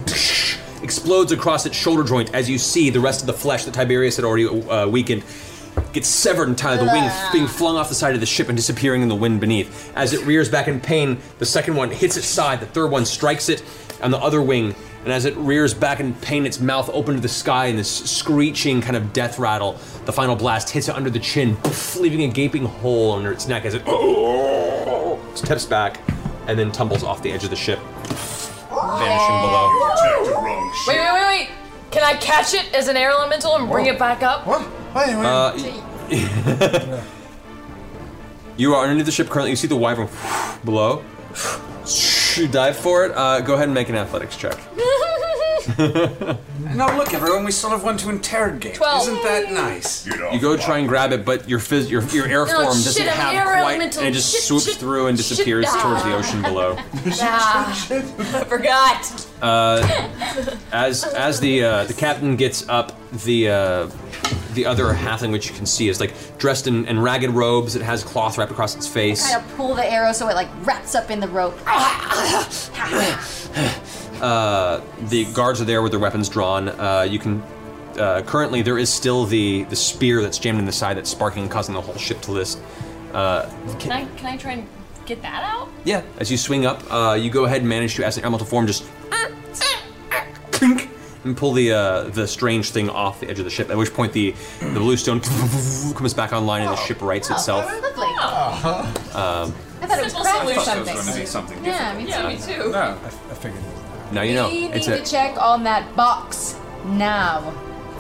S7: [LAUGHS] explodes across its shoulder joint. As you see, the rest of the flesh that Tiberius had already uh, weakened gets severed entirely. The wing being flung off the side of the ship and disappearing in the wind beneath. As it rears back in pain, the second one hits its side. The third one strikes it, and the other wing. And as it rears back in pain, its mouth open to the sky in this screeching kind of death rattle. The final blast hits it under the chin, leaving a gaping hole under its neck [LAUGHS] as it steps back and then tumbles off the edge of the ship, vanishing below.
S8: Wait, wait, wait, wait. Can I catch it as an air elemental and bring it back up? What?
S6: Wait,
S7: Uh,
S20: [LAUGHS]
S7: [LAUGHS] you are underneath the ship currently. You see the wyvern [SIGHS] below. You dive for it. Uh, go ahead and make an athletics check.
S10: [LAUGHS] Now look, everyone, we still have one to interrogate.
S20: Twelve.
S10: Isn't that nice?
S7: You go try and grab it, but your phys- your, your air
S20: Oh,
S7: form
S20: shit,
S7: doesn't
S20: I'm an
S7: have
S20: air
S7: quite,
S20: elemental.
S7: and it just
S20: Shit,
S7: swoops
S20: shit,
S7: through and
S20: shit.
S7: disappears
S20: Ah.
S7: towards the ocean [LAUGHS] below.
S8: Nah. I forgot.
S7: Uh, as as the uh, the captain gets up, the uh, the other halfling, which you can see, is like dressed in, in ragged robes. It has cloth wrapped across its face.
S9: Kind of pull the arrow so it like wraps up in the rope. [LAUGHS]
S7: Uh, the guards are there with their weapons drawn. Uh, you can. Uh, currently, there is still the the spear that's jammed in the side that's sparking and causing the whole ship to list. Uh,
S8: Can I can I try and get that out?
S7: yeah, as you swing up, uh, you go ahead and manage to, as an elemental form, just and pull the uh, the strange thing off the edge of the ship. At which point, the the blue stone [LAUGHS] comes back online and the ship rights itself.
S9: Lovely.
S21: Oh.
S7: Um,
S9: I thought it was
S8: Simple
S9: cracked or
S8: solution.
S9: something.
S7: I thought it was gonna be something
S9: Yeah, me too.
S8: Yeah, me too. No.
S13: I, I figured.
S7: now you know
S9: We need
S7: it's
S9: to
S7: a
S9: check on that box now.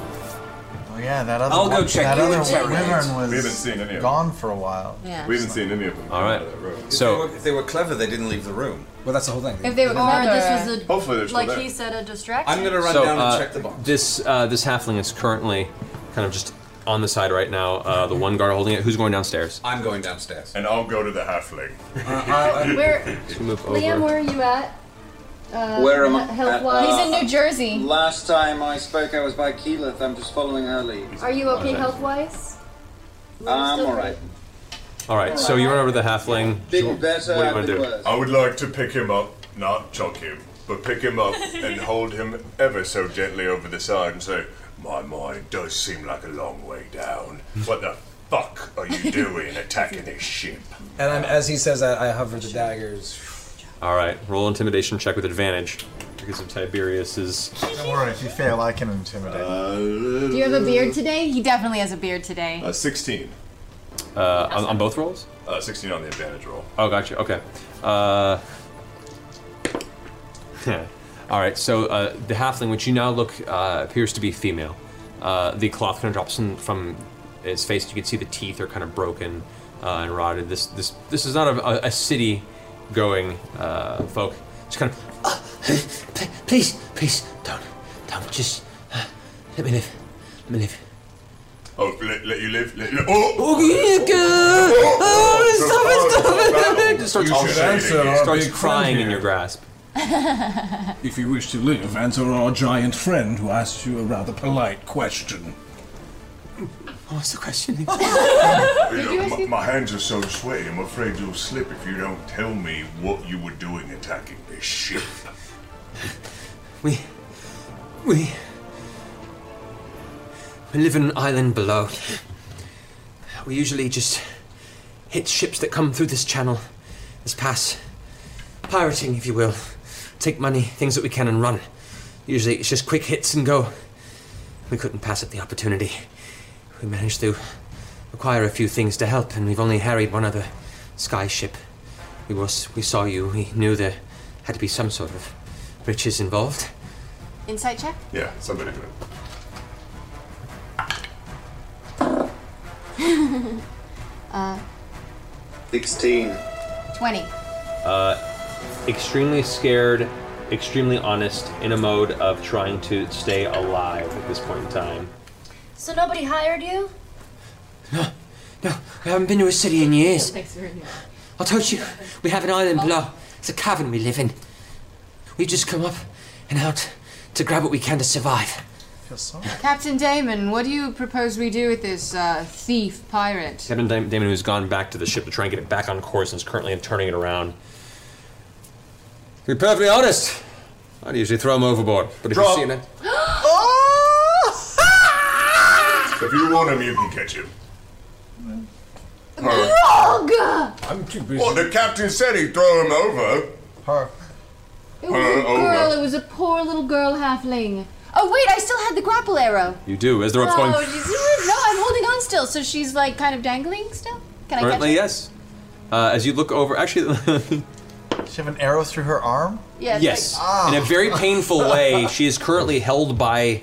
S6: Oh yeah, that other.
S21: I'll go
S6: one-
S21: check
S6: That
S21: the
S6: other
S21: interrogate.
S6: wyvern was
S21: We haven't seen any of
S6: gone for a while.
S9: Yeah.
S21: We haven't seen any of them.
S7: All right.
S21: So
S10: If they were clever, they didn't leave the room.
S13: Well, that's the whole thing.
S9: If they were clever, this was a
S21: Hopefully they're still
S20: like
S21: there.
S20: he said, a distraction.
S7: So, uh, This uh, this halfling is currently kind of just on the side right now. Uh, the one guard holding it. Who's going downstairs?
S10: I'm going downstairs.
S12: And I'll go to the halfling.
S6: Uh,
S12: [LAUGHS]
S9: Where-
S7: So move
S9: Liam, where are you at? Uh,
S11: Where am I at?
S9: Health-wise?
S11: Uh,
S9: He's in New Jersey.
S11: Last time I spoke, I was by Keyleth. I'm just following her lead.
S9: Are you okay health wise?
S11: I'm alright.
S7: All right. So you run over to the halfling.
S12: Big
S7: what do you want to do?
S12: I would like to pick him up, not choke him, but pick him up and hold him ever so gently over the side and say, My mind does seem like a long way down. What the fuck are you doing attacking this ship?
S13: And I'm, as he says that, I hover the daggers.
S7: All right. Roll intimidation check with advantage because of Tiberius's.
S6: Don't worry, if you fail, I can intimidate.
S8: Uh,
S9: Do you have a beard today? He definitely has a beard today. [LAUGHS]
S7: Uh, 16. Uh, on, on both rolls?
S12: Uh, 16 on the advantage roll.
S7: Oh, gotcha. Okay. Uh, [LAUGHS] all right. So uh, the halfling, which you now look uh, appears to be female, uh, the cloth kind of drops in from its face. You can see the teeth are kind of broken uh, and rotted. This this this is not a, a, a city going uh, folk. It's kind of Please, please, don't, don't just uh, let me live. Let me live.
S12: Oh, let, let you live? Let, let- oh!
S7: Oh, Just starts,
S13: You should answer our
S7: starts
S13: big
S7: crying
S13: friend
S7: in
S13: here.
S7: your grasp.
S13: If you wish to live, answer our giant friend who asked you a rather polite question.
S12: What's the question?
S44: Did you
S12: oh! my,
S44: actually-
S12: my hands are so sweaty, I'm afraid you'll slip if you don't tell me what you were doing attacking this ship.
S45: We. We. We live in an island below. We usually just hit ships that come through this channel, this pass. Pirating, if you will. Take money, things that we can, and run. Usually it's just quick hits and go. We couldn't pass up the opportunity. We managed to acquire a few things to help, and we've only harried one other sky ship. We, was, we saw you, we knew there had to be some sort of riches involved.
S9: Insight check?
S12: Yeah, somebody do it.
S9: [LAUGHS] uh,
S46: 16.
S9: 20.
S7: Uh, extremely scared, extremely honest, in a mode of trying to stay alive at this point in time.
S20: So nobody hired you?
S45: We haven't been to a city in years.
S20: Thanks for
S45: I told you, we have an island below. It's a cavern we live in. We've just come up and out to grab what we can to survive.
S9: Captain Damon, what do you propose we do with this uh, thief pirate?
S7: Captain Dam- Damon, who's gone back to the ship to try and get it back on course and is currently turning it around.
S14: To be perfectly honest, I'd usually throw him overboard. But if
S12: Drop.
S14: you see it,
S9: [GASPS] Oh!
S12: If you want him, you can catch him.
S9: Grog!
S12: I'm too busy. Well, the captain said he'd throw him over.
S6: Her.
S9: It was a
S12: Uh, oh,
S9: girl,
S12: no.
S9: it was a poor little girl halfling. Oh wait, I still had the grapple arrow.
S14: you do. As the rope's
S9: oh,
S14: going,
S9: she's- no, I'm holding on still, so she's like kind of dangling still? Can I catch her?
S7: Currently, yes. Uh, as you look over, actually, [LAUGHS]
S6: She have an arrow through her arm.
S9: Yeah,
S7: yes, in a
S9: ah.
S7: very
S9: [LAUGHS]
S7: painful way, she is currently held by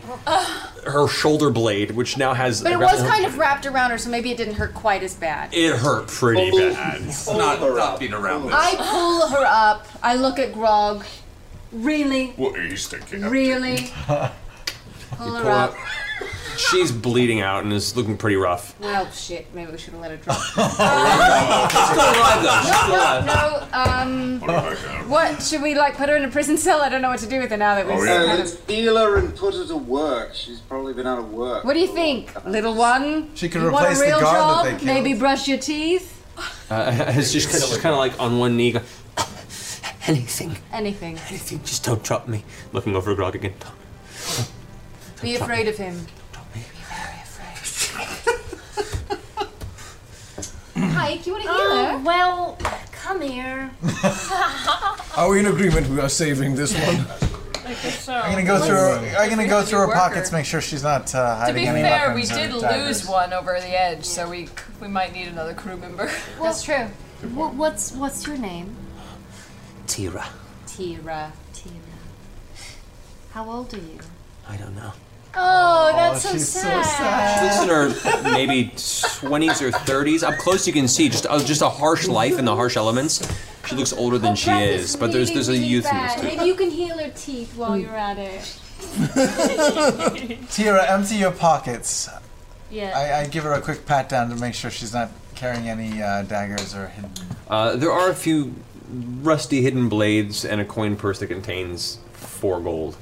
S7: her shoulder blade, which now has.
S9: But it was kind of wrapped around her, so maybe it didn't hurt quite as bad.
S7: It hurt pretty bad.
S10: not, not beat around this.
S9: I pull her up. I look at Grog. Really?
S12: What is the captain?
S9: Really? Pull her
S7: pull
S9: up.
S7: She's bleeding out and is looking pretty
S9: [LAUGHS]
S7: rough.
S9: Well, shit. Maybe we should have let her drop.
S7: alive, though. She's still
S9: no,
S7: alive.
S9: no, no. Um, what should we like? Put her in a prison cell? I don't know what to do with her now that we've
S11: Uh,
S9: kind
S11: let's
S9: of.
S11: heal her and put her to work. She's probably been out of work.
S9: What do you think, little one?
S6: She
S9: You want a real job? Maybe brush your teeth.
S7: Uh, [LAUGHS] it's just she's kind of like on one [COUGHS] knee. Going,
S45: Anything.
S9: Anything.
S45: Anything. Just don't drop me.
S7: Looking over at Grog again.
S9: Be afraid of him. [LAUGHS] Hike, you want to heal her?
S20: Oh, well, come here.
S13: [LAUGHS] Are we in agreement we are saving this
S14: [LAUGHS]
S13: one?
S6: I'm gonna go through. Her, I'm gonna go
S8: Let's
S6: through her
S8: work her.
S6: pockets, make sure she's not uh,
S8: To
S6: hiding
S8: be
S6: any
S8: fair, we
S6: weapons or
S8: did
S6: daggers.
S8: lose one over the edge, so we we might need another crew member.
S9: That's true.
S20: Wh- what's what's your name?
S45: Tira.
S9: Tira.
S20: Tina. How old are you?
S45: I don't know.
S20: Oh, that's so
S45: she's so
S20: sad.
S7: She's in her maybe 20s or 30s. Up close, you can see just uh, just a harsh life in the harsh elements. She looks older than she is, but there's there's a youth in this too.
S9: Maybe you can heal her teeth while you're at
S7: [LAUGHS]
S9: it.
S6: Tira, empty your pockets.
S20: Yeah.
S6: I, I give her a quick pat down to make sure she's not carrying any uh, daggers or hidden.
S7: Uh, there are a few rusty hidden blades and a coin purse that contains four gold.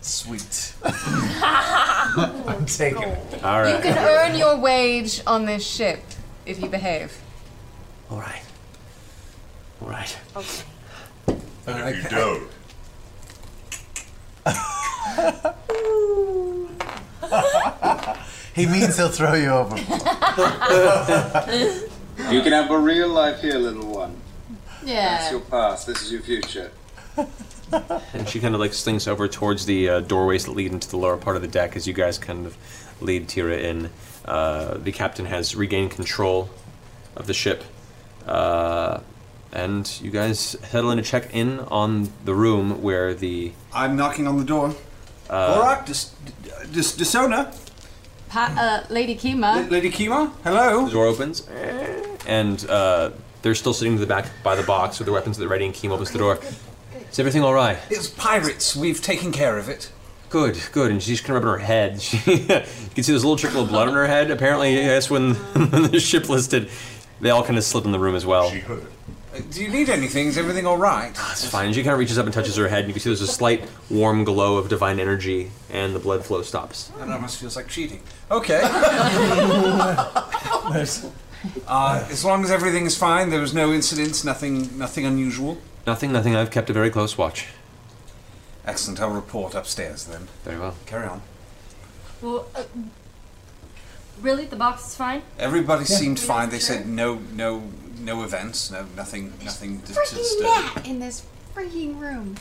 S6: Sweet.
S9: [LAUGHS] I'm
S6: taking
S9: it.
S7: All right.
S9: You can earn your wage on this ship if you behave.
S45: All right. All right.
S9: Okay.
S12: And if you don't,
S6: He means he'll throw you over.
S11: [LAUGHS] You can have a real life here, little one. That's
S9: Yeah.
S11: your past. This is your future.
S7: And she kind of like slinks over towards the uh, doorways that lead into the lower part of the deck as you guys kind of lead Tira in. Uh, the captain has regained control of the ship. Uh, and you guys settle in to check in on the room where the.
S10: I'm knocking on the door.
S7: Uh,
S10: Borak, Dis- Dis- Disona,
S9: Pa- uh, Lady Kima.
S10: Lady Kima, hello.
S7: The door opens, and uh, they're still sitting to the back by the box with their weapons at the ready, and Keem opens the door. Is everything all right?
S10: It's pirates. We've taken care of it.
S7: Good, good. And she's kind of rubbing her head. [LAUGHS] She, you can see this little trickle of blood on her [LAUGHS] head. Apparently, yes, when the ship listed, they all kind of slip in the room as well. She
S12: heard.
S10: Do you need anything? Is everything all right?
S7: Ah, It's fine. She kind of reaches up and touches her head, and you can see there's a slight warm glow of divine energy, and the blood flow stops.
S10: That almost feels like cheating. Okay.
S9: [LAUGHS]
S10: uh, as long as everything is fine, there was no incidents, nothing, nothing unusual.
S7: Nothing, nothing. I've kept a very close watch.
S10: Excellent. I'll report upstairs then.
S7: Very well.
S10: Carry on.
S20: Well, uh, really, the box is fine.
S10: Everybody
S20: Yeah.
S10: seemed
S20: Yeah,
S10: fine. They
S20: sure.
S10: said no, no, no events, no nothing, nothing to, to
S47: Freaking
S10: disturb.
S47: gnat in this freaking room.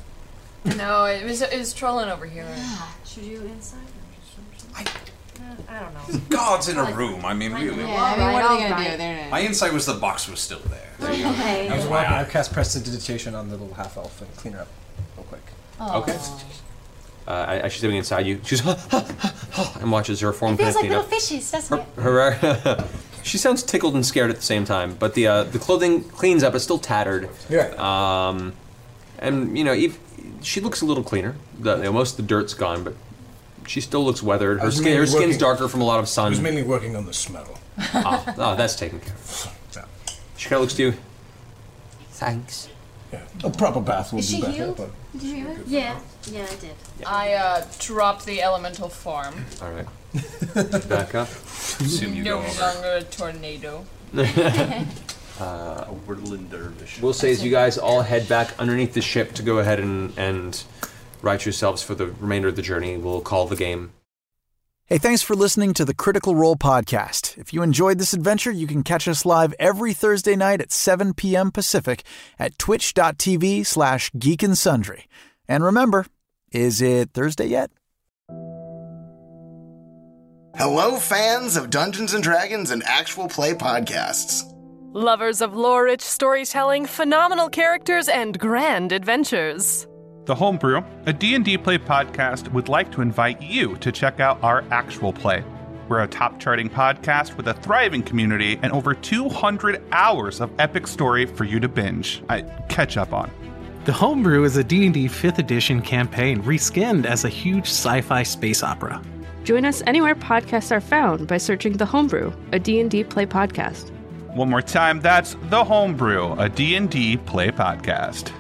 S8: No, it was it was trolling over here. Should you inside?
S20: I don't know.
S10: Guards in a room. I mean, really.
S14: Yeah, I mean, what are they gonna do? They're
S10: My insight was the box was still there.
S14: Okay.
S13: I was wondering, I've cast prestidigitation on the little half elf and clean her up real quick.
S14: Oh.
S7: Okay. Uh, as she's sitting inside you, she's [GASPS] and watches her form
S14: It feels like
S7: kind of clean
S14: little
S7: up.
S14: fishes, doesn't it?
S7: Herrera. [LAUGHS] she sounds tickled and scared at the same time, but the uh, the clothing cleans up. It's still tattered.
S13: Yeah.
S7: Um, and you know, ev she looks a little cleaner. The, you know, most of the dirt's gone, but she still looks weathered.
S13: I
S7: Her
S13: was
S7: skin her
S13: mainly
S7: skin's
S13: working-
S7: darker from a lot of
S13: I was
S7: sun.
S13: mainly working on the smell.
S7: Ah, oh, that's taken care of. She kind of looks to you. Thanks.
S13: A proper bath will
S8: Is
S13: do
S8: she
S13: better.
S8: healed?
S13: But
S8: Did you hear
S20: Yeah, yeah, I did.
S8: I uh, dropped the elemental form.
S7: All
S13: [LAUGHS]
S7: right. Back up. Assume
S8: no longer a
S20: [LAUGHS]
S8: tornado.
S7: [LAUGHS] uh, a whirling dervish. We'll say as you guys all head back underneath the ship to go ahead and, and right yourselves for the remainder of the journey. We'll call the game.
S6: [LAUGHS] Hey, thanks for listening to the Critical Role podcast. If you enjoyed this adventure, you can catch us live every Thursday night at 7 p.m. Pacific at twitch.tv slash geek and sundry. And remember, is it Thursday yet?
S1: Hello, fans of Dungeons and Dragons and actual play podcasts.
S2: Lovers of lore rich storytelling, phenomenal characters, and grand adventures.
S3: The Homebrew, a D&D play podcast, would like to invite you to check out our actual play. We're a top charting podcast with a thriving community and over 200 hours of epic story for you to binge, I, catch up on.
S4: The Homebrew is a D&D 5th edition campaign reskinned as a huge sci-fi space opera.
S5: Join us anywhere podcasts are found by searching The Homebrew, a D&D play podcast.
S3: One more time, that's The Homebrew, a D&D play podcast.